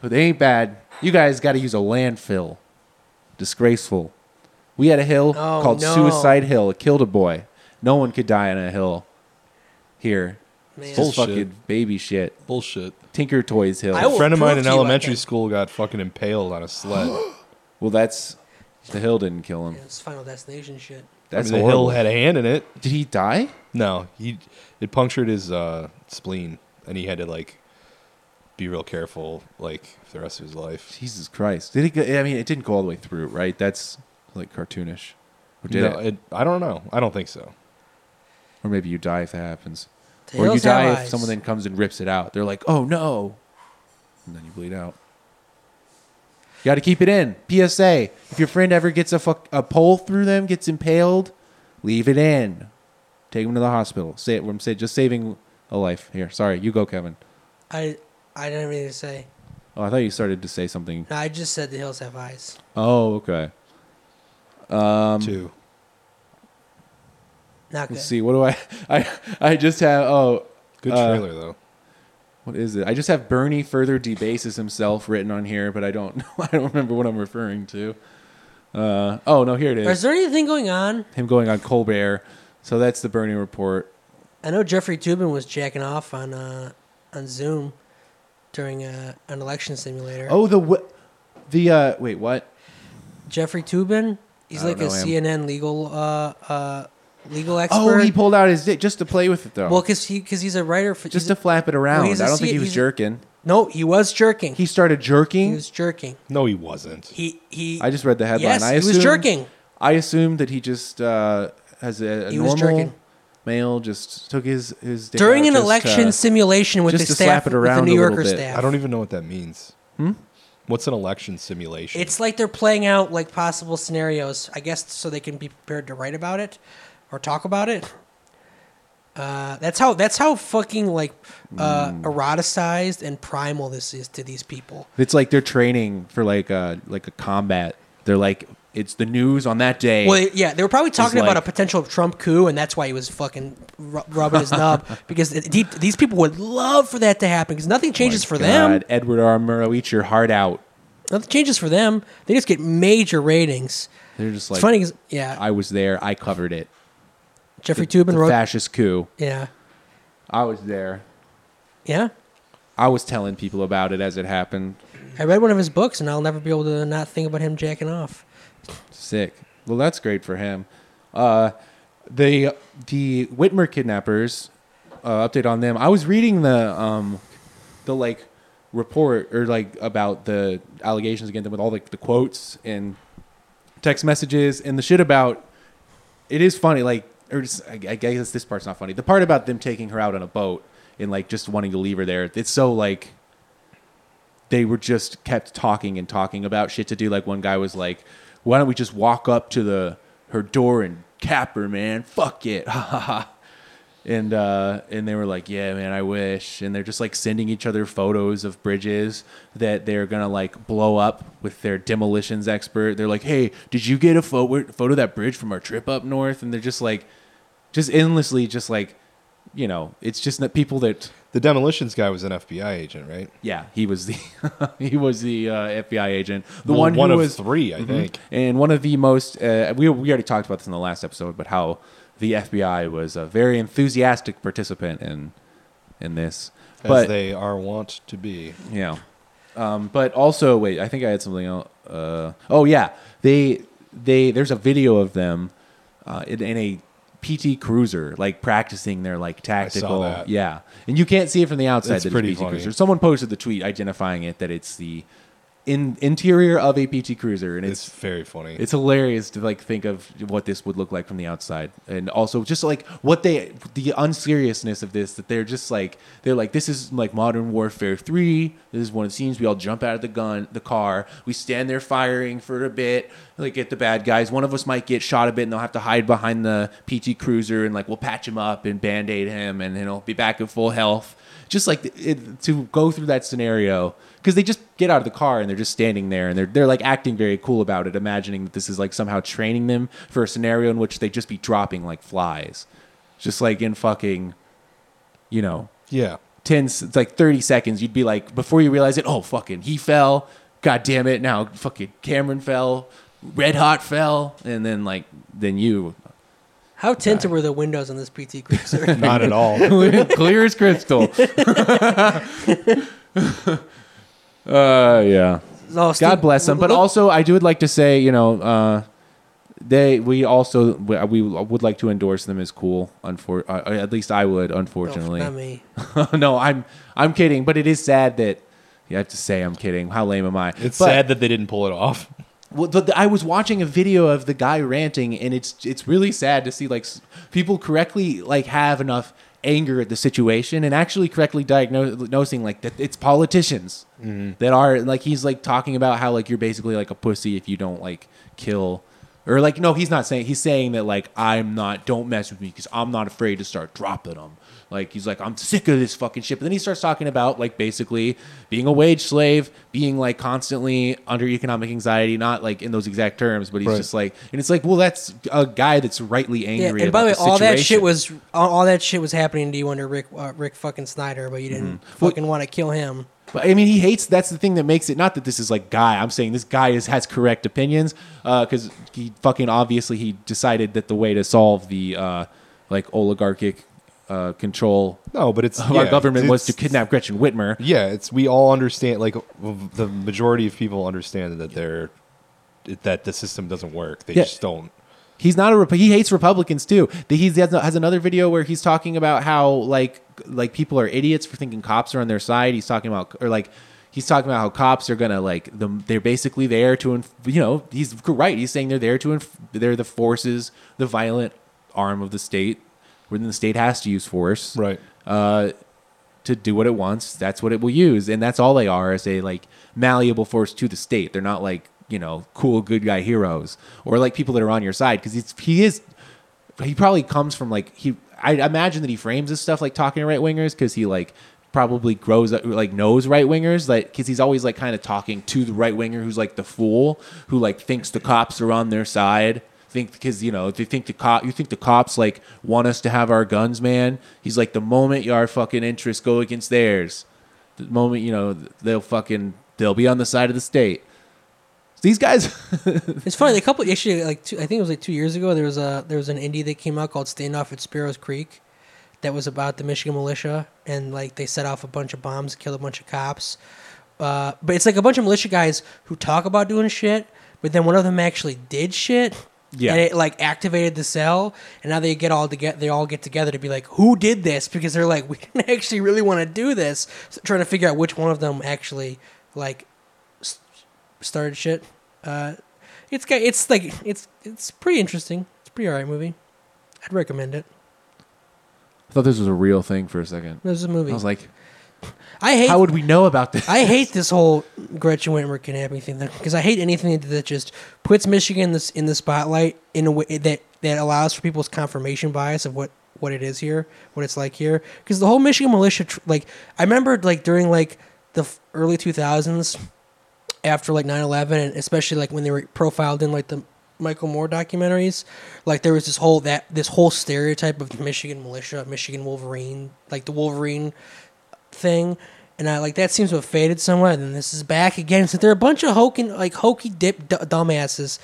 [SPEAKER 3] but they ain't bad. You guys got to use a landfill. Disgraceful. We had a hill
[SPEAKER 1] Oh,
[SPEAKER 3] called
[SPEAKER 1] no.
[SPEAKER 3] Suicide Hill. It killed a boy. No one could die on a hill here. It's just
[SPEAKER 2] Bullshit.
[SPEAKER 3] fucking baby shit.
[SPEAKER 2] Bullshit.
[SPEAKER 3] Tinker Toys Hill.
[SPEAKER 2] a friend of mine in elementary school got fucking impaled on a sled.
[SPEAKER 3] well, that's the hill didn't kill him.
[SPEAKER 1] It's Final Destination shit.
[SPEAKER 2] That's
[SPEAKER 3] That's
[SPEAKER 2] the hill
[SPEAKER 3] horrible.
[SPEAKER 2] had a hand in it.
[SPEAKER 3] Did he die?
[SPEAKER 2] No, he it punctured his uh, spleen, and he had to like be real careful, like for the rest of his life.
[SPEAKER 3] Jesus Christ. Did it go, I mean, it didn't go all the way through, right? That's like cartoonish. Or did
[SPEAKER 2] No,
[SPEAKER 3] it?
[SPEAKER 2] it- I don't know. I don't think so.
[SPEAKER 3] Or maybe you die if that happens.
[SPEAKER 2] The
[SPEAKER 3] or you
[SPEAKER 2] hills have
[SPEAKER 3] die if
[SPEAKER 2] eyes.
[SPEAKER 3] someone then comes and rips it out. They're like, oh no. And then you bleed out. You got to keep it in. PSA. If your friend ever gets a, fuck, a pole through them, gets impaled, leave it in. Take them to the hospital. Say it. I'm say, just saving a life here. Sorry. You go, Kevin.
[SPEAKER 1] I I didn't have anything to say.
[SPEAKER 3] Oh, I thought you started to say something.
[SPEAKER 1] No, I just said the hills have eyes.
[SPEAKER 3] Oh, okay. Um,
[SPEAKER 2] Two.
[SPEAKER 1] Not good.
[SPEAKER 3] Let's see. What do I? I I just have. Oh,
[SPEAKER 2] Good trailer, though.
[SPEAKER 3] What is it? I just have Bernie further debases himself written on here, but I don't know. I don't remember what I'm referring to. Uh, oh no, here it is.
[SPEAKER 1] Is there anything going on?
[SPEAKER 3] Him going on Colbert. So that's the Bernie report.
[SPEAKER 1] I know Jeffrey Tubin was jacking off on uh, on Zoom during uh, an election simulator.
[SPEAKER 3] Oh the wh- the uh, wait what?
[SPEAKER 1] Jeffrey Tubin, he's
[SPEAKER 3] I
[SPEAKER 1] like
[SPEAKER 3] don't
[SPEAKER 1] a
[SPEAKER 3] know him.
[SPEAKER 1] CNN legal uh, uh, legal expert.
[SPEAKER 3] Oh, he pulled out his dick just to play with it though.
[SPEAKER 1] Well, because he because he's a writer for
[SPEAKER 3] just
[SPEAKER 1] he's a-
[SPEAKER 3] to flap it around.
[SPEAKER 1] he's a
[SPEAKER 3] I don't think
[SPEAKER 1] C-
[SPEAKER 3] he was
[SPEAKER 1] he's a-
[SPEAKER 3] jerking.
[SPEAKER 1] No, he was jerking.
[SPEAKER 3] He started jerking.
[SPEAKER 1] He was jerking.
[SPEAKER 2] No, he wasn't.
[SPEAKER 1] He he.
[SPEAKER 3] I just read the headline.
[SPEAKER 1] Yes,
[SPEAKER 3] I
[SPEAKER 1] he was
[SPEAKER 3] assumed-
[SPEAKER 1] jerking.
[SPEAKER 3] I assumed that he just uh, has a, a
[SPEAKER 1] He was
[SPEAKER 3] normal
[SPEAKER 1] jerking.
[SPEAKER 3] male just took his his dick
[SPEAKER 1] During
[SPEAKER 3] out
[SPEAKER 1] an
[SPEAKER 3] just,
[SPEAKER 1] election
[SPEAKER 3] uh,
[SPEAKER 1] simulation with the
[SPEAKER 3] just to slap
[SPEAKER 1] staff-
[SPEAKER 3] it
[SPEAKER 1] with the
[SPEAKER 3] around
[SPEAKER 1] New
[SPEAKER 3] a little
[SPEAKER 1] Yorker
[SPEAKER 3] bit.
[SPEAKER 1] staff.
[SPEAKER 2] I don't even know what that means.
[SPEAKER 3] Hmm?
[SPEAKER 2] What's an election simulation?
[SPEAKER 1] It's like they're playing out like possible scenarios, I guess, so they can be prepared to write about it or talk about it. Uh, that's how that's how fucking like uh,
[SPEAKER 3] Mm.
[SPEAKER 1] eroticized and primal this is to these people.
[SPEAKER 3] It's like they're training for like a like a combat. They're like it's the news on that day.
[SPEAKER 1] Well, yeah, they were probably talking
[SPEAKER 3] like-
[SPEAKER 1] about a potential Trump coup, and that's why he was fucking ru- rubbing his nub because it, he, these people would love for that to happen because nothing changes for them.
[SPEAKER 3] Oh God, Edward R. Murrow, eat your heart out.
[SPEAKER 1] Nothing changes for them. They just get major ratings.
[SPEAKER 3] They're just
[SPEAKER 1] It's
[SPEAKER 3] like
[SPEAKER 1] funny 'cause- yeah.
[SPEAKER 3] I was there. I covered it.
[SPEAKER 1] Jeffrey
[SPEAKER 3] the,
[SPEAKER 1] Toobin
[SPEAKER 3] the
[SPEAKER 1] wrote-
[SPEAKER 3] fascist coup.
[SPEAKER 1] Yeah,
[SPEAKER 3] I was there.
[SPEAKER 1] yeah.
[SPEAKER 3] I was telling people about it as it happened.
[SPEAKER 1] I read one of his books, and I'll never be able to not think about him jacking off.
[SPEAKER 3] Sick. Well, that's great for him. Uh, the the Whitmer kidnappers uh, update on them. I was reading the um, the like report or like about the allegations against them with all like the quotes and text messages and the shit about it is funny like or just, I, I guess this part's not funny the part about them taking her out on a boat and like just wanting to leave her there it's so like they were just kept talking and talking about shit to do. Like one guy was like, "Why don't we just walk up to the her door and cap her, man? Fuck it!" and uh, and they were like, "Yeah, man, I wish." And they're just like sending each other photos of bridges that they're gonna like blow up with their demolitions expert. They're like, "Hey, did you get a photo photo of that bridge from our trip up north?" And they're just like, just endlessly, just like, you know, it's just that people that
[SPEAKER 2] the demolitions guy was an FBI agent, right?
[SPEAKER 3] yeah, he was the he was the uh, FBI agent, the
[SPEAKER 2] Well,
[SPEAKER 3] one who
[SPEAKER 2] one of
[SPEAKER 3] was
[SPEAKER 2] three, I
[SPEAKER 3] Mhm.
[SPEAKER 2] think.
[SPEAKER 3] and one of the most. Uh, we we already talked about this in the last episode, but how the FBI was a very enthusiastic participant in in this,
[SPEAKER 2] As
[SPEAKER 3] but
[SPEAKER 2] they are wont to be.
[SPEAKER 3] yeah. Um, but also, wait, I think I had something else. Uh, oh yeah, they they there's a video of them uh, in, in a PT Cruiser, like practicing their like tactical.
[SPEAKER 2] that.
[SPEAKER 3] Yeah, and you can't see it from the outside.
[SPEAKER 2] It's
[SPEAKER 3] that
[SPEAKER 2] pretty
[SPEAKER 3] PT
[SPEAKER 2] funny.
[SPEAKER 3] Cruiser. Someone posted the tweet identifying it that it's the in interior of a PT Cruiser, and it's,
[SPEAKER 2] very funny.
[SPEAKER 3] It's hilarious to like think of what this would look like from the outside, and also just like what they the unseriousness of this that they're just like they're like this is like Modern Warfare three. This is one of the scenes we all jump out of the gun the car. We stand there firing for a bit, like at the bad guys. One of us might get shot a bit, and they'll have to hide behind the PT Cruiser, and like we'll patch him up and band aid him, and then he'll be back at full health just like it, to go through that scenario because they just get out of the car and they're just standing there and they're they're like acting very cool about it, imagining that this is like somehow training them for a scenario in which they just be dropping like flies, just like in fucking, you know,
[SPEAKER 2] Yeah.
[SPEAKER 3] ten s- it's like thirty seconds. You'd be like before you realize it, oh fucking he fell, god damn it! Now fucking Cameron fell, Red Hot fell, and then like then you
[SPEAKER 1] How tinted were the windows on this PT cruiser?
[SPEAKER 2] Not at all.
[SPEAKER 3] Clear as crystal. Uh, yeah.
[SPEAKER 1] Oh, Steve-
[SPEAKER 3] God bless them. But
[SPEAKER 1] look-
[SPEAKER 3] also, I do would like to say, you know, uh, they we also we, we would like to endorse them as cool. Unfor- uh, at least I would, unfortunately.
[SPEAKER 1] not me.
[SPEAKER 3] no, I'm I'm kidding. But it is sad that you have to say I'm kidding. How lame am I?
[SPEAKER 2] It's
[SPEAKER 3] But-
[SPEAKER 2] sad that they didn't pull it off.
[SPEAKER 3] well, the, the- I was watching a video of the guy ranting, and it's it's really sad to see like s- people correctly like have enough anger at the situation and actually correctly diagnosing like that it's politicians
[SPEAKER 2] Mhm.
[SPEAKER 3] that are like he's like talking about how like you're basically like a pussy if you don't like kill or like no he's not saying he's saying that like I'm not don't mess with me because I'm not afraid to start dropping them like he's like I'm sick of this fucking shit but then he starts talking about like basically being a wage slave being like constantly under economic anxiety not like in those exact terms but he's
[SPEAKER 2] Right.
[SPEAKER 3] just like and it's like well that's a guy that's rightly angry
[SPEAKER 1] Yeah, and
[SPEAKER 3] about
[SPEAKER 1] by the way,
[SPEAKER 3] the
[SPEAKER 1] all that shit
[SPEAKER 3] situation.
[SPEAKER 1] was all, all that shit was happening to you under Rick uh, Rick fucking Snyder, but you didn't
[SPEAKER 3] Mm-hmm.
[SPEAKER 1] fucking want to kill him.
[SPEAKER 3] But I mean, he hates. That's the thing that makes it. Not that this is like guy. I'm saying this guy is, has correct opinions because he fucking obviously he decided that the way to solve the uh, like oligarchic uh, control.
[SPEAKER 2] No, but it's-
[SPEAKER 3] of our
[SPEAKER 2] yeah,
[SPEAKER 3] government was to
[SPEAKER 2] it's-
[SPEAKER 3] kidnap Gretchen Whitmer.
[SPEAKER 2] Yeah, it's we all understand. Like w- the majority of people understand that they're that the system doesn't work. They
[SPEAKER 3] Yeah.
[SPEAKER 2] just don't.
[SPEAKER 3] He's not a Rep- he hates Republicans too. The- He has, has another video where he's talking about how like like people are idiots for thinking cops are on their side. He's talking about or like he's talking about how cops are gonna like them. They're basically there to inf- you know he's right. He's saying they're there to inf- they're the forces, the violent arm of the state. When the state has to use force,
[SPEAKER 2] right?
[SPEAKER 3] Uh, to do what it wants, that's what it will use, and that's all they are is a like malleable force to the state. They're not like you know cool good guy heroes or like people that are on your side because he's he is he probably comes from like he I imagine that he frames his stuff like talking to right wingers because he like probably grows up like knows right wingers like because he's always like kind of talking to the right winger who's like the fool who like thinks the cops are on their side think because you know they think the cop you think the cops like want us to have our guns man he's like the moment your fucking interests go against theirs the moment you know they'll fucking they'll be on the side of the state these guys
[SPEAKER 1] It's funny. A couple actually, like two, I think it was like two years ago. There was a there was an indie that came out called "Standoff at Sparrows Creek," that was about the Michigan militia and like they set off a bunch of bombs, killed a bunch of cops. Uh, but it's like a bunch of militia guys who talk about doing shit, but then one of them actually did shit.
[SPEAKER 3] Yeah.
[SPEAKER 1] And it like activated the cell, and now they get all together. They all get together to be like, "Who did this?" Because they're like, "We didn't actually really want to do this." So trying to figure out which one of them actually like s- started shit. Uh, it's got it's like it's it's pretty interesting. It's a pretty alright movie. I'd recommend it.
[SPEAKER 3] i thought this was a real thing for a second
[SPEAKER 1] This is a movie.
[SPEAKER 3] i was like
[SPEAKER 1] I hate.
[SPEAKER 3] how would we know about this
[SPEAKER 1] I hate this whole Gretchen Whitmer kidnapping thing because I hate anything that just puts Michigan in this in the spotlight in a way that that allows for people's confirmation bias of what what it is here, what it's like here. Because the whole Michigan militia, tr- like I remember, like during like the f- early two thousands, after like 9-11 and especially like when they were profiled in like the michael moore documentaries like there was this whole that this whole stereotype of michigan militia michigan wolverine like the wolverine thing and i like that seems to have faded somewhat and this is back again so they're a bunch of hokey like hokey dip d- dumbasses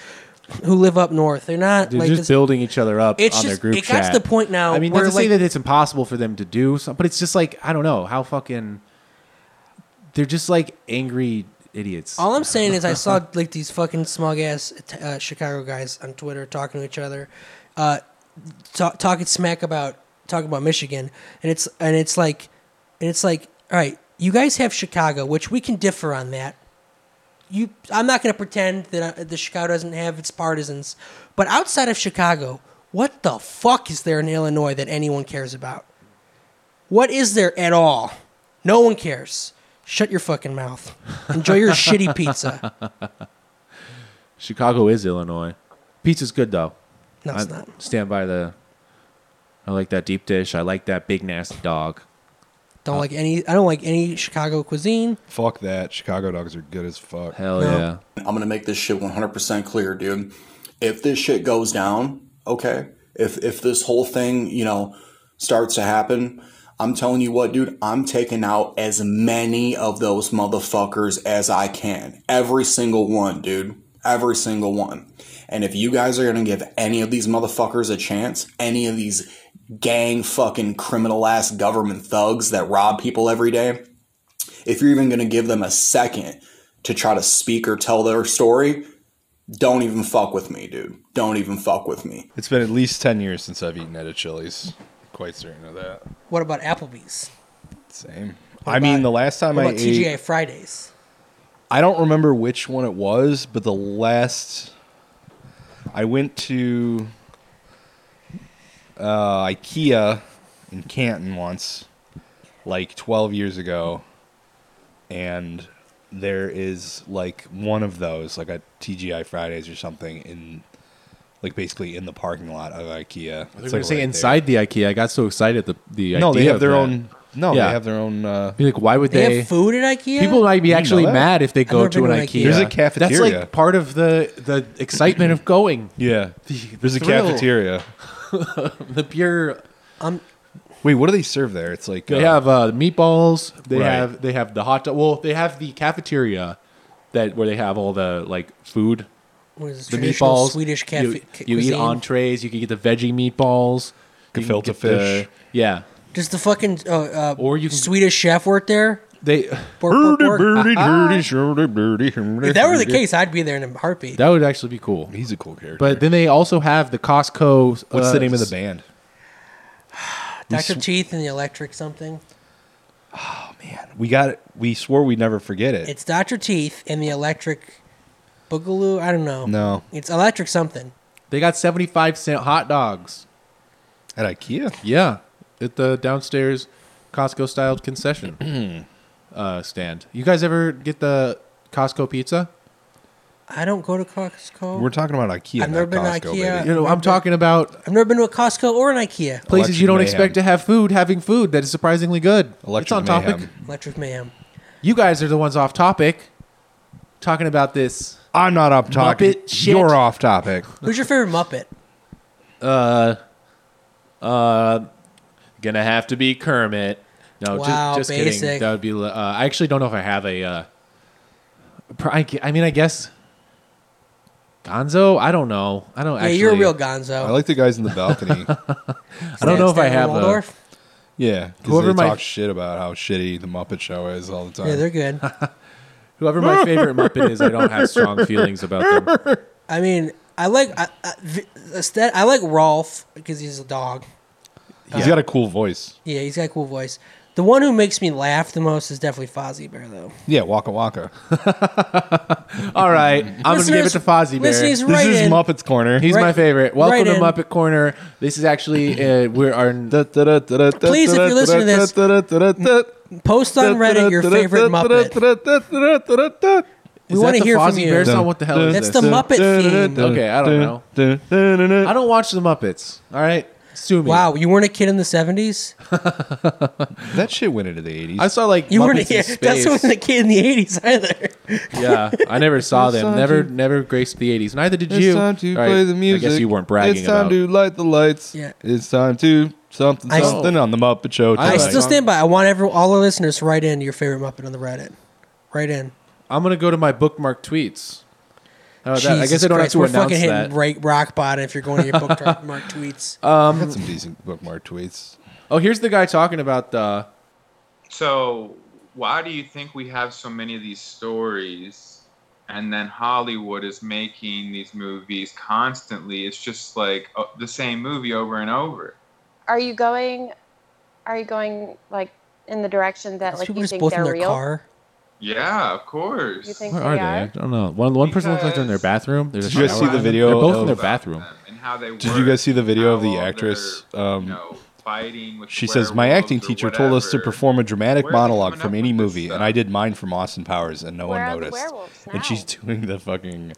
[SPEAKER 1] who live up north they're not
[SPEAKER 3] They're
[SPEAKER 1] like
[SPEAKER 3] just
[SPEAKER 1] this,
[SPEAKER 3] building each other up
[SPEAKER 1] It's
[SPEAKER 3] on
[SPEAKER 1] just-
[SPEAKER 3] their group
[SPEAKER 1] it got to
[SPEAKER 3] chat.
[SPEAKER 1] the point now
[SPEAKER 3] I mean,
[SPEAKER 1] where,
[SPEAKER 3] not to say
[SPEAKER 1] like-
[SPEAKER 3] that it's impossible for them to do something, but it's just like I don't know how fucking. They're just like angry idiots.
[SPEAKER 1] All I'm saying is I saw like these fucking smug ass uh, Chicago guys on Twitter talking to each other, uh, ta- talking smack about talking about Michigan, and it's and it's like, and it's like, all right, you guys have Chicago, which we can differ on that. you I'm not going to pretend that uh, the Chicago doesn't have its partisans, but outside of Chicago, what the fuck is there in Illinois that anyone cares about? What is there at all? No one cares. Shut your fucking mouth. Enjoy your shitty pizza.
[SPEAKER 3] Chicago is Illinois. Pizza's good though.
[SPEAKER 1] No, it's
[SPEAKER 3] I Stand by the. I like that deep dish. I like that big nasty dog.
[SPEAKER 1] Don't like any. I don't like any Chicago cuisine.
[SPEAKER 2] Fuck that. Chicago dogs are good as fuck.
[SPEAKER 3] Hell
[SPEAKER 1] No.
[SPEAKER 12] yeah. I'm going to make this shit 100% clear, dude. If this shit goes down, okay. If if this whole thing, you know, starts to happen, I'm telling you what, dude, I'm taking out as many of those motherfuckers as I can. Every single one, dude. Every single one. And if you guys are going to give any of these motherfuckers a chance, any of these gang fucking criminal ass government thugs that rob people every day, if you're even going to give them a second to try to speak or tell their story, don't even fuck with me, dude. Don't even fuck with me.
[SPEAKER 2] It's been at least 10 years since I've eaten at a Chili's. Quite certain of that.
[SPEAKER 1] What about Applebee's?
[SPEAKER 2] Same. I mean, the last time
[SPEAKER 1] What
[SPEAKER 2] I
[SPEAKER 1] about
[SPEAKER 2] ate.
[SPEAKER 1] TGI Fridays?
[SPEAKER 2] I don't remember which one it was, but the last I went to uh, IKEA in Canton once, like 12 years ago, and there is like one of those, like a TGI Fridays or something, in like basically in the parking lot of IKEA.
[SPEAKER 3] I
[SPEAKER 2] It's,
[SPEAKER 3] was gonna
[SPEAKER 2] like,
[SPEAKER 3] say
[SPEAKER 2] right
[SPEAKER 3] inside the IKEA. I got so excited at the the
[SPEAKER 2] No,
[SPEAKER 3] idea
[SPEAKER 2] they have
[SPEAKER 3] of
[SPEAKER 2] their
[SPEAKER 3] that.
[SPEAKER 2] own- no, they have their own. Uh,
[SPEAKER 3] Be like, why would
[SPEAKER 1] They
[SPEAKER 3] they,
[SPEAKER 1] have food at IKEA?
[SPEAKER 3] People might be
[SPEAKER 1] Didn't know
[SPEAKER 3] actually
[SPEAKER 1] that.
[SPEAKER 3] mad if they
[SPEAKER 1] I've
[SPEAKER 3] go
[SPEAKER 1] never
[SPEAKER 3] to an
[SPEAKER 1] been
[SPEAKER 3] IKEA.
[SPEAKER 1] to an IKEA.
[SPEAKER 2] There's a
[SPEAKER 3] That's
[SPEAKER 2] cafeteria.
[SPEAKER 3] like part of the the excitement of going.
[SPEAKER 2] Yeah.
[SPEAKER 3] The
[SPEAKER 2] There's a
[SPEAKER 3] thrill.
[SPEAKER 2] cafeteria.
[SPEAKER 3] the pure.
[SPEAKER 1] Um,
[SPEAKER 2] Wait, what do they serve there? It's like
[SPEAKER 3] They
[SPEAKER 2] uh,
[SPEAKER 3] have uh, meatballs. They
[SPEAKER 2] Right.
[SPEAKER 3] have they have the hot dog. Well, they have the cafeteria that where they have all the like food.
[SPEAKER 1] What is it, traditional Swedish cafe-
[SPEAKER 3] You,
[SPEAKER 1] cu-
[SPEAKER 3] you eat
[SPEAKER 1] cuisine?
[SPEAKER 3] entrees. You can get the veggie meatballs. You can
[SPEAKER 2] Gefilte
[SPEAKER 3] get
[SPEAKER 2] fish.
[SPEAKER 3] The, yeah.
[SPEAKER 1] Does the fucking uh, uh, or you Swedish chef work there?
[SPEAKER 3] They
[SPEAKER 1] bork, bork,
[SPEAKER 2] Birdie,
[SPEAKER 1] bork.
[SPEAKER 2] birdie, shorty, birdie,
[SPEAKER 1] Uh, If that were the case, I'd be there in a heartbeat.
[SPEAKER 3] That would actually be cool.
[SPEAKER 2] He's a cool character.
[SPEAKER 3] But then they also have the Costco. uh,
[SPEAKER 2] What's the name of the
[SPEAKER 3] s-
[SPEAKER 2] band?
[SPEAKER 1] Doctor Teeth and the Electric something.
[SPEAKER 2] We got it. We swore we'd never forget it.
[SPEAKER 1] It's Doctor Teeth and the Electric Boogaloo. I don't know.
[SPEAKER 2] No.
[SPEAKER 1] It's Electric something.
[SPEAKER 3] They got seventy five cent hot dogs
[SPEAKER 2] at IKEA.
[SPEAKER 3] Yeah, at the downstairs Costco styled concession uh, stand. You guys ever get the Costco pizza?
[SPEAKER 1] I don't go to Costco.
[SPEAKER 3] We're
[SPEAKER 2] talking about IKEA,
[SPEAKER 1] I've never been to IKEA.
[SPEAKER 3] You know, I'm talking about
[SPEAKER 1] I've never been to a Costco or an IKEA.
[SPEAKER 3] places you don't expect to have food having food that is surprisingly good. it's on topic.
[SPEAKER 1] Electric Mayhem.
[SPEAKER 3] You guys are the ones off topic talking about this.
[SPEAKER 2] I'm not off topic.
[SPEAKER 3] Muppet shit.
[SPEAKER 2] You're off topic.
[SPEAKER 1] Who's your favorite Muppet?
[SPEAKER 3] Uh, uh, gonna have to be Kermit. No, ju-
[SPEAKER 1] Wow,
[SPEAKER 3] just, kidding.
[SPEAKER 1] basic.
[SPEAKER 3] That would be. Uh, I actually don't know if I have a. Uh, pr- I, g- I mean, I guess. Gonzo, I don't know. I don't
[SPEAKER 1] Yeah,
[SPEAKER 3] actually.
[SPEAKER 1] you're a real Gonzo.
[SPEAKER 2] I like the guys in the balcony.
[SPEAKER 3] I don't know if I
[SPEAKER 1] Stanley
[SPEAKER 3] have a.
[SPEAKER 1] Waldorf?
[SPEAKER 2] Yeah,
[SPEAKER 3] Whoever
[SPEAKER 2] whoever they
[SPEAKER 3] my-
[SPEAKER 2] talk shit about how shitty the Muppet Show is all the time.
[SPEAKER 1] Yeah, they're good.
[SPEAKER 3] Whoever my favorite Muppet is, I don't have strong feelings about them.
[SPEAKER 1] I mean, I like I, I, vi- instead, I like Rolf because he's a dog.
[SPEAKER 2] He's
[SPEAKER 1] Uh,
[SPEAKER 2] got a cool voice.
[SPEAKER 1] yeah, he's got a cool voice. The one who makes me laugh the most is definitely Fozzie Bear, though.
[SPEAKER 2] Yeah, Waka Waka.
[SPEAKER 3] All right, I'm gonna give it to
[SPEAKER 1] Listeners-
[SPEAKER 3] Fozzie Bear.
[SPEAKER 1] listeners, This write is in.
[SPEAKER 2] Muppet's Corner.
[SPEAKER 3] He's my
[SPEAKER 1] Write-
[SPEAKER 3] favorite. Welcome
[SPEAKER 1] write
[SPEAKER 3] to
[SPEAKER 1] in.
[SPEAKER 3] Muppet Corner. This is actually uh, we're our.
[SPEAKER 1] Please,
[SPEAKER 3] Please,
[SPEAKER 1] if you're listening to this, post on Reddit your favorite Muppet. We
[SPEAKER 3] Is
[SPEAKER 1] want
[SPEAKER 3] that
[SPEAKER 1] to
[SPEAKER 3] the
[SPEAKER 1] hear from
[SPEAKER 3] Fozzie
[SPEAKER 1] you.
[SPEAKER 3] Bear song? What the hell is
[SPEAKER 1] That's
[SPEAKER 3] this?
[SPEAKER 1] the Muppet theme.
[SPEAKER 3] Okay, I don't know. I don't watch the Muppets. All right, sue me.
[SPEAKER 1] Wow, you weren't a kid in the '70s.
[SPEAKER 2] That shit went into the 80s.
[SPEAKER 3] I saw like
[SPEAKER 1] You weren't. A
[SPEAKER 3] Muppets in
[SPEAKER 1] kid. That's
[SPEAKER 3] space.
[SPEAKER 1] wasn't a kid in the '80s either.
[SPEAKER 3] yeah, I never saw them.
[SPEAKER 2] It's
[SPEAKER 3] Never,
[SPEAKER 2] time to-
[SPEAKER 3] never graced the '80s. Neither did
[SPEAKER 2] it's
[SPEAKER 3] you.
[SPEAKER 2] time to
[SPEAKER 3] All right,
[SPEAKER 2] play the music.
[SPEAKER 3] I guess you weren't bragging
[SPEAKER 2] It's time
[SPEAKER 3] about.
[SPEAKER 2] to light the lights.
[SPEAKER 1] Yeah.
[SPEAKER 2] It's time to something
[SPEAKER 1] I-
[SPEAKER 2] something on the Muppet Show.
[SPEAKER 1] I
[SPEAKER 3] I
[SPEAKER 2] tonight.
[SPEAKER 1] still stand by. I want every all our listeners to write in your favorite Muppet on the Reddit. Write in.
[SPEAKER 3] I'm gonna go to my bookmark tweets. How about Oh, that? I guess
[SPEAKER 1] Jesus
[SPEAKER 3] I don't
[SPEAKER 1] Christ,
[SPEAKER 3] have
[SPEAKER 1] we're
[SPEAKER 3] to announce
[SPEAKER 1] fucking
[SPEAKER 3] that.
[SPEAKER 1] hitting right rock bottom if you're going to your book mark tweets.
[SPEAKER 3] Um,
[SPEAKER 2] got some decent bookmark tweets.
[SPEAKER 3] Oh, here's the guy talking about the.
[SPEAKER 5] So, why do you think we have so many of these stories and then Hollywood is making these movies constantly? It's just like uh, the same movie over and over.
[SPEAKER 13] Are you going? Are you going like in the direction that like
[SPEAKER 1] people
[SPEAKER 13] you
[SPEAKER 1] just
[SPEAKER 13] think
[SPEAKER 1] both in
[SPEAKER 13] they're
[SPEAKER 1] their
[SPEAKER 13] real?
[SPEAKER 1] car.
[SPEAKER 5] Yeah, of course.
[SPEAKER 6] You think
[SPEAKER 3] Where are they? I don't know. One one person looks like they're in their bathroom. There's a
[SPEAKER 2] Did you guys
[SPEAKER 3] shower
[SPEAKER 2] see the
[SPEAKER 3] on them.
[SPEAKER 2] video?
[SPEAKER 3] They're both in
[SPEAKER 2] of-
[SPEAKER 3] their bathroom.
[SPEAKER 2] Did you guys see the video of the actress? Um, she says, "My acting teacher told us to perform a dramatic monologue from any movie, and I did mine from Austin Powers, and no
[SPEAKER 5] Where
[SPEAKER 2] one
[SPEAKER 5] are the
[SPEAKER 2] noticed."
[SPEAKER 5] werewolves now?
[SPEAKER 2] And she's doing the fucking.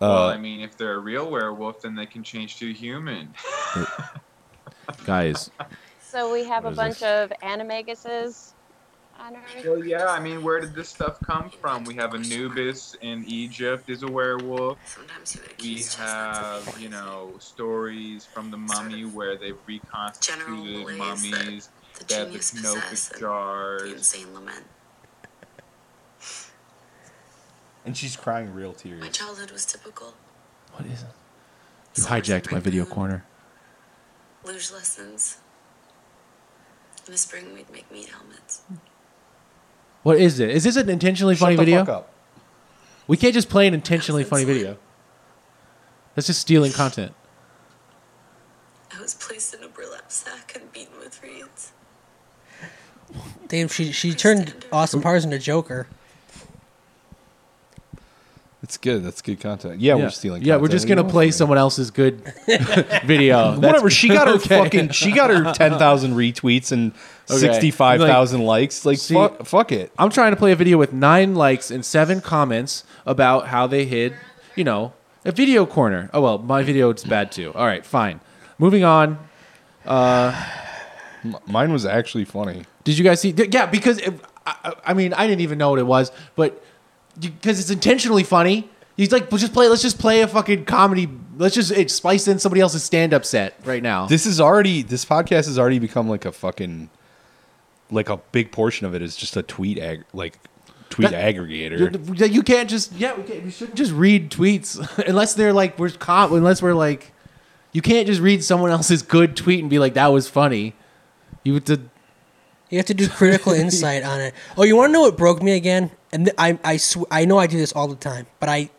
[SPEAKER 2] Uh,
[SPEAKER 5] well, I mean, if they're a real werewolf, then they can change to human.
[SPEAKER 3] Guys,
[SPEAKER 13] So we have a
[SPEAKER 3] What is
[SPEAKER 13] bunch of animaguses on Earth.
[SPEAKER 5] Well, yeah, I mean, where did this stuff come from? We have Anubis in Egypt is a werewolf. We have, you know, stories from the mummy where they've reconstituted mummies. They have the canopic jars.
[SPEAKER 2] and she's crying real tears.
[SPEAKER 14] childhood was typical.
[SPEAKER 3] what is it? You hijacked my video corner.
[SPEAKER 14] Luge lessons. In the spring, we'd make meat helmets.
[SPEAKER 3] What is it? Is this an intentionally funny
[SPEAKER 14] the
[SPEAKER 3] video?
[SPEAKER 14] fuck
[SPEAKER 2] up.
[SPEAKER 3] We can't just play an intentionally funny video. That's just stealing content.
[SPEAKER 14] I was placed in a burlap sack and beaten with reeds.
[SPEAKER 1] Damn, she she turned Austin Powers into Joker.
[SPEAKER 2] It's good. That's good content. Yeah, we're stealing.
[SPEAKER 3] Yeah, we're
[SPEAKER 2] content.
[SPEAKER 3] just gonna
[SPEAKER 2] We
[SPEAKER 3] play someone else's good video. That's-
[SPEAKER 2] Whatever. She got her
[SPEAKER 3] Okay.
[SPEAKER 2] fucking. She got her ten thousand retweets and
[SPEAKER 3] Okay.
[SPEAKER 2] sixty-five thousand likes. Like
[SPEAKER 3] see,
[SPEAKER 2] fuck, fuck it.
[SPEAKER 3] I'm trying to play a video with nine likes and seven comments about how they hid, you know, a video corner. Oh well, my video is bad too. All right, fine. Moving on. Uh,
[SPEAKER 2] mine was actually funny.
[SPEAKER 3] Did you guys see? th- Yeah, because it, I, I- I mean, I didn't even know what it was, but because it's intentionally funny. He's like, let's just play. Let's just play a fucking comedy. Let's just it, spice in somebody else's stand-up set right now.
[SPEAKER 2] This is already. This podcast has already become like a fucking. Like a big portion of it is just a tweet ag like tweet
[SPEAKER 3] That-
[SPEAKER 2] aggregator.
[SPEAKER 3] You, you can't just yeah. We, can't, we shouldn't just read tweets unless they're like we're com- unless we're like you can't just read someone else's good tweet and be like that was funny. You would to-
[SPEAKER 1] You have to do critical insight on it. Oh, you want to know what broke me again? And th- I I sw- I know I do this all the time, but I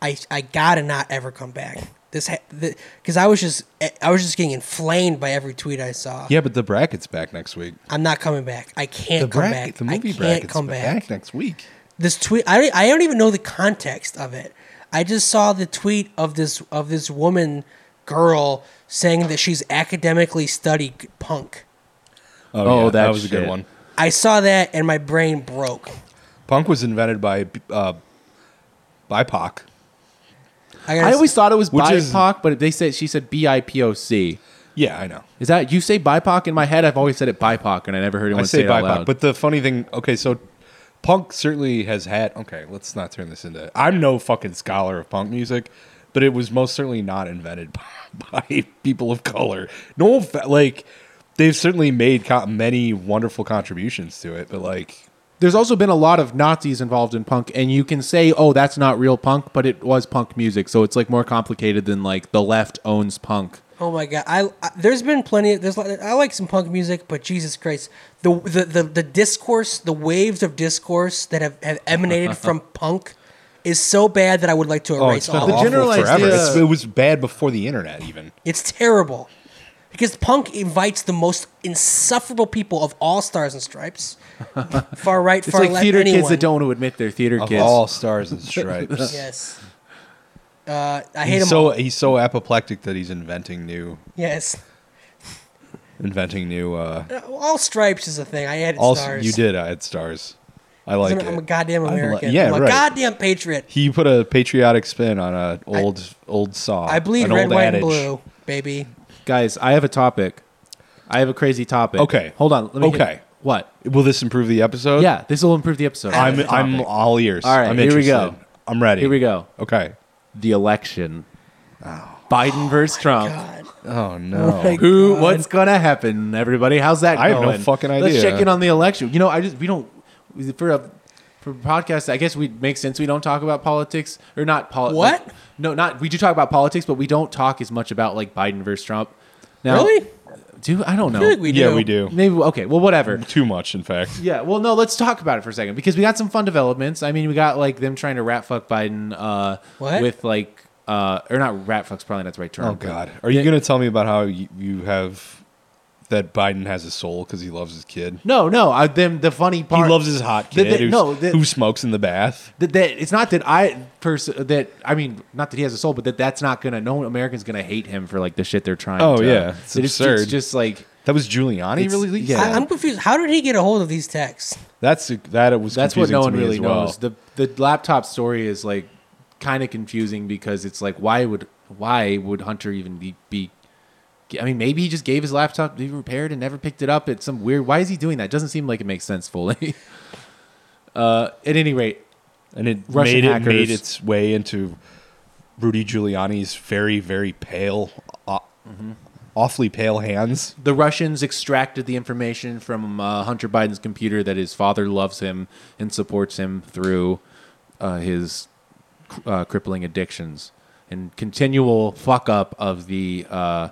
[SPEAKER 1] I I gotta not ever come back. This because I was just eh, I was just getting inflamed by every tweet I saw.
[SPEAKER 2] Yeah, but the bracket's back next week.
[SPEAKER 1] I'm not coming back. I can't
[SPEAKER 2] The
[SPEAKER 1] come
[SPEAKER 2] bracket-
[SPEAKER 1] back.
[SPEAKER 2] the movie
[SPEAKER 1] I can't
[SPEAKER 2] bracket's
[SPEAKER 1] come back.
[SPEAKER 2] back next week.
[SPEAKER 1] This tweet, I don't, I don't even know the context of it. I just saw the tweet of this of this woman girl saying that she's academically studied punk.
[SPEAKER 3] Oh,
[SPEAKER 2] that
[SPEAKER 3] that's
[SPEAKER 2] was a good
[SPEAKER 3] shit.
[SPEAKER 2] one.
[SPEAKER 1] I saw that and my brain broke.
[SPEAKER 2] Punk was invented by uh, BIPOC.
[SPEAKER 1] I,
[SPEAKER 2] gotta
[SPEAKER 3] always
[SPEAKER 2] s-
[SPEAKER 3] thought it was
[SPEAKER 2] Which
[SPEAKER 3] BIPOC,
[SPEAKER 2] is-
[SPEAKER 3] but they said she said B I P O C.
[SPEAKER 2] Yeah, I know.
[SPEAKER 3] Is that you say BIPOC in my head? I've always said it BIPOC, and I never heard anyone
[SPEAKER 2] I say
[SPEAKER 3] it
[SPEAKER 2] BIPOC,
[SPEAKER 3] out loud.
[SPEAKER 2] but the funny thing, okay, so punk certainly has had. Okay, let's not turn this into. I'm no fucking scholar of punk music, but it was most certainly not invented by, by people of color. No, offe- like they've certainly made co- many wonderful contributions to it, but like
[SPEAKER 3] There's also been a lot of Nazis involved in punk, and you can say, "Oh, that's not real punk," but it was punk music, so it's like more complicated than like the left owns punk.
[SPEAKER 1] Oh my god! I, I there's been plenty. Of, there's li- I like some punk music, but Jesus Christ, the the the, the discourse, the waves of discourse that have, have emanated from punk, is so bad that I would like to
[SPEAKER 2] oh,
[SPEAKER 1] erase
[SPEAKER 2] it's been
[SPEAKER 1] all. of
[SPEAKER 2] awful
[SPEAKER 1] it.
[SPEAKER 2] forever. It's- it was bad before the internet, even.
[SPEAKER 1] It's terrible. Because punk invites the most insufferable people of all stars and stripes. far right,
[SPEAKER 3] It's
[SPEAKER 1] far
[SPEAKER 3] like
[SPEAKER 1] left,
[SPEAKER 3] theater
[SPEAKER 1] anyone.
[SPEAKER 3] kids that don't want to admit they're theater
[SPEAKER 2] Of
[SPEAKER 3] kids.
[SPEAKER 2] all stars and stripes.
[SPEAKER 1] Yes. Uh, I hate
[SPEAKER 2] he's
[SPEAKER 1] them
[SPEAKER 2] so
[SPEAKER 1] all.
[SPEAKER 2] he's so apoplectic that he's inventing new
[SPEAKER 1] Yes.
[SPEAKER 2] inventing new uh
[SPEAKER 1] Uh, All stripes is a thing. I added
[SPEAKER 2] all
[SPEAKER 1] stars.
[SPEAKER 2] you did I had stars. I like
[SPEAKER 1] I'm,
[SPEAKER 2] it.
[SPEAKER 1] I'm a goddamn
[SPEAKER 2] I li-
[SPEAKER 1] American.
[SPEAKER 2] yeah,
[SPEAKER 1] I'm a
[SPEAKER 2] right.
[SPEAKER 1] goddamn patriot.
[SPEAKER 2] he put a patriotic spin on a old old song.
[SPEAKER 1] I bleed
[SPEAKER 2] an
[SPEAKER 1] red,
[SPEAKER 2] old
[SPEAKER 1] white,
[SPEAKER 2] adage.
[SPEAKER 1] and blue, baby.
[SPEAKER 3] Guys, I have a topic. I have a crazy topic.
[SPEAKER 2] Okay.
[SPEAKER 3] Hold on. Let me
[SPEAKER 2] Okay.
[SPEAKER 3] what?
[SPEAKER 2] Will this improve the episode?
[SPEAKER 3] Yeah, this will improve the episode.
[SPEAKER 2] I'm
[SPEAKER 3] That's the
[SPEAKER 2] I'm
[SPEAKER 3] topic.
[SPEAKER 2] all ears.
[SPEAKER 3] All right,
[SPEAKER 2] I'm
[SPEAKER 3] here we
[SPEAKER 2] interested.
[SPEAKER 3] go.
[SPEAKER 2] I'm ready.
[SPEAKER 3] Here we go.
[SPEAKER 2] Okay.
[SPEAKER 3] The election. Biden versus Trump.
[SPEAKER 2] Oh no.
[SPEAKER 1] my
[SPEAKER 3] Who?
[SPEAKER 1] God.
[SPEAKER 3] What's Uh, gonna happen, everybody? How's that?
[SPEAKER 2] I have no
[SPEAKER 3] going?
[SPEAKER 2] fucking idea.
[SPEAKER 3] Let's check in on the election. You know, I just we don't for a for a podcast. I guess we make sense. We don't talk about politics or not politics.
[SPEAKER 1] What?
[SPEAKER 3] no, not we do talk about politics, but we don't talk as much about like Biden versus Trump.
[SPEAKER 1] Really?
[SPEAKER 3] Do I don't
[SPEAKER 1] I
[SPEAKER 3] know?
[SPEAKER 1] feel like we Yeah, do. we
[SPEAKER 2] do.
[SPEAKER 3] Maybe okay. Well, whatever.
[SPEAKER 2] Too much, in fact.
[SPEAKER 3] Yeah, well, no, let's talk about it for a second because we got some fun developments. I mean, we got like them trying to rat fuck Biden uh,
[SPEAKER 2] What?
[SPEAKER 3] with like, uh, or not rat fuck's probably not the right term.
[SPEAKER 2] Oh
[SPEAKER 3] but-
[SPEAKER 2] god. Are you going to tell me about how you, you have that Biden has a soul because he loves his kid.
[SPEAKER 3] No, no. I, then the funny part.
[SPEAKER 2] he loves his hot
[SPEAKER 3] The-
[SPEAKER 2] kid
[SPEAKER 3] the-
[SPEAKER 2] who's-
[SPEAKER 3] no, the-
[SPEAKER 2] who smokes in the bath.
[SPEAKER 3] that, that it's not that I pers- that I mean not that he has a soul, but that that's not gonna no American's gonna hate him for like the shit they're trying.
[SPEAKER 2] Oh
[SPEAKER 3] to,
[SPEAKER 2] yeah, it's
[SPEAKER 3] It is-
[SPEAKER 2] absurd.
[SPEAKER 3] It's just like
[SPEAKER 2] that was Giuliani
[SPEAKER 3] It's-
[SPEAKER 2] really.
[SPEAKER 3] yeah.
[SPEAKER 1] I, am confused. How did he get a hold of these texts?
[SPEAKER 2] That's that it was.
[SPEAKER 3] That's what
[SPEAKER 2] confusing
[SPEAKER 3] no
[SPEAKER 2] to
[SPEAKER 3] one
[SPEAKER 2] me
[SPEAKER 3] really
[SPEAKER 2] as well.
[SPEAKER 3] knows. The the laptop story is like kind of confusing because it's like why would why would Hunter even be, be I mean maybe he just gave his laptop to be repaired and never picked it up at some weird why is he doing that? Doesn't seem like it makes sense fully. uh at any rate
[SPEAKER 2] and it
[SPEAKER 3] Russian
[SPEAKER 2] made it
[SPEAKER 3] hackers-
[SPEAKER 2] made its way into Rudy Giuliani's very very pale, aw-
[SPEAKER 3] Mm-hmm.
[SPEAKER 2] awfully pale hands.
[SPEAKER 3] the Russians extracted the information from uh, Hunter Biden's computer that his father loves him and supports him through uh, his uh, crippling addictions and continual fuck up of the uh,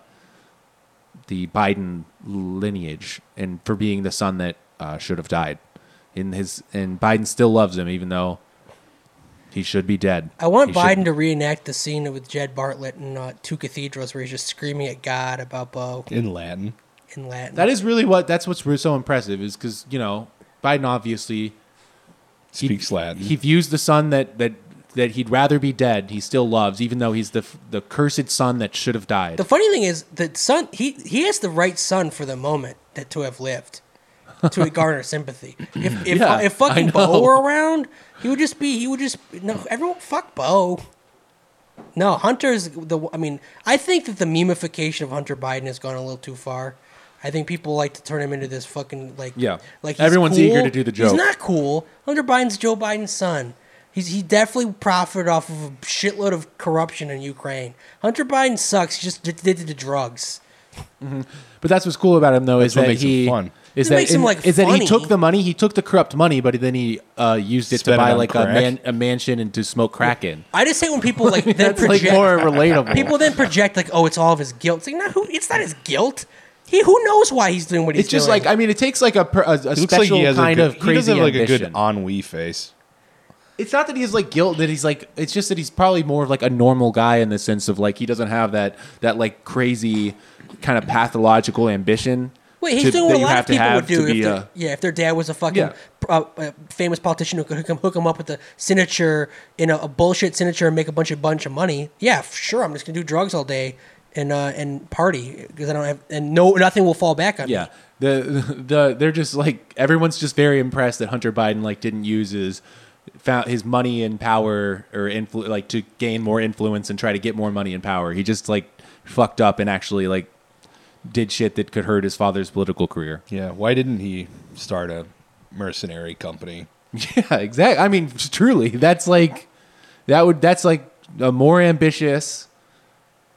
[SPEAKER 3] the Biden lineage and for being the son that uh, should have died. In his and Biden still loves him even though he should be dead.
[SPEAKER 1] I want
[SPEAKER 3] He should-
[SPEAKER 1] Biden to reenact the scene with Jed Bartlett in uh, Two Cathedrals where he's just screaming at God about Bo
[SPEAKER 2] in Latin.
[SPEAKER 1] In Latin.
[SPEAKER 3] That is really what that's what's so impressive is because you know Biden obviously
[SPEAKER 2] speaks Latin.
[SPEAKER 3] He views the son that that that he'd rather be dead. He still loves, even though he's the f- the cursed son that should have died.
[SPEAKER 1] The funny thing is, the son he he has the right son for the moment that to have lived, to garner sympathy. If if,
[SPEAKER 3] Yeah,
[SPEAKER 1] if
[SPEAKER 3] I
[SPEAKER 1] fucking
[SPEAKER 3] know.
[SPEAKER 1] Bo were around, he would just be he would just no everyone fuck Bo. No, Hunter's the. I mean, I think that the memification of Hunter Biden has gone a little too far. I think people like to turn him into this fucking like
[SPEAKER 3] Yeah.
[SPEAKER 1] like
[SPEAKER 3] Everyone's
[SPEAKER 1] cool.
[SPEAKER 3] eager to do the joke.
[SPEAKER 1] He's not cool. Hunter Biden's Joe Biden's son. He's he definitely profited off of a shitload of corruption in Ukraine. Hunter Biden sucks. He just addicted to drugs.
[SPEAKER 3] Mhm. But that's what's cool about him, though, is
[SPEAKER 2] That's what
[SPEAKER 3] that
[SPEAKER 2] makes him
[SPEAKER 3] he
[SPEAKER 2] fun.
[SPEAKER 3] is
[SPEAKER 1] It
[SPEAKER 3] that
[SPEAKER 1] makes him,
[SPEAKER 3] and-
[SPEAKER 1] like,
[SPEAKER 3] is that
[SPEAKER 1] funny.
[SPEAKER 3] he took the money, he took the corrupt money, but then he uh, used it
[SPEAKER 2] Spent it
[SPEAKER 3] to buy
[SPEAKER 2] on
[SPEAKER 3] like a
[SPEAKER 2] crack.
[SPEAKER 3] man a mansion and to smoke crack in.
[SPEAKER 1] I just hate when people like then
[SPEAKER 3] That's, like,
[SPEAKER 1] project
[SPEAKER 3] more relatable.
[SPEAKER 1] People then project like, oh, it's all of his guilt. It's like, no, who, it's not his guilt. He who knows why he's doing what he's
[SPEAKER 3] It's just
[SPEAKER 1] doing.
[SPEAKER 3] like I mean, it takes like a per- a, a
[SPEAKER 2] He
[SPEAKER 3] special
[SPEAKER 2] looks like he has
[SPEAKER 3] kind
[SPEAKER 2] a good,
[SPEAKER 3] of crazy
[SPEAKER 2] He does have like
[SPEAKER 3] ambition.
[SPEAKER 2] a good ennui face.
[SPEAKER 3] it's not that he's like guilt that he's like it's just that he's probably more of like a normal guy in the sense of like he doesn't have that that like crazy kind of pathological ambition
[SPEAKER 1] Wait, he's
[SPEAKER 3] to-
[SPEAKER 1] doing
[SPEAKER 3] that
[SPEAKER 1] what a
[SPEAKER 3] you
[SPEAKER 1] lot
[SPEAKER 3] have
[SPEAKER 1] of
[SPEAKER 3] to
[SPEAKER 1] people
[SPEAKER 3] have
[SPEAKER 1] would do
[SPEAKER 3] to
[SPEAKER 1] if
[SPEAKER 3] be
[SPEAKER 1] their-
[SPEAKER 3] a-
[SPEAKER 1] yeah, if their dad was a fucking uh, uh, famous politician who could hook him, hook him up with a signature, you know, a bullshit signature and make a bunch of bunch of money. Yeah, f- sure, I'm just gonna do drugs all day and uh, and party because I don't have and no nothing will fall back on me.
[SPEAKER 3] yeah the the they're just like everyone's just very impressed that Hunter Biden like didn't use his found his money and power or influ- like to gain more influence and try to get more money and power he just like fucked up and actually like did shit that could hurt his father's political career
[SPEAKER 2] yeah why didn't he start a mercenary company
[SPEAKER 3] Yeah, exactly. I mean, truly, that's like that would that's like a more ambitious.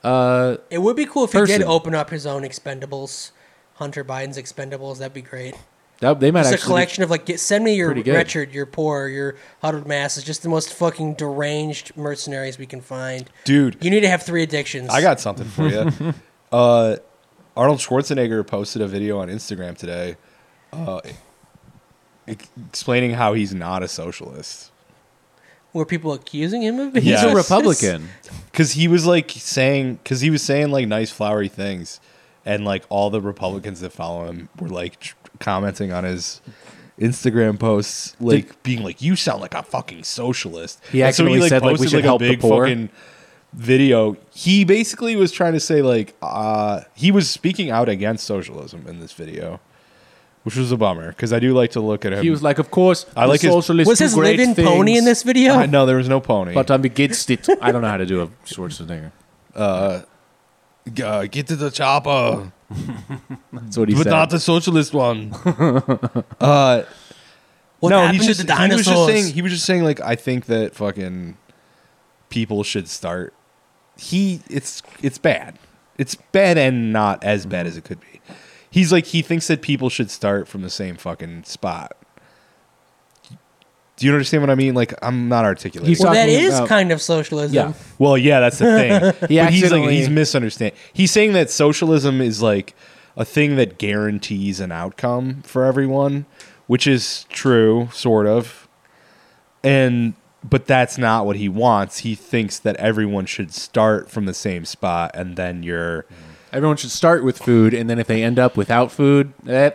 [SPEAKER 3] Uh,
[SPEAKER 1] It would be cool if he
[SPEAKER 3] Person.
[SPEAKER 1] did open up his own Expendables, Hunter Biden's Expendables. That'd be great.
[SPEAKER 3] that, they might
[SPEAKER 1] just
[SPEAKER 3] actually
[SPEAKER 1] a collection of like, get, send me your
[SPEAKER 3] pretty good.
[SPEAKER 1] Richard, your poor, your huddled masses, just the most fucking deranged mercenaries we can find.
[SPEAKER 2] dude
[SPEAKER 1] You need to have three addictions.
[SPEAKER 2] i got something for you uh, arnold schwarzenegger posted a video on instagram today uh, ex- explaining how he's not a socialist
[SPEAKER 1] Were people accusing him of being? racist?
[SPEAKER 2] Because he was like saying, because he was saying like nice flowery things, and like all the Republicans that follow him were like tr- commenting on his Instagram posts, like being like, "You sound like a fucking socialist."
[SPEAKER 3] He
[SPEAKER 2] And so
[SPEAKER 3] actually said, like, we
[SPEAKER 2] posted,
[SPEAKER 3] should help the poor.
[SPEAKER 2] video. He basically was trying to say like, uh, he was speaking out against socialism in this video. Which was a bummer because I do like to look at him.
[SPEAKER 3] He was like, "Of course,
[SPEAKER 2] I like
[SPEAKER 3] the
[SPEAKER 2] his-
[SPEAKER 3] socialists Was do his great live-in pony things." in this video?
[SPEAKER 2] I, no, there was no pony.
[SPEAKER 3] But uh, I'm against it. I don't know how to do a Schwarzenegger.
[SPEAKER 2] Uh, g- uh, get to the chopper.
[SPEAKER 3] That's what he
[SPEAKER 2] but
[SPEAKER 3] said.
[SPEAKER 2] not the socialist one. uh,
[SPEAKER 1] What
[SPEAKER 2] just, He
[SPEAKER 1] happened to the
[SPEAKER 2] was just
[SPEAKER 1] dinosaurs?
[SPEAKER 2] saying. He was just saying like I think that fucking people should start. He it's it's bad. It's bad and not as bad as it could be. He's like he thinks that people should start from the same fucking spot. Do you understand what I mean? Like I'm not articulating.
[SPEAKER 1] Well, that is kind of socialism.
[SPEAKER 2] Yeah. Well, yeah, that's the thing.
[SPEAKER 1] He
[SPEAKER 2] but he's like
[SPEAKER 1] accidentally-
[SPEAKER 2] he's misunderstanding. He's saying that socialism is like a thing that guarantees an outcome for everyone, which is true, sort of. And but that's not what he wants. He thinks that everyone should start from the same spot and then you're
[SPEAKER 3] Everyone should start with food, and then if they end up without food, eh,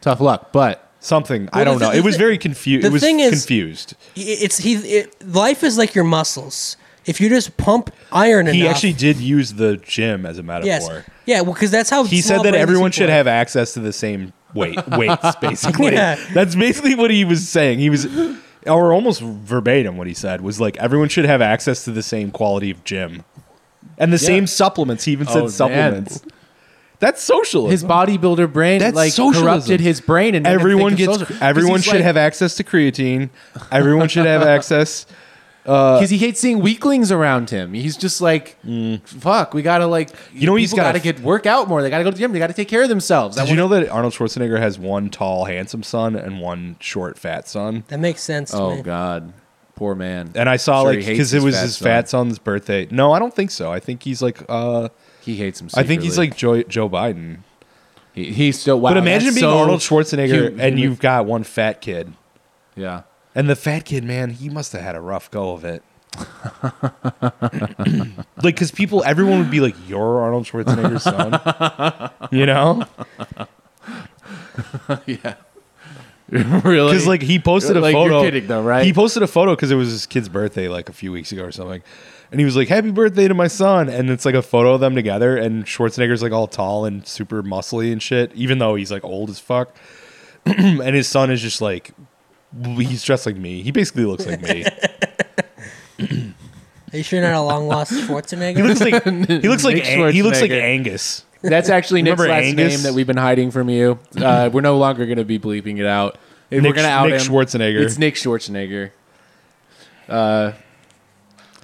[SPEAKER 3] tough luck. But
[SPEAKER 2] something I don't know. it was very confused.
[SPEAKER 1] the
[SPEAKER 2] It was
[SPEAKER 1] thing is-
[SPEAKER 2] confused.
[SPEAKER 1] I- It's he. It, life is like your muscles. If you just pump iron
[SPEAKER 2] He
[SPEAKER 1] enough,
[SPEAKER 2] actually did use the gym as a metaphor.
[SPEAKER 1] yes, yeah. Well, because that's how
[SPEAKER 2] He
[SPEAKER 1] small
[SPEAKER 2] said that
[SPEAKER 1] brains
[SPEAKER 2] everyone
[SPEAKER 1] people
[SPEAKER 2] should
[SPEAKER 1] are.
[SPEAKER 2] have access to the same weight weights. Basically,
[SPEAKER 1] Yeah.
[SPEAKER 2] that's basically what he was saying. He was, or almost verbatim, what he said was like everyone should have access to the same quality of gym, and the
[SPEAKER 3] Yeah.
[SPEAKER 2] same supplements. He even
[SPEAKER 3] Oh, man.
[SPEAKER 2] said supplements. That's socialism.
[SPEAKER 3] his bodybuilder brain
[SPEAKER 2] That's
[SPEAKER 3] like
[SPEAKER 2] socialism.
[SPEAKER 3] corrupted his brain, and made him
[SPEAKER 2] everyone
[SPEAKER 3] think
[SPEAKER 2] gets
[SPEAKER 3] of social- 'cause
[SPEAKER 2] everyone
[SPEAKER 3] he's
[SPEAKER 2] should
[SPEAKER 3] like-
[SPEAKER 2] have access to creatine. Everyone should have access.
[SPEAKER 3] because he hates seeing weaklings around him. He's just like, fuck, we gotta like, you know,
[SPEAKER 2] he's
[SPEAKER 3] got
[SPEAKER 2] gotta-
[SPEAKER 3] to get work out more. They gotta go to the gym. They gotta take care of themselves. I
[SPEAKER 2] Did you know
[SPEAKER 3] wanna-
[SPEAKER 2] that Arnold Schwarzenegger has one tall, handsome son and one short, fat son?
[SPEAKER 1] That makes sense. To
[SPEAKER 3] Oh
[SPEAKER 1] me.
[SPEAKER 3] God, poor man.
[SPEAKER 2] And I saw
[SPEAKER 3] Sure, he
[SPEAKER 2] like
[SPEAKER 3] hates
[SPEAKER 2] because it
[SPEAKER 3] his
[SPEAKER 2] was
[SPEAKER 3] fat
[SPEAKER 2] his
[SPEAKER 3] son.
[SPEAKER 2] fat son's birthday. No, I don't think so. I think he's like uh
[SPEAKER 3] he hates him.
[SPEAKER 2] I think he's
[SPEAKER 3] secretly.
[SPEAKER 2] like Joe, Joe Biden.
[SPEAKER 3] He, he's still. Wow,
[SPEAKER 2] but imagine
[SPEAKER 3] that's
[SPEAKER 2] being
[SPEAKER 3] so
[SPEAKER 2] Arnold Schwarzenegger
[SPEAKER 3] hu-
[SPEAKER 2] and
[SPEAKER 3] human-
[SPEAKER 2] you've got one fat kid.
[SPEAKER 3] Yeah.
[SPEAKER 2] And the fat kid, man, he must have had a rough go of it. like, because people, everyone would be like, "You're Arnold Schwarzenegger's son," you know?
[SPEAKER 3] yeah. really?
[SPEAKER 2] Because like he posted a
[SPEAKER 3] Like,
[SPEAKER 2] photo.
[SPEAKER 3] You're kidding though, right?
[SPEAKER 2] He posted a photo because it was his kid's birthday like a few weeks ago or something, and he was like, "Happy birthday to my son!" And it's like a photo of them together, and Schwarzenegger's like all tall and super muscly and shit, even though he's like old as fuck, and his son is just like he's dressed like me. He basically looks like me.
[SPEAKER 1] Are you sure you're not a long lost Schwarzenegger?
[SPEAKER 2] He looks like he looks like
[SPEAKER 3] Nick
[SPEAKER 2] Ang- he looks like
[SPEAKER 3] Schwarzenegger.
[SPEAKER 2] Angus.
[SPEAKER 3] That's actually Nick's
[SPEAKER 2] Remember
[SPEAKER 3] last
[SPEAKER 2] Angus?
[SPEAKER 3] name that we've been hiding from you. Uh, we're no longer going to be bleeping it out. If we're
[SPEAKER 2] Nick-
[SPEAKER 3] going to out
[SPEAKER 2] Nick
[SPEAKER 3] him,
[SPEAKER 2] Schwarzenegger.
[SPEAKER 3] It's Nick Schwarzenegger. Uh,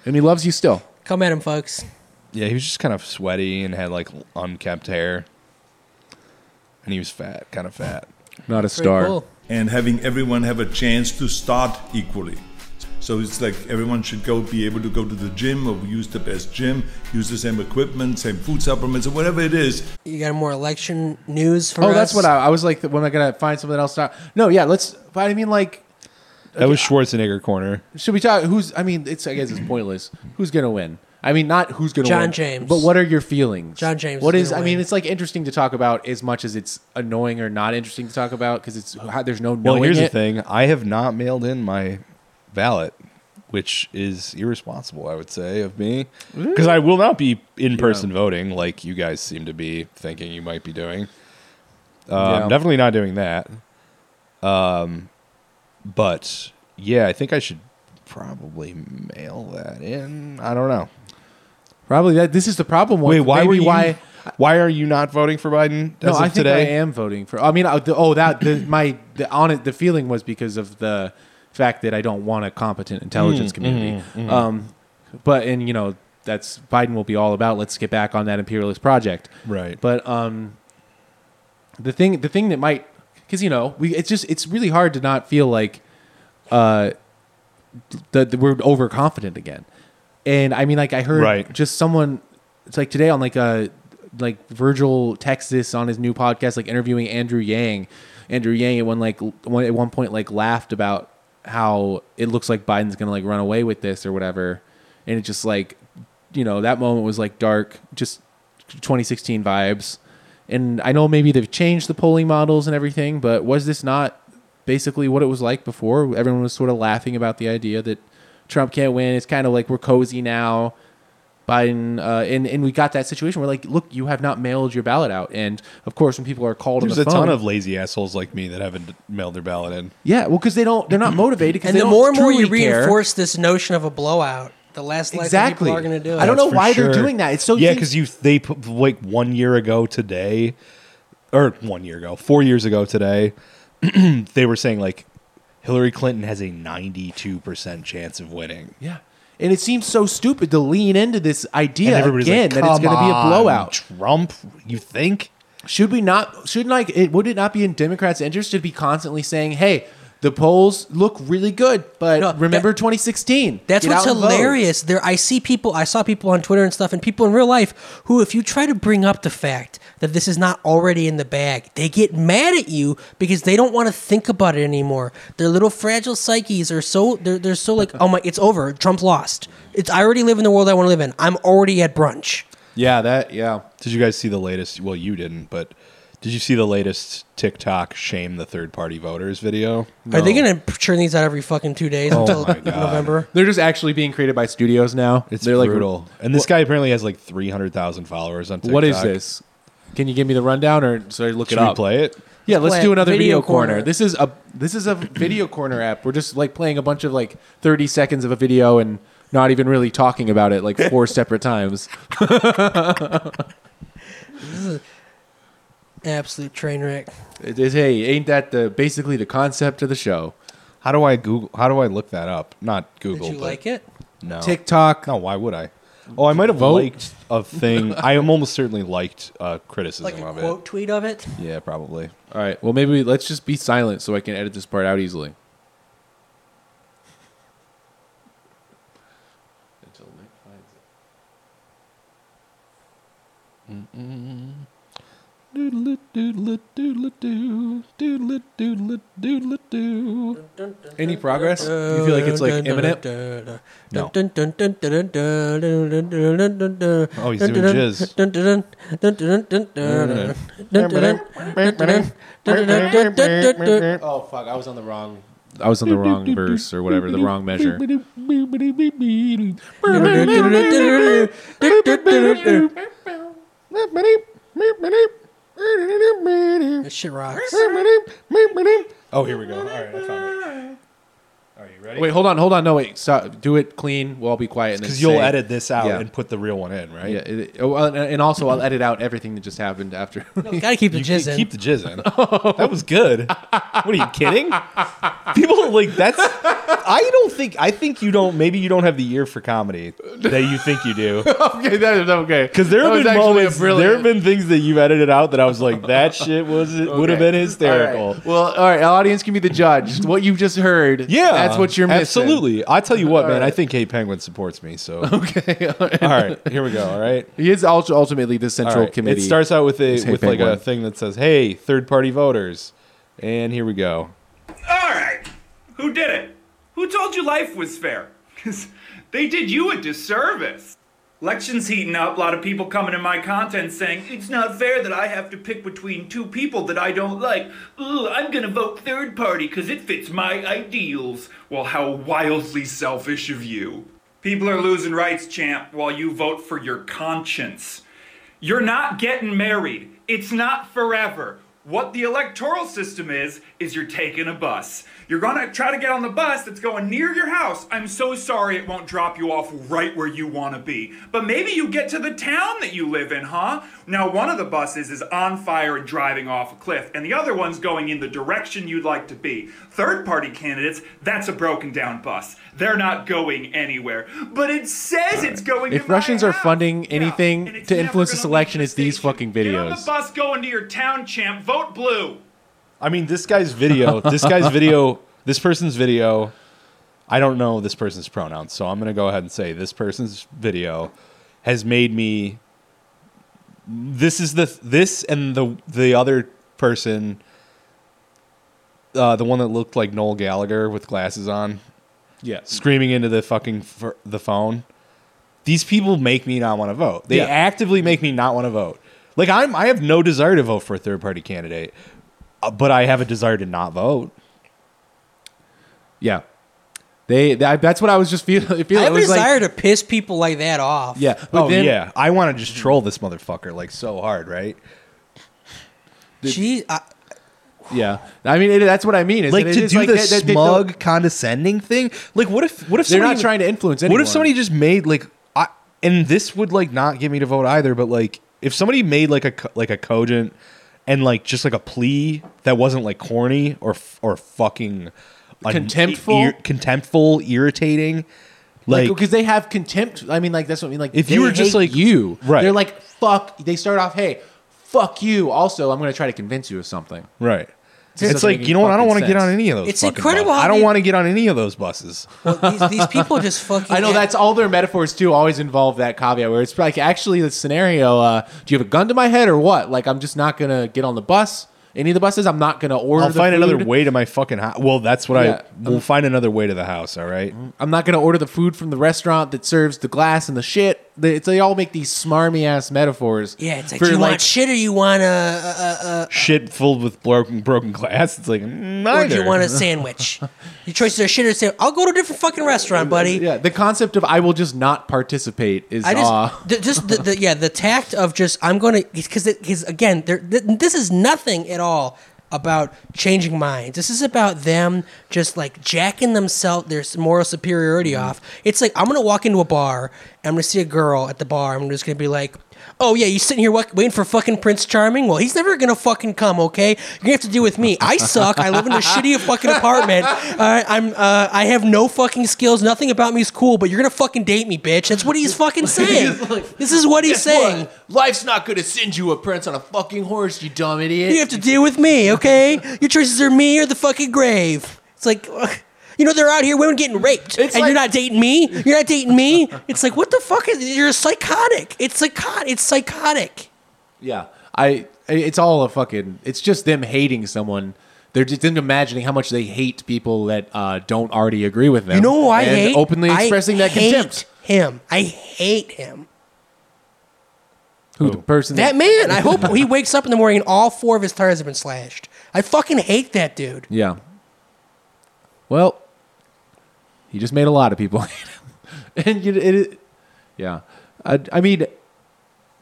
[SPEAKER 3] and he loves you still.
[SPEAKER 1] Come at him, folks.
[SPEAKER 2] Yeah, he was just kind of sweaty and had like unkempt hair, and he was fat, kind of fat.
[SPEAKER 3] Not a
[SPEAKER 15] And having everyone have a chance to start equally. So it's like everyone should go be able to go to the gym or use the best gym, use the same equipment, same food supplements, or whatever it is.
[SPEAKER 1] You got more election news for
[SPEAKER 3] Oh,
[SPEAKER 1] us?
[SPEAKER 3] that's what I, I was like. When am I going to find something else? To, no, yeah, let's. But I mean, like,
[SPEAKER 2] That was Schwarzenegger corner.
[SPEAKER 3] should we talk? Who's? I mean, it's. I guess it's pointless. Who's going to win? I mean, not who's going to
[SPEAKER 1] John
[SPEAKER 3] win.
[SPEAKER 1] James.
[SPEAKER 3] But what are your feelings?
[SPEAKER 1] John James
[SPEAKER 3] What
[SPEAKER 1] is
[SPEAKER 3] is?
[SPEAKER 1] gonna
[SPEAKER 3] I mean,
[SPEAKER 1] win.
[SPEAKER 3] it's like interesting to talk about as much as it's annoying or not interesting to talk about because it's how- there's no knowing
[SPEAKER 2] Well, here's
[SPEAKER 3] it.
[SPEAKER 2] the thing: I have not mailed in my ballot, which is irresponsible, I would say, of me, because I will not be in person voting like you guys seem to be thinking you might be doing. Uh,
[SPEAKER 3] Yeah.
[SPEAKER 2] I'm definitely not doing that. Um, but yeah, I think I should probably mail that in. I don't know.
[SPEAKER 3] Probably that. This is the problem.
[SPEAKER 2] Wait, why
[SPEAKER 3] Maybe
[SPEAKER 2] were you?
[SPEAKER 3] why?
[SPEAKER 2] Why, why are you not voting for Biden?
[SPEAKER 3] No,
[SPEAKER 2] as
[SPEAKER 3] I
[SPEAKER 2] of
[SPEAKER 3] think
[SPEAKER 2] today?
[SPEAKER 3] I am voting for. I mean, I, the, oh, that the, my the on it. The feeling was because of the fact that I don't want a competent intelligence
[SPEAKER 2] Mm,
[SPEAKER 3] community.
[SPEAKER 2] mhm, mhm.
[SPEAKER 3] Um, but and you know that's Biden will be all about. Let's get back on that imperialist project.
[SPEAKER 2] Right.
[SPEAKER 3] But um, the thing the thing that might because you know we it's just it's really hard to not feel like uh that we're overconfident again and i mean like i heard
[SPEAKER 2] Right.
[SPEAKER 3] just someone it's like today on like uh like virgil texas on his new podcast like interviewing andrew yang andrew yang at one like l- one at one point like laughed about how it looks like biden's gonna like run away with this or whatever and it just like you know that moment was like dark just 2016 vibes and i know maybe they've changed the polling models and everything but was this not basically what it was like before everyone was sort of laughing about the idea that trump can't win it's kind of like we're cozy now biden uh, and, and we got that situation where like look you have not mailed your ballot out and of course when people are called
[SPEAKER 2] There's
[SPEAKER 3] on
[SPEAKER 2] a
[SPEAKER 3] the phone
[SPEAKER 2] ton of lazy assholes like me that haven't mailed their ballot in.
[SPEAKER 3] yeah well because they don't they're not motivated 'cause
[SPEAKER 1] And
[SPEAKER 3] they
[SPEAKER 1] the
[SPEAKER 3] don't
[SPEAKER 1] more and more you
[SPEAKER 3] truly care.
[SPEAKER 1] reinforce this notion of a blowout, the less likely
[SPEAKER 3] Exactly.
[SPEAKER 1] people are going to do it.
[SPEAKER 3] I don't know
[SPEAKER 2] for
[SPEAKER 3] why they're doing that. It's so
[SPEAKER 2] yeah,
[SPEAKER 3] easy-
[SPEAKER 2] because you they put like one year ago today, or one year ago, four years ago today, they were saying like Hillary Clinton has a ninety two percent chance of winning.
[SPEAKER 3] yeah and it seems so stupid to lean into this idea
[SPEAKER 2] and everybody's
[SPEAKER 3] again
[SPEAKER 2] like,
[SPEAKER 3] that it's going to be
[SPEAKER 2] "Come
[SPEAKER 3] a
[SPEAKER 2] on,
[SPEAKER 3] blowout
[SPEAKER 2] Trump, you think?
[SPEAKER 3] Should we not? Should not like it? Would it not be in Democrats' interest to be constantly saying, "Hey, the polls look really good, but remember 2016."
[SPEAKER 1] That's
[SPEAKER 3] Get
[SPEAKER 1] what's
[SPEAKER 3] out and vote."
[SPEAKER 1] hilarious. There, I see people. I saw people on Twitter and stuff, and people in real life who, if you try to bring up the fact that this is not already in the bag, they get mad at you because they don't want to think about it anymore. Their little fragile psyches are so they're, they're so like, oh my, it's over. Trump lost. It's I already live in the world I want to live in. I'm already at brunch.
[SPEAKER 3] Yeah, that yeah.
[SPEAKER 2] Did you guys see the latest? Well, you didn't, but did you see the latest TikTok shame the third party voters video?
[SPEAKER 1] Are they going to churn these out every fucking two days
[SPEAKER 2] Oh
[SPEAKER 1] until
[SPEAKER 2] my God.
[SPEAKER 1] November?
[SPEAKER 3] They're just actually being created by studios now.
[SPEAKER 2] It's
[SPEAKER 3] They're
[SPEAKER 2] brutal. and this guy apparently has like three hundred thousand followers on TikTok.
[SPEAKER 3] What is this? Can you give me the rundown or sorry, look
[SPEAKER 2] Should
[SPEAKER 3] it
[SPEAKER 2] we
[SPEAKER 3] up?
[SPEAKER 2] play it?
[SPEAKER 3] Yeah,
[SPEAKER 2] Let's
[SPEAKER 3] let's,
[SPEAKER 2] play
[SPEAKER 3] do
[SPEAKER 2] it.
[SPEAKER 3] another
[SPEAKER 2] Video
[SPEAKER 3] video, corner.
[SPEAKER 2] corner.
[SPEAKER 3] This is a this is a video corner app. We're just like playing a bunch of like 30 seconds of a video and not even really talking about it like four separate times.
[SPEAKER 1] This is an absolute train wreck.
[SPEAKER 3] It is hey, ain't that the basically the concept of the show?
[SPEAKER 2] How do I Google? How do I look that up? Not Google.
[SPEAKER 1] Did you
[SPEAKER 2] but-
[SPEAKER 1] like it?
[SPEAKER 3] Oh.
[SPEAKER 2] No.
[SPEAKER 3] TikTok.
[SPEAKER 2] No, why would I? Oh, I might have
[SPEAKER 3] Vote.
[SPEAKER 2] liked a thing. I am almost certainly liked uh, criticism
[SPEAKER 1] Like a
[SPEAKER 2] of
[SPEAKER 1] quote tweet of it?
[SPEAKER 2] it. Yeah, probably.
[SPEAKER 3] All right. Well, maybe we, let's just be silent so I can edit this part out easily. Until Nick finds it.
[SPEAKER 2] Doodle doodle doodle do doodle doodle doodle do.
[SPEAKER 3] Any progress?
[SPEAKER 2] Uh,
[SPEAKER 3] You feel like it's like imminent?
[SPEAKER 2] No.
[SPEAKER 1] Oh,
[SPEAKER 2] he's doing
[SPEAKER 1] jizz.
[SPEAKER 3] Oh fuck! I was on the wrong. I was on the wrong verse or whatever, the wrong measure.
[SPEAKER 1] This shit rocks.
[SPEAKER 2] Oh, here we go. All right, I found it.
[SPEAKER 3] Wait, hold on, hold on. No, wait. Stop. Do it clean. We'll all be quiet. and then
[SPEAKER 2] Because you'll
[SPEAKER 3] say-
[SPEAKER 2] edit this out
[SPEAKER 3] Yeah.
[SPEAKER 2] and put the real one in, right?
[SPEAKER 3] Yeah, it- oh, well, and- and also I'll edit out everything that just happened after.
[SPEAKER 1] Gotta keep the
[SPEAKER 2] You
[SPEAKER 1] jizz
[SPEAKER 2] keep-
[SPEAKER 1] in.
[SPEAKER 2] Keep the jizz in. That was good. What are you kidding? People are like that's. I don't think. I think you don't. Maybe you don't have the ear for comedy that you think you do.
[SPEAKER 3] okay, that is okay.
[SPEAKER 2] Because there
[SPEAKER 3] That
[SPEAKER 2] have
[SPEAKER 3] was
[SPEAKER 2] been
[SPEAKER 3] actually a
[SPEAKER 2] moments. There have
[SPEAKER 3] brilliant-
[SPEAKER 2] been things that you've edited out that I was like, that shit was it would have
[SPEAKER 3] Okay.
[SPEAKER 2] been hysterical.
[SPEAKER 3] All right. Well, all right. Audience can be the judge. What you've just heard.
[SPEAKER 2] Yeah,
[SPEAKER 3] that's what you're missing.
[SPEAKER 2] Absolutely. I tell you what, man.
[SPEAKER 3] All right.
[SPEAKER 2] I think Hey Penguin supports me. So
[SPEAKER 3] Okay. All right.
[SPEAKER 2] all right, here we go. All right.
[SPEAKER 3] He is ult- ultimately the central
[SPEAKER 2] All right,
[SPEAKER 3] committee.
[SPEAKER 2] It starts out with a
[SPEAKER 3] Is Hey
[SPEAKER 2] with like a
[SPEAKER 3] Penguin.
[SPEAKER 2] thing that says, "Hey, third party voters," and here we go.
[SPEAKER 16] All right. Who did it? Who told you life was fair? Because they did you a disservice. Election's heating up. A lot of people coming in my content saying, it's not fair that I have to pick between two people that I don't like. Ugh, I'm going to vote third party because it fits my ideals. Well, how wildly selfish of you. People are losing rights, champ, while you vote for your conscience. You're not getting married. It's not forever. What the electoral system is, is you're taking a bus. You're gonna try to get on the bus that's going near your house. I'm so sorry it won't drop you off right where you wanna be. But maybe you get to the town that you live in, huh? Now, one of the buses is on fire and driving off a cliff, and the other one's going in the direction you'd like to be. Third party candidates, that's a broken down bus. They're not going anywhere. But it says it's going to
[SPEAKER 3] if Russians are funding anything to influence this election, it's these fucking videos.
[SPEAKER 16] the bus going to your town, champ. Vote blue.
[SPEAKER 2] I mean, this guy's video, this guy's video, this person's video, I don't know this person's pronouns, so I'm going to go ahead and say this person's video has made me this is the this and the the other person uh, the one that looked like Noel Gallagher with glasses on.
[SPEAKER 3] Yeah.
[SPEAKER 2] Screaming into the fucking f- the phone. These people make me not want to vote. They
[SPEAKER 3] Yeah.
[SPEAKER 2] actively make me not want to vote. Like I'm I have no desire to vote for a third party candidate, uh, but I have a desire to not vote.
[SPEAKER 3] Yeah. They, they- I- that's what I was just feeling.
[SPEAKER 1] I
[SPEAKER 3] feeling. It
[SPEAKER 1] have a
[SPEAKER 3] was like-
[SPEAKER 1] desire to piss people like that off.
[SPEAKER 3] Yeah.
[SPEAKER 2] oh yeah. I want to just troll this motherfucker like so hard, right?
[SPEAKER 1] Gee, I,
[SPEAKER 3] Yeah. I mean, it, that's what I mean. is
[SPEAKER 2] like
[SPEAKER 3] that it
[SPEAKER 2] to
[SPEAKER 3] is
[SPEAKER 2] do the
[SPEAKER 3] that- that they don't-
[SPEAKER 2] smug, condescending thing. Like, what if what if
[SPEAKER 3] They're
[SPEAKER 2] somebody-
[SPEAKER 3] not trying to influence
[SPEAKER 2] What
[SPEAKER 3] anyone.
[SPEAKER 2] if somebody just made like, I, and this would like not get me to vote either. But like, if somebody made like a co- like a cogent and like just like a plea that wasn't like corny or f- or fucking un-
[SPEAKER 3] Contemptful?
[SPEAKER 2] ir- contemptful, irritating,
[SPEAKER 3] like
[SPEAKER 2] like.
[SPEAKER 3] because they have contempt. I mean, like that's what I mean. Like
[SPEAKER 2] If
[SPEAKER 3] they
[SPEAKER 2] you were just
[SPEAKER 3] hate
[SPEAKER 2] like-
[SPEAKER 3] you,
[SPEAKER 2] Right.
[SPEAKER 3] They're like fuck. They start off, hey, fuck you. Also, I'm going to try to convince you of something.
[SPEAKER 2] Right.
[SPEAKER 3] This
[SPEAKER 2] It's
[SPEAKER 3] doesn't
[SPEAKER 2] like
[SPEAKER 3] make
[SPEAKER 2] you know what? I don't want
[SPEAKER 3] fucking
[SPEAKER 2] to get
[SPEAKER 3] sense.
[SPEAKER 2] on any of those.
[SPEAKER 3] It's
[SPEAKER 2] fucking
[SPEAKER 3] incredible
[SPEAKER 2] buses.
[SPEAKER 3] how
[SPEAKER 2] I don't
[SPEAKER 3] they-
[SPEAKER 2] want to get on any of those buses.
[SPEAKER 1] these, these people just fucking.
[SPEAKER 3] I know that's all their metaphors too. Always involve that caveat where it's like actually the scenario. Uh, do you have a gun to my head or what? Like I'm just not going to get on the bus. any of the buses. I'm not gonna order.
[SPEAKER 2] I'll
[SPEAKER 3] the
[SPEAKER 2] find another
[SPEAKER 3] food.
[SPEAKER 2] way to my fucking house. Well, that's what
[SPEAKER 3] Yeah. Mm-hmm.
[SPEAKER 2] I. We'll find another way to the house. All right.
[SPEAKER 3] I'm not gonna order the food from the restaurant that serves the glass and the shit. They, it's- they all make these smarmy ass metaphors.
[SPEAKER 1] Yeah, it's like,
[SPEAKER 3] for,
[SPEAKER 1] do you want shit or you uh, want a, a, a, a
[SPEAKER 2] Shit filled with broken broken glass. It's like neither.
[SPEAKER 1] uh, or do you want a sandwich? Your choices are shit or sandwich. I'll go to a different fucking restaurant, buddy.
[SPEAKER 3] Yeah, the concept of I will just not participate is
[SPEAKER 1] I just,
[SPEAKER 3] awe.
[SPEAKER 1] the, just the, the yeah, the tact of just I'm going to because because again, there th- this is nothing at all about changing minds. This is about them just like jacking themselves their s- moral superiority
[SPEAKER 3] Mm-hmm.
[SPEAKER 1] off. It's like I'm going to walk into a bar, and I'm going to see a girl at the bar, I'm just going to be like. Oh yeah, you sitting here wa- waiting for fucking Prince Charming? Well, he's never gonna fucking come. Okay, you're gonna have to deal with me. I suck. I live in a shitty fucking apartment. Uh, I'm. Uh, I have no fucking skills. Nothing about me is cool. But you're gonna fucking date me, bitch. That's what he's fucking saying. this is what he's
[SPEAKER 3] Guess what?
[SPEAKER 1] saying.
[SPEAKER 3] Life's not gonna send you a prince on a fucking horse, you dumb idiot.
[SPEAKER 1] You have to deal with me, okay? Your choices are me or the fucking grave. It's like, you know, they're out here, women getting raped, and you're not dating me. You're not dating me. It's like, what the fuck is? You're psychotic. It's psychotic. It's psychotic.
[SPEAKER 3] Yeah, I. It's all a fucking. It's just them hating someone. They're just them imagining how much they hate people that uh, don't already agree with them.
[SPEAKER 1] You know who I
[SPEAKER 3] and
[SPEAKER 1] hate?
[SPEAKER 3] Openly
[SPEAKER 1] I
[SPEAKER 3] expressing that
[SPEAKER 1] hate
[SPEAKER 3] contempt.
[SPEAKER 1] Him. I hate him.
[SPEAKER 3] Who the person
[SPEAKER 1] That man. I hope he wakes up in the morning and all four of his tires have been slashed. I fucking hate that dude.
[SPEAKER 3] Yeah. Well, he just made a lot of people hate him, and you, it, it- yeah. I, I mean,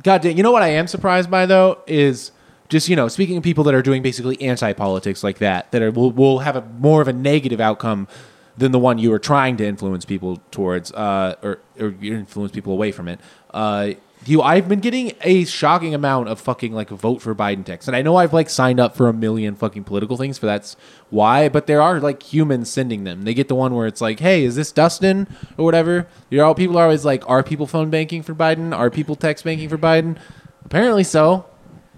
[SPEAKER 3] goddamn. You know what I am surprised by though is just you know speaking of people that are doing basically anti politics like that that are will, will have a more of a negative outcome than the one you were trying to influence people towards uh, or or you influence people away from it. Uh, you, I've been getting a shocking amount of fucking like vote for Biden texts, and I know I've like signed up for a million fucking political things for that's why, but there are like humans sending them. They get the one where it's like, hey, is this Dustin or whatever? You know, people are always like, are people phone banking for Biden? Are people text banking for Biden? Apparently so.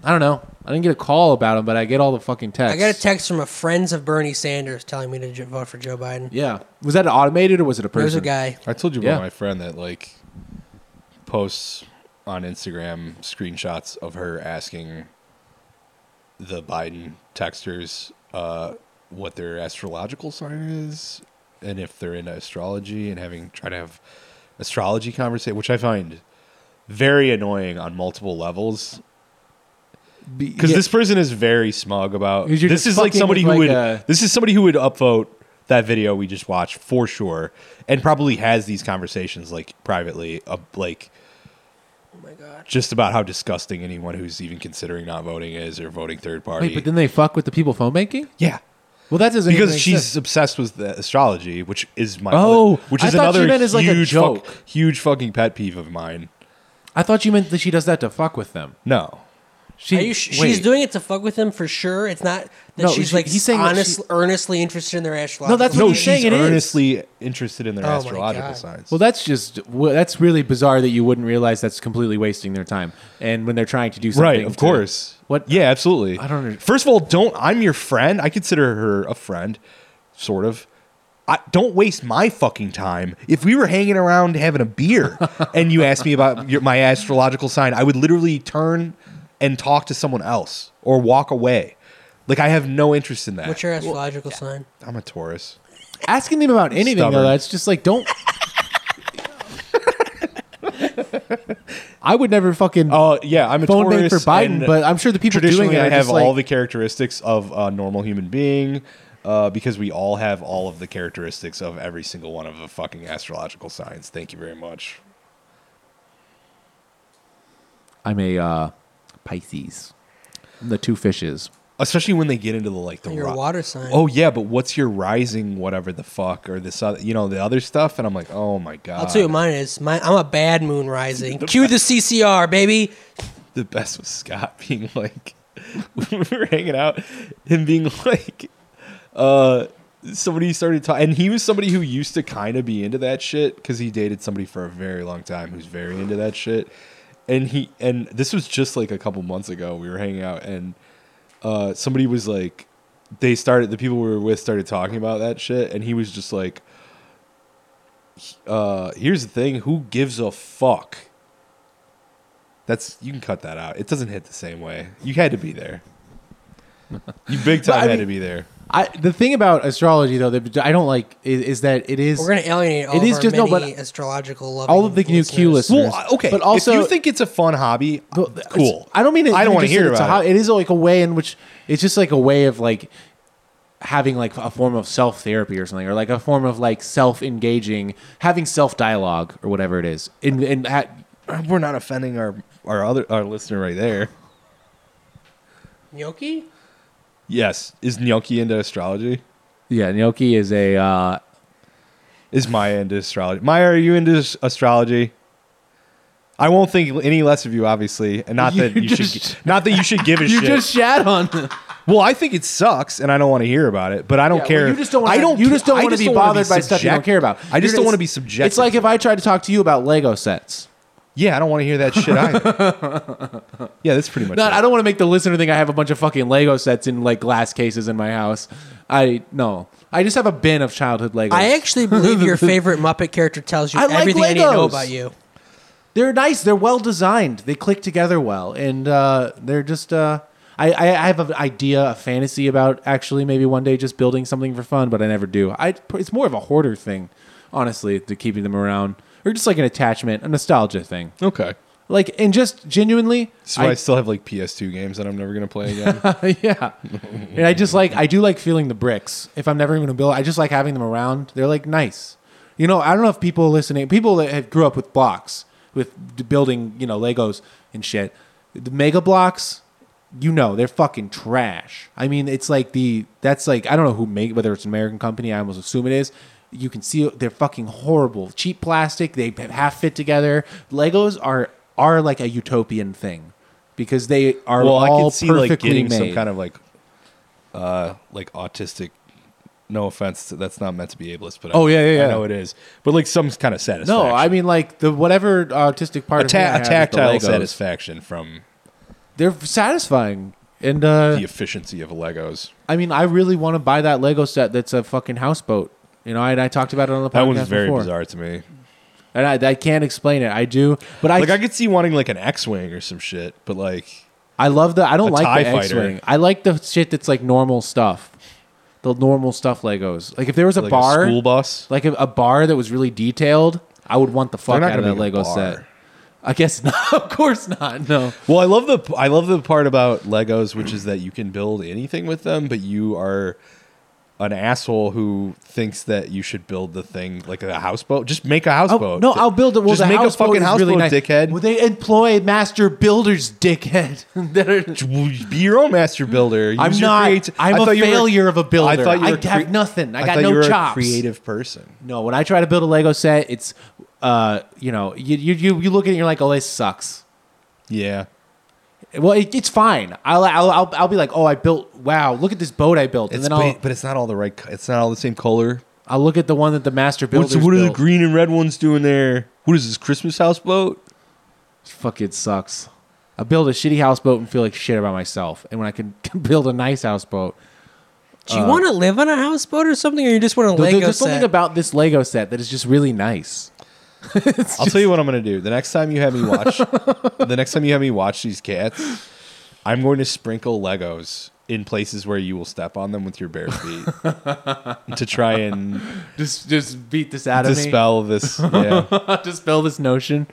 [SPEAKER 3] I don't know. I didn't get a call about him, but I get all the fucking texts.
[SPEAKER 1] I got a text from a friends of Bernie Sanders telling me to j- vote for Joe Biden.
[SPEAKER 3] yeah. Was that automated or was it a person?
[SPEAKER 1] There's a guy.
[SPEAKER 2] I told you
[SPEAKER 3] Yeah.
[SPEAKER 2] about my friend that like posts on Instagram screenshots of her asking the Biden texters uh, what their astrological sign is and if they're into astrology and having try to have astrology conversation, which I find very annoying on multiple levels. Because
[SPEAKER 3] yeah.
[SPEAKER 2] this person is very smug about
[SPEAKER 3] 'Cause you're
[SPEAKER 2] this
[SPEAKER 3] just
[SPEAKER 2] is like
[SPEAKER 3] fucking
[SPEAKER 2] somebody who
[SPEAKER 3] with,
[SPEAKER 2] would
[SPEAKER 3] like, a-
[SPEAKER 2] this is somebody who would upvote that video we just watched for sure, and probably has these conversations like privately, uh, like, oh my god, just about how disgusting anyone who's even considering not voting is or voting third party.
[SPEAKER 3] Wait, but then they fuck with the people phone banking?
[SPEAKER 2] Yeah.
[SPEAKER 3] Well, that doesn't even
[SPEAKER 2] because
[SPEAKER 3] make
[SPEAKER 2] she's
[SPEAKER 3] sense.
[SPEAKER 2] obsessed with the astrology, which is my
[SPEAKER 3] Oh,
[SPEAKER 2] which
[SPEAKER 3] I
[SPEAKER 2] is
[SPEAKER 3] thought you
[SPEAKER 2] another
[SPEAKER 3] meant as, like, a
[SPEAKER 2] huge, fuck-
[SPEAKER 3] joke.
[SPEAKER 2] huge fucking pet peeve of mine.
[SPEAKER 3] I thought you meant that she does that to fuck with them.
[SPEAKER 2] No.
[SPEAKER 3] She,
[SPEAKER 1] Are you sh-
[SPEAKER 3] wait.
[SPEAKER 1] she's doing it to fuck with him for sure. It's not that
[SPEAKER 3] No,
[SPEAKER 1] she's
[SPEAKER 3] she-
[SPEAKER 1] like
[SPEAKER 3] he's
[SPEAKER 1] he's
[SPEAKER 3] saying
[SPEAKER 1] saying
[SPEAKER 3] that
[SPEAKER 1] honestly, earnestly interested in their astrology.
[SPEAKER 3] No, that's
[SPEAKER 2] no,
[SPEAKER 3] what he's
[SPEAKER 2] she's
[SPEAKER 3] saying. It is.
[SPEAKER 2] earnestly interested in their
[SPEAKER 1] Oh my
[SPEAKER 2] astrological
[SPEAKER 1] God.
[SPEAKER 2] signs.
[SPEAKER 3] Well, that's just well, that's really bizarre that you wouldn't realize that's completely wasting their time. And when they're trying to do something,
[SPEAKER 2] Right, of
[SPEAKER 3] to-
[SPEAKER 2] course. What? Yeah, absolutely. I don't. First of all, don't. I'm your friend. I consider her a friend, sort of. I, don't waste my fucking time. If we were hanging around having a beer and you asked me about your, my astrological sign, I would literally turn and talk to someone else or walk away. Like I have no interest in that.
[SPEAKER 1] What's your astrological sign?
[SPEAKER 2] I'm a Taurus.
[SPEAKER 3] Asking them about anything
[SPEAKER 2] Stubborn.
[SPEAKER 3] though, that's just like don't. I would never fucking.
[SPEAKER 2] Oh yeah, I'm a
[SPEAKER 3] phone bank
[SPEAKER 2] Taurus
[SPEAKER 3] for Biden,
[SPEAKER 2] and
[SPEAKER 3] but I'm sure the people
[SPEAKER 2] traditionally
[SPEAKER 3] doing it
[SPEAKER 2] I
[SPEAKER 3] are
[SPEAKER 2] have
[SPEAKER 3] just like,
[SPEAKER 2] all the characteristics of a normal human being uh, because we all have all of the characteristics of every single one of the fucking astrological signs. Thank you very much.
[SPEAKER 3] I'm a uh, Pisces. I'm the two fishes.
[SPEAKER 2] Especially when they get into the like the
[SPEAKER 1] You're a
[SPEAKER 2] ri-
[SPEAKER 1] water sign.
[SPEAKER 2] Oh yeah, but what's your rising whatever the fuck or this other you know the other stuff and I'm like oh my god.
[SPEAKER 1] I'll tell you what mine is. Mine, I'm a bad moon rising. Cue the CCR, baby.
[SPEAKER 2] the best was Scott being like, we were hanging out, him being like, uh, somebody started talking, and he was somebody who used to kind of be into that shit because he dated somebody for a very long time who's very into that shit, and he and this was just like a couple months ago we were hanging out and uh, somebody was like, they started the people we were with started talking about that shit, and he was just like. Uh, here's the thing. Who gives a fuck? That's you can cut that out. It doesn't hit the same way. You had to be there. You big
[SPEAKER 3] But, I
[SPEAKER 2] time had
[SPEAKER 3] mean-
[SPEAKER 2] to be there.
[SPEAKER 3] I, the thing about astrology though that I don't like is, is that it is
[SPEAKER 1] We're gonna alienate all
[SPEAKER 3] it
[SPEAKER 1] of
[SPEAKER 3] is
[SPEAKER 1] our
[SPEAKER 3] just no,
[SPEAKER 1] many
[SPEAKER 3] but
[SPEAKER 1] astrological loving
[SPEAKER 3] all of the new Q listeners.
[SPEAKER 2] Well, okay.
[SPEAKER 3] but also
[SPEAKER 2] if you think it's a fun hobby, cool.
[SPEAKER 3] I don't mean it,
[SPEAKER 2] I don't want to
[SPEAKER 3] just that
[SPEAKER 2] hear
[SPEAKER 3] it's
[SPEAKER 2] about
[SPEAKER 3] a
[SPEAKER 2] it.
[SPEAKER 3] ho- It is like a way in which it's just like a way of like having like a form of self therapy or something, or like a form of like self engaging, having self dialogue or whatever it is. And and at,
[SPEAKER 2] we're not offending our our other our listener right there.
[SPEAKER 1] gnocchi.
[SPEAKER 2] Yes, is gnocchi into astrology?
[SPEAKER 3] Yeah, gnocchi is a. Uh,
[SPEAKER 2] is Maya into astrology? Maya, are you into s- astrology? I won't think any less of you, obviously, and not that
[SPEAKER 3] You
[SPEAKER 2] you
[SPEAKER 3] just-
[SPEAKER 2] should. gi- Not that you should give a
[SPEAKER 3] You
[SPEAKER 2] shit.
[SPEAKER 3] just shat on.
[SPEAKER 2] Well, I think it sucks, and I don't want to hear about it. But I don't
[SPEAKER 3] Yeah, well,
[SPEAKER 2] care.
[SPEAKER 3] you just don't. Wanna,
[SPEAKER 2] I don't.
[SPEAKER 3] You just don't
[SPEAKER 2] I
[SPEAKER 3] want to be
[SPEAKER 2] don't wanna
[SPEAKER 3] bothered by stuff you don't
[SPEAKER 2] subject-
[SPEAKER 3] care about.
[SPEAKER 2] I just
[SPEAKER 3] You're-
[SPEAKER 2] don't want to be
[SPEAKER 3] it's-
[SPEAKER 2] subjected.
[SPEAKER 3] It's like if I tried to talk to you about Lego sets.
[SPEAKER 2] Yeah, I don't want to hear that shit either. yeah, that's pretty much.
[SPEAKER 3] No,
[SPEAKER 2] it.
[SPEAKER 3] I don't want to make the listener think I have a bunch of fucking Lego sets in like glass cases in my house. I no. I just have a bin of childhood Legos.
[SPEAKER 1] I actually believe your favorite Muppet character tells you
[SPEAKER 3] I like
[SPEAKER 1] everything I need to know
[SPEAKER 3] Legos.
[SPEAKER 1] about you.
[SPEAKER 3] They're nice. They're well designed. They click together well, and uh, they're just. Uh, I, I I have an idea, a fantasy about actually maybe one day just building something for fun, but I never do. I it's more of a hoarder thing, honestly, to keeping them around, or just like an attachment, a nostalgia thing.
[SPEAKER 2] Okay.
[SPEAKER 3] Like and just genuinely,
[SPEAKER 2] So I,
[SPEAKER 3] I-
[SPEAKER 2] still have like PS2 games that I'm never gonna play again.
[SPEAKER 3] yeah. and I just like I do like feeling the bricks. If I'm never even gonna build, I just like having them around. They're like nice. You know, I don't know if people listening, people that have grew up with blocks, with d- building, you know, Legos and shit. The Mega blocks, you know, they're fucking trash. I mean, it's like the that's like I don't know who make whether it's an American company. I almost assume it is. You can see they're fucking horrible. Cheap plastic. They half fit together. Legos are are like a utopian thing because they are
[SPEAKER 2] well, I
[SPEAKER 3] all
[SPEAKER 2] could see
[SPEAKER 3] perfectly
[SPEAKER 2] like getting
[SPEAKER 3] made.
[SPEAKER 2] some kind of like, uh, like autistic. No offense, to, that's not meant to be ableist, but I-
[SPEAKER 3] Oh, yeah, yeah,
[SPEAKER 2] I
[SPEAKER 3] yeah.
[SPEAKER 2] know it is. But like some kind of satisfaction.
[SPEAKER 3] No, I mean like the whatever autistic part
[SPEAKER 2] a,
[SPEAKER 3] of me I
[SPEAKER 2] ta-
[SPEAKER 3] have
[SPEAKER 2] a
[SPEAKER 3] with
[SPEAKER 2] tactile
[SPEAKER 3] the Legos,
[SPEAKER 2] satisfaction from
[SPEAKER 3] They're satisfying and uh,
[SPEAKER 2] the efficiency of Legos.
[SPEAKER 3] I mean, I really want to buy that Lego set that's a fucking houseboat. You know, I, I talked about it on the podcast
[SPEAKER 2] That one's very
[SPEAKER 3] before.
[SPEAKER 2] bizarre to me.
[SPEAKER 3] and I, I can't explain it. I do, but I
[SPEAKER 2] like I could see wanting like an X-wing or some shit, but like
[SPEAKER 3] I love the. I
[SPEAKER 2] a
[SPEAKER 3] don't
[SPEAKER 2] TIE
[SPEAKER 3] like the
[SPEAKER 2] fighter.
[SPEAKER 3] X-wing. I like the shit that's like normal stuff. The normal stuff Legos. Like if there was a
[SPEAKER 2] Like a
[SPEAKER 3] bar,
[SPEAKER 2] school bus,
[SPEAKER 3] like a, a bar that was really detailed, I would want the fuck
[SPEAKER 2] not
[SPEAKER 3] out of
[SPEAKER 2] gonna
[SPEAKER 3] that
[SPEAKER 2] make a
[SPEAKER 3] Lego
[SPEAKER 2] bar.
[SPEAKER 3] set. I guess not. of course not. No.
[SPEAKER 2] Well, I love the I love the part about Legos, which is that you can build anything with them, but you are an asshole who thinks that you should build the thing like a houseboat. Just make a houseboat.
[SPEAKER 3] Oh, No, I'll build it. Well,
[SPEAKER 2] Just
[SPEAKER 3] the
[SPEAKER 2] make a
[SPEAKER 3] houseboat
[SPEAKER 2] fucking
[SPEAKER 3] is
[SPEAKER 2] houseboat,
[SPEAKER 3] really nice.
[SPEAKER 2] dickhead.
[SPEAKER 3] Well, they employ master builders, dickhead.
[SPEAKER 2] Be your own master builder. Use
[SPEAKER 3] I'm
[SPEAKER 2] your
[SPEAKER 3] not.
[SPEAKER 2] creati-
[SPEAKER 3] I'm
[SPEAKER 2] I
[SPEAKER 3] a
[SPEAKER 2] thought you were-
[SPEAKER 3] failure of a builder.
[SPEAKER 2] I thought you
[SPEAKER 3] I
[SPEAKER 2] were
[SPEAKER 3] have
[SPEAKER 2] cre-
[SPEAKER 3] nothing. I got
[SPEAKER 2] thought
[SPEAKER 3] no
[SPEAKER 2] you were a
[SPEAKER 3] chops.
[SPEAKER 2] creative person.
[SPEAKER 3] No, when I try to build a Lego set, it's uh, you know, you you you, you look at it, and you're like, oh, this sucks.
[SPEAKER 2] Yeah.
[SPEAKER 3] Well, it, it's fine. I'll, I'll I'll I'll be like, oh, I built. Wow, look at this boat I built, and
[SPEAKER 2] It's
[SPEAKER 3] then I'll
[SPEAKER 2] ba- but it's not all the right. co- It's not all the same color.
[SPEAKER 3] I'll look at the one that the master
[SPEAKER 2] What's,
[SPEAKER 3] builders
[SPEAKER 2] what are the
[SPEAKER 3] built.
[SPEAKER 2] green and red ones doing there? What is this Christmas houseboat?
[SPEAKER 3] Fuck, it sucks. I build a shitty houseboat and feel like shit about myself, and when I can build a nice houseboat.
[SPEAKER 1] Do you
[SPEAKER 3] uh,
[SPEAKER 1] want to live on a houseboat or something, or you just want a
[SPEAKER 3] There-
[SPEAKER 1] Lego
[SPEAKER 3] there's
[SPEAKER 1] set?
[SPEAKER 3] something about this Lego set that is just really nice.
[SPEAKER 2] I'll tell you what I'm gonna do. The next time you have me watch, the next time you have me watch these cats, I'm going to sprinkle Legos in places where you will step on them with your bare feet to try and
[SPEAKER 3] Just just beat this out of me.
[SPEAKER 2] dispel this. Yeah.
[SPEAKER 3] dispel this notion.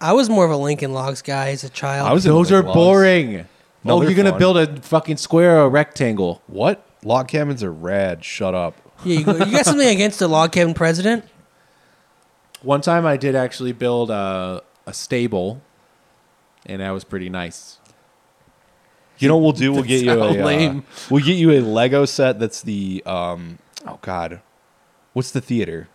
[SPEAKER 1] I was more of a Lincoln Logs guy as a child.
[SPEAKER 3] Those are boring.
[SPEAKER 2] No,
[SPEAKER 3] oh,
[SPEAKER 2] they're
[SPEAKER 3] you're gonna
[SPEAKER 2] fun.
[SPEAKER 3] build a fucking square or a rectangle.
[SPEAKER 2] What? Log cabins are rad. Shut up.
[SPEAKER 1] Yeah, you, you got something against the log cabin president?
[SPEAKER 3] One time I did actually build a, a stable, and that was pretty nice.
[SPEAKER 2] You know what we'll do? We'll
[SPEAKER 3] That
[SPEAKER 2] get you
[SPEAKER 3] sounds
[SPEAKER 2] a uh,
[SPEAKER 3] lame.
[SPEAKER 2] we'll get you a Lego set that's the um oh god, what's the theater?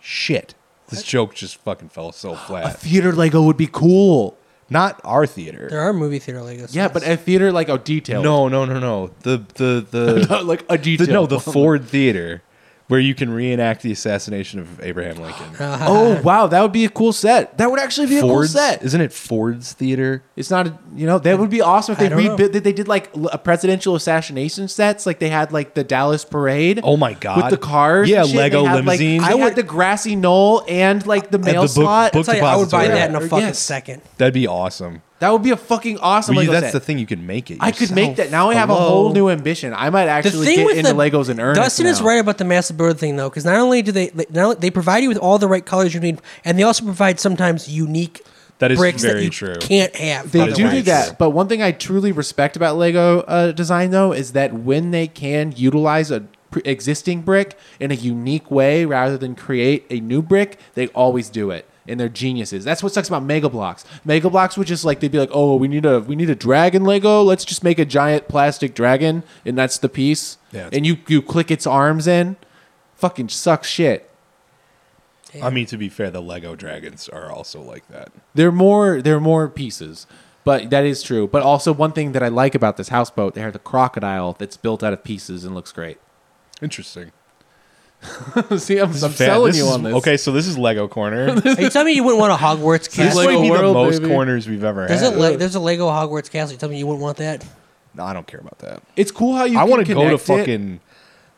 [SPEAKER 2] Shit, this joke just fucking fell so flat.
[SPEAKER 3] Theater Lego would be cool.
[SPEAKER 2] Not our theater.
[SPEAKER 1] There are movie theater Legos.
[SPEAKER 3] Yeah, but a theater like a detail.
[SPEAKER 2] No, no, no, no. The the the
[SPEAKER 3] Not like a
[SPEAKER 2] the-
[SPEAKER 3] detail.
[SPEAKER 2] no, the Ford Theater, where you can reenact the assassination of Abraham Lincoln.
[SPEAKER 3] oh wow, that would be a cool set. That would actually be a
[SPEAKER 2] Ford's
[SPEAKER 3] cool set.
[SPEAKER 2] isn't it? Ford's Theater.
[SPEAKER 3] It's not, a, you know, that would be awesome if
[SPEAKER 2] I
[SPEAKER 3] they
[SPEAKER 2] don't know.
[SPEAKER 3] rebuilt. They did like l- a presidential assassination sets, like they had like the Dallas parade.
[SPEAKER 2] Oh my god!
[SPEAKER 3] with the cars,
[SPEAKER 2] Yeah,
[SPEAKER 3] and shit.
[SPEAKER 2] Lego
[SPEAKER 3] They had, like-
[SPEAKER 2] limousines.
[SPEAKER 3] I had the grassy knoll and like the mail
[SPEAKER 2] book-
[SPEAKER 3] slot.
[SPEAKER 2] book I'll tell you, I would buy depository. that
[SPEAKER 1] in a
[SPEAKER 3] Or-
[SPEAKER 1] fucking second.
[SPEAKER 2] That'd be awesome.
[SPEAKER 3] That would be a fucking awesome
[SPEAKER 2] Well, you-
[SPEAKER 3] Lego
[SPEAKER 2] that's
[SPEAKER 3] set.
[SPEAKER 2] the thing you can make it.
[SPEAKER 3] I could make
[SPEAKER 2] yourself.
[SPEAKER 3] that. Now I have a
[SPEAKER 2] Hello.
[SPEAKER 3] whole new ambition. I might actually
[SPEAKER 1] thing
[SPEAKER 3] get
[SPEAKER 1] with
[SPEAKER 3] into
[SPEAKER 1] the-
[SPEAKER 3] Legos in earnest.
[SPEAKER 1] Dustin is
[SPEAKER 3] now.
[SPEAKER 1] right about the massive bird thing though, because not only do they, they not only, they provide you with all the right colors you need, and they also provide sometimes unique
[SPEAKER 2] That is
[SPEAKER 1] bricks that
[SPEAKER 2] very
[SPEAKER 1] you
[SPEAKER 2] true.
[SPEAKER 1] can't have.
[SPEAKER 3] They
[SPEAKER 1] otherwise.
[SPEAKER 3] do do that, but one thing I truly respect about Lego uh, design though is that when they can utilize a pre- existing brick in a unique way rather than create a new brick, they always do it. And they're geniuses. That's what sucks about Mega Blocks. Mega Blocks would just like they'd be like, "Oh, we need a we need a dragon Lego. Let's just make a giant plastic dragon, and that's the piece."
[SPEAKER 2] Yeah.
[SPEAKER 3] And you you click its arms in. Fucking sucks shit.
[SPEAKER 2] I mean, to be fair, the Lego dragons are also like that.
[SPEAKER 3] They're more they're more pieces. But that is true. But also one thing that I like about this houseboat, they have the crocodile that's built out of pieces and looks great.
[SPEAKER 2] Interesting.
[SPEAKER 3] See, I'm, I'm
[SPEAKER 2] This is fan-
[SPEAKER 3] selling
[SPEAKER 2] this
[SPEAKER 3] you
[SPEAKER 2] is-
[SPEAKER 3] on this.
[SPEAKER 2] Okay, so this is Lego corner.
[SPEAKER 1] Are you telling me you wouldn't want a Hogwarts
[SPEAKER 2] This
[SPEAKER 1] castle?
[SPEAKER 2] might be the most corners we've ever
[SPEAKER 1] There's a,
[SPEAKER 2] had.
[SPEAKER 1] le- there's a Lego Hogwarts castle. You tell me you wouldn't want that?
[SPEAKER 2] No, I don't care about that.
[SPEAKER 3] It's cool how you.
[SPEAKER 2] I
[SPEAKER 3] can
[SPEAKER 2] want to go to
[SPEAKER 3] connect it.
[SPEAKER 2] fucking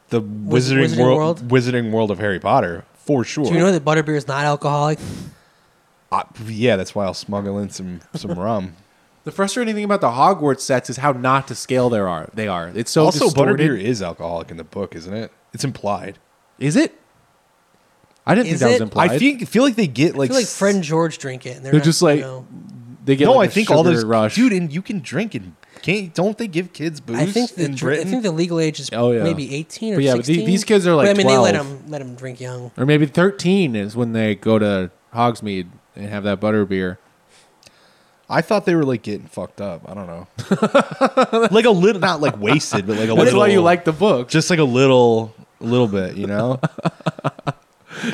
[SPEAKER 2] the
[SPEAKER 1] Wiz-
[SPEAKER 2] Wizarding,
[SPEAKER 1] Wizarding
[SPEAKER 2] world,
[SPEAKER 1] World?
[SPEAKER 2] Wizarding World of Harry Potter for sure.
[SPEAKER 1] Do you know that butterbeer is not alcoholic?
[SPEAKER 2] I- yeah, that's why I'll smuggle in some some rum.
[SPEAKER 3] The frustrating thing about the Hogwarts sets is how not to scale there are. They are. It's so
[SPEAKER 2] also
[SPEAKER 3] distorted.
[SPEAKER 2] butterbeer is alcoholic in the book, isn't it? It's implied.
[SPEAKER 3] Is it? I didn't think Is that was it? implied.
[SPEAKER 2] I feel, feel like they get
[SPEAKER 1] I
[SPEAKER 2] like
[SPEAKER 1] feel like Fred and George drink it. And they're,
[SPEAKER 3] They're
[SPEAKER 1] not-
[SPEAKER 3] just
[SPEAKER 1] you
[SPEAKER 3] like
[SPEAKER 1] know.
[SPEAKER 3] they get.
[SPEAKER 2] no,
[SPEAKER 3] like
[SPEAKER 2] I
[SPEAKER 3] a
[SPEAKER 2] think all
[SPEAKER 3] sugar
[SPEAKER 2] those
[SPEAKER 3] rush.
[SPEAKER 2] dude, and you can drink and can't. Don't they give kids booze?
[SPEAKER 1] I think the
[SPEAKER 2] in
[SPEAKER 1] dr- I
[SPEAKER 2] Britain?
[SPEAKER 1] think the legal age is
[SPEAKER 3] Oh, yeah.
[SPEAKER 1] maybe eighteen or
[SPEAKER 3] But yeah, but the-
[SPEAKER 1] sixteen.
[SPEAKER 3] these kids are, like,
[SPEAKER 1] But, I mean, they let
[SPEAKER 3] 12.
[SPEAKER 1] them let 'em drink young.
[SPEAKER 3] or maybe thirteen is when they go to Hogsmeade and have that butter beer.
[SPEAKER 2] I thought they were like getting fucked up. I don't know. like a little, not like wasted, but like a
[SPEAKER 3] That's
[SPEAKER 2] little.
[SPEAKER 3] why you like the book.
[SPEAKER 2] Just like a little, little bit, you know.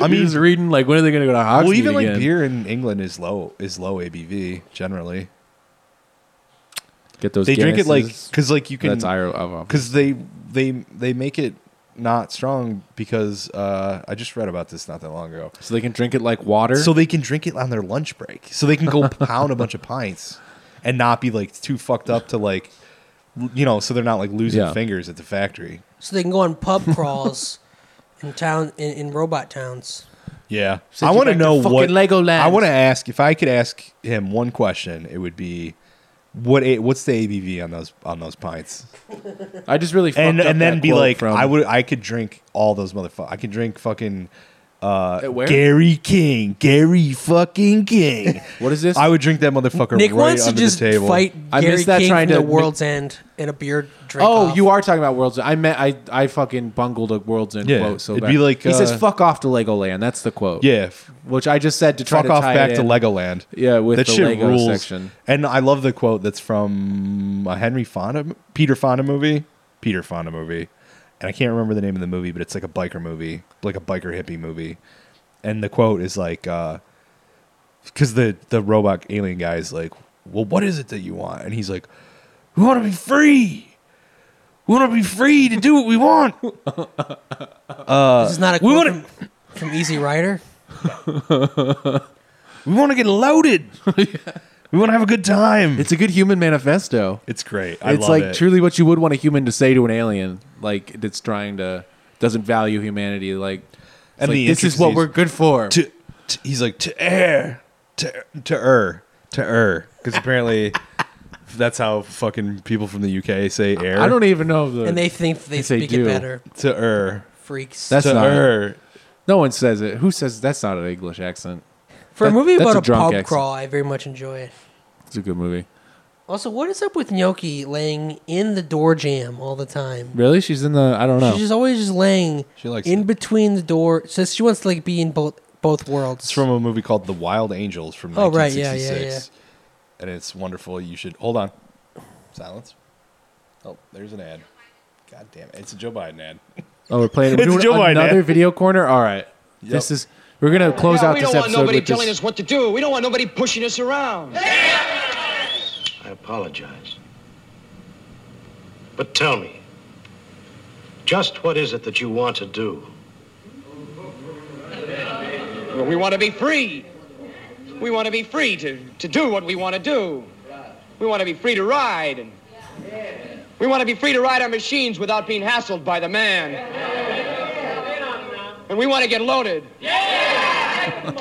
[SPEAKER 2] I mean,
[SPEAKER 3] just reading like when are they going to go to Hogsmeade
[SPEAKER 2] well, even
[SPEAKER 3] again?
[SPEAKER 2] like beer in England is low is low ABV generally.
[SPEAKER 3] Get those.
[SPEAKER 2] they drink it like
[SPEAKER 3] Guinnesses.
[SPEAKER 2] because like you can
[SPEAKER 3] That's Ireland.
[SPEAKER 2] because they they they make it not strong because uh, I just read about this not that long ago.
[SPEAKER 3] So they can drink it like water.
[SPEAKER 2] So they can drink it on their lunch break. So they can go pound a bunch of pints and not be like too fucked up to like l- you know. So they're not like losing
[SPEAKER 1] Yeah.
[SPEAKER 2] fingers at the factory.
[SPEAKER 1] So they can go on pub crawls in town in, in robot towns.
[SPEAKER 2] Yeah,
[SPEAKER 1] Send
[SPEAKER 2] I
[SPEAKER 1] you
[SPEAKER 2] want
[SPEAKER 1] back
[SPEAKER 2] to
[SPEAKER 1] to
[SPEAKER 2] know
[SPEAKER 1] fucking
[SPEAKER 2] what
[SPEAKER 1] Legoland.
[SPEAKER 2] I want to ask if I could ask him one question. It would be what a, what's the ABV on those on those pints?
[SPEAKER 3] I just really fucked
[SPEAKER 2] and
[SPEAKER 3] up
[SPEAKER 2] and then
[SPEAKER 3] that
[SPEAKER 2] be
[SPEAKER 3] quote
[SPEAKER 2] like
[SPEAKER 3] from-
[SPEAKER 2] I would I could drink all those motherfuckers. I could drink fucking uh,
[SPEAKER 3] At where?
[SPEAKER 2] Gary King, Gary fucking King.
[SPEAKER 3] What is this?
[SPEAKER 2] I would drink that motherfucker.
[SPEAKER 1] Nick
[SPEAKER 2] right
[SPEAKER 1] wants to
[SPEAKER 2] under
[SPEAKER 1] just
[SPEAKER 2] the table.
[SPEAKER 1] fight Gary King from the World's End in a beer drink.
[SPEAKER 3] oh,
[SPEAKER 1] off.
[SPEAKER 3] you are talking about World's End. I meant I I fucking bungled a World's End
[SPEAKER 2] Yeah,
[SPEAKER 3] quote. So
[SPEAKER 2] it'd
[SPEAKER 3] bad.
[SPEAKER 2] be like,
[SPEAKER 3] he says
[SPEAKER 2] uh,
[SPEAKER 3] "fuck off to Legoland." That's the quote.
[SPEAKER 2] Yeah, f-
[SPEAKER 3] which I just said to try
[SPEAKER 2] fuck
[SPEAKER 3] to
[SPEAKER 2] off
[SPEAKER 3] tie
[SPEAKER 2] back
[SPEAKER 3] it
[SPEAKER 2] to
[SPEAKER 3] in.
[SPEAKER 2] Legoland.
[SPEAKER 3] Yeah, with
[SPEAKER 2] that
[SPEAKER 3] the
[SPEAKER 2] shit
[SPEAKER 3] Lego
[SPEAKER 2] rules.
[SPEAKER 3] section.
[SPEAKER 2] And I love the quote that's from a Henry Fonda, Peter Fonda movie, Peter Fonda movie, and I can't remember the name of the movie, but it's like a biker movie, like a biker hippie movie, and the quote is like, because the the robot alien guy is like, well, what is it that you want? And he's like, we want to be free. We want to be free to do what we want. Uh,
[SPEAKER 1] this is not a
[SPEAKER 2] we
[SPEAKER 1] quote
[SPEAKER 2] want
[SPEAKER 1] from, from Easy Rider.
[SPEAKER 2] to we want to get loaded. We want to have a good time.
[SPEAKER 3] It's a good human manifesto.
[SPEAKER 2] It's great. I
[SPEAKER 3] it's
[SPEAKER 2] love
[SPEAKER 3] like
[SPEAKER 2] it.
[SPEAKER 3] truly what you would want a human to say to an alien, like that's trying to doesn't value humanity. Like, it's like,
[SPEAKER 2] the
[SPEAKER 3] this is
[SPEAKER 2] intricacies-
[SPEAKER 3] what we're good for.
[SPEAKER 2] To, to- he's like to air, to to err, to err, because apparently that's how fucking people from the UK say air.
[SPEAKER 3] I don't even know the.
[SPEAKER 1] And they think they
[SPEAKER 3] if they
[SPEAKER 1] speak it
[SPEAKER 3] do.
[SPEAKER 1] better.
[SPEAKER 2] To err.
[SPEAKER 1] Freaks.
[SPEAKER 3] That's
[SPEAKER 2] To
[SPEAKER 3] not.
[SPEAKER 2] err.
[SPEAKER 3] No one says it. Who says that's not an English accent?
[SPEAKER 1] For a
[SPEAKER 3] That-
[SPEAKER 1] movie
[SPEAKER 3] that's
[SPEAKER 1] about a,
[SPEAKER 3] drunk
[SPEAKER 1] pub
[SPEAKER 3] accent.
[SPEAKER 1] crawl, I very much enjoy it.
[SPEAKER 3] It's a good movie.
[SPEAKER 1] Also, what is up with Gnocchi laying in the door jam all the time?
[SPEAKER 3] Really? She's in the. I don't know.
[SPEAKER 1] She's just always just laying
[SPEAKER 2] She likes
[SPEAKER 1] in between the door. Says she wants to like be in both both worlds.
[SPEAKER 2] It's from a movie called The Wild Angels from
[SPEAKER 1] Oh, right, yeah, yeah,
[SPEAKER 2] 1966. And it's wonderful. You should hold on. Silence. Oh, there's an ad. God damn it. It's a Joe Biden ad.
[SPEAKER 3] Oh, we're playing
[SPEAKER 2] It's
[SPEAKER 3] we're doing
[SPEAKER 2] Joe Biden,
[SPEAKER 3] another
[SPEAKER 2] yeah.
[SPEAKER 3] video corner. All right, this is we're gonna close
[SPEAKER 17] Yeah,
[SPEAKER 3] out
[SPEAKER 17] we
[SPEAKER 3] this
[SPEAKER 17] don't want
[SPEAKER 3] episode
[SPEAKER 17] nobody
[SPEAKER 3] with
[SPEAKER 17] telling
[SPEAKER 3] this.
[SPEAKER 17] us what to do. We don't want nobody pushing us around.
[SPEAKER 18] I apologize. But tell me, just what is it that you want to do?
[SPEAKER 17] We want to be free. We want to be free to, to do what we want to do. We want to be free to ride. And we want to be free to ride our machines without being hassled by the man. And we want to get loaded. And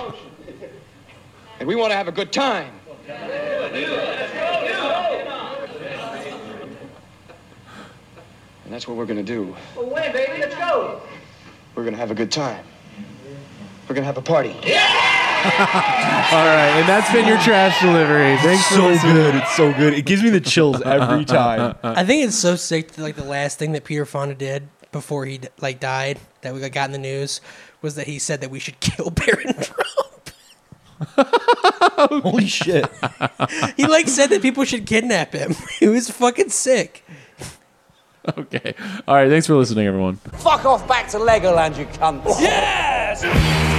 [SPEAKER 17] we want to have a good time. And that's what we're gonna do.
[SPEAKER 4] Away, baby, let's go.
[SPEAKER 17] We're gonna have a good time. We're gonna have a party.
[SPEAKER 3] All right, and that's been your trash delivery. Thanks
[SPEAKER 2] so good. It's so good. It gives me the chills every time.
[SPEAKER 1] I think it's so sick that like the last thing that Peter Fonda did before he like died that we got in the news was that he said that we should kill Baron Trump.
[SPEAKER 2] Holy shit!
[SPEAKER 1] he like said that people should kidnap him. It was fucking sick.
[SPEAKER 3] Okay. All right. Thanks for listening, everyone.
[SPEAKER 19] Fuck off back to Legoland, you cunt. Yes!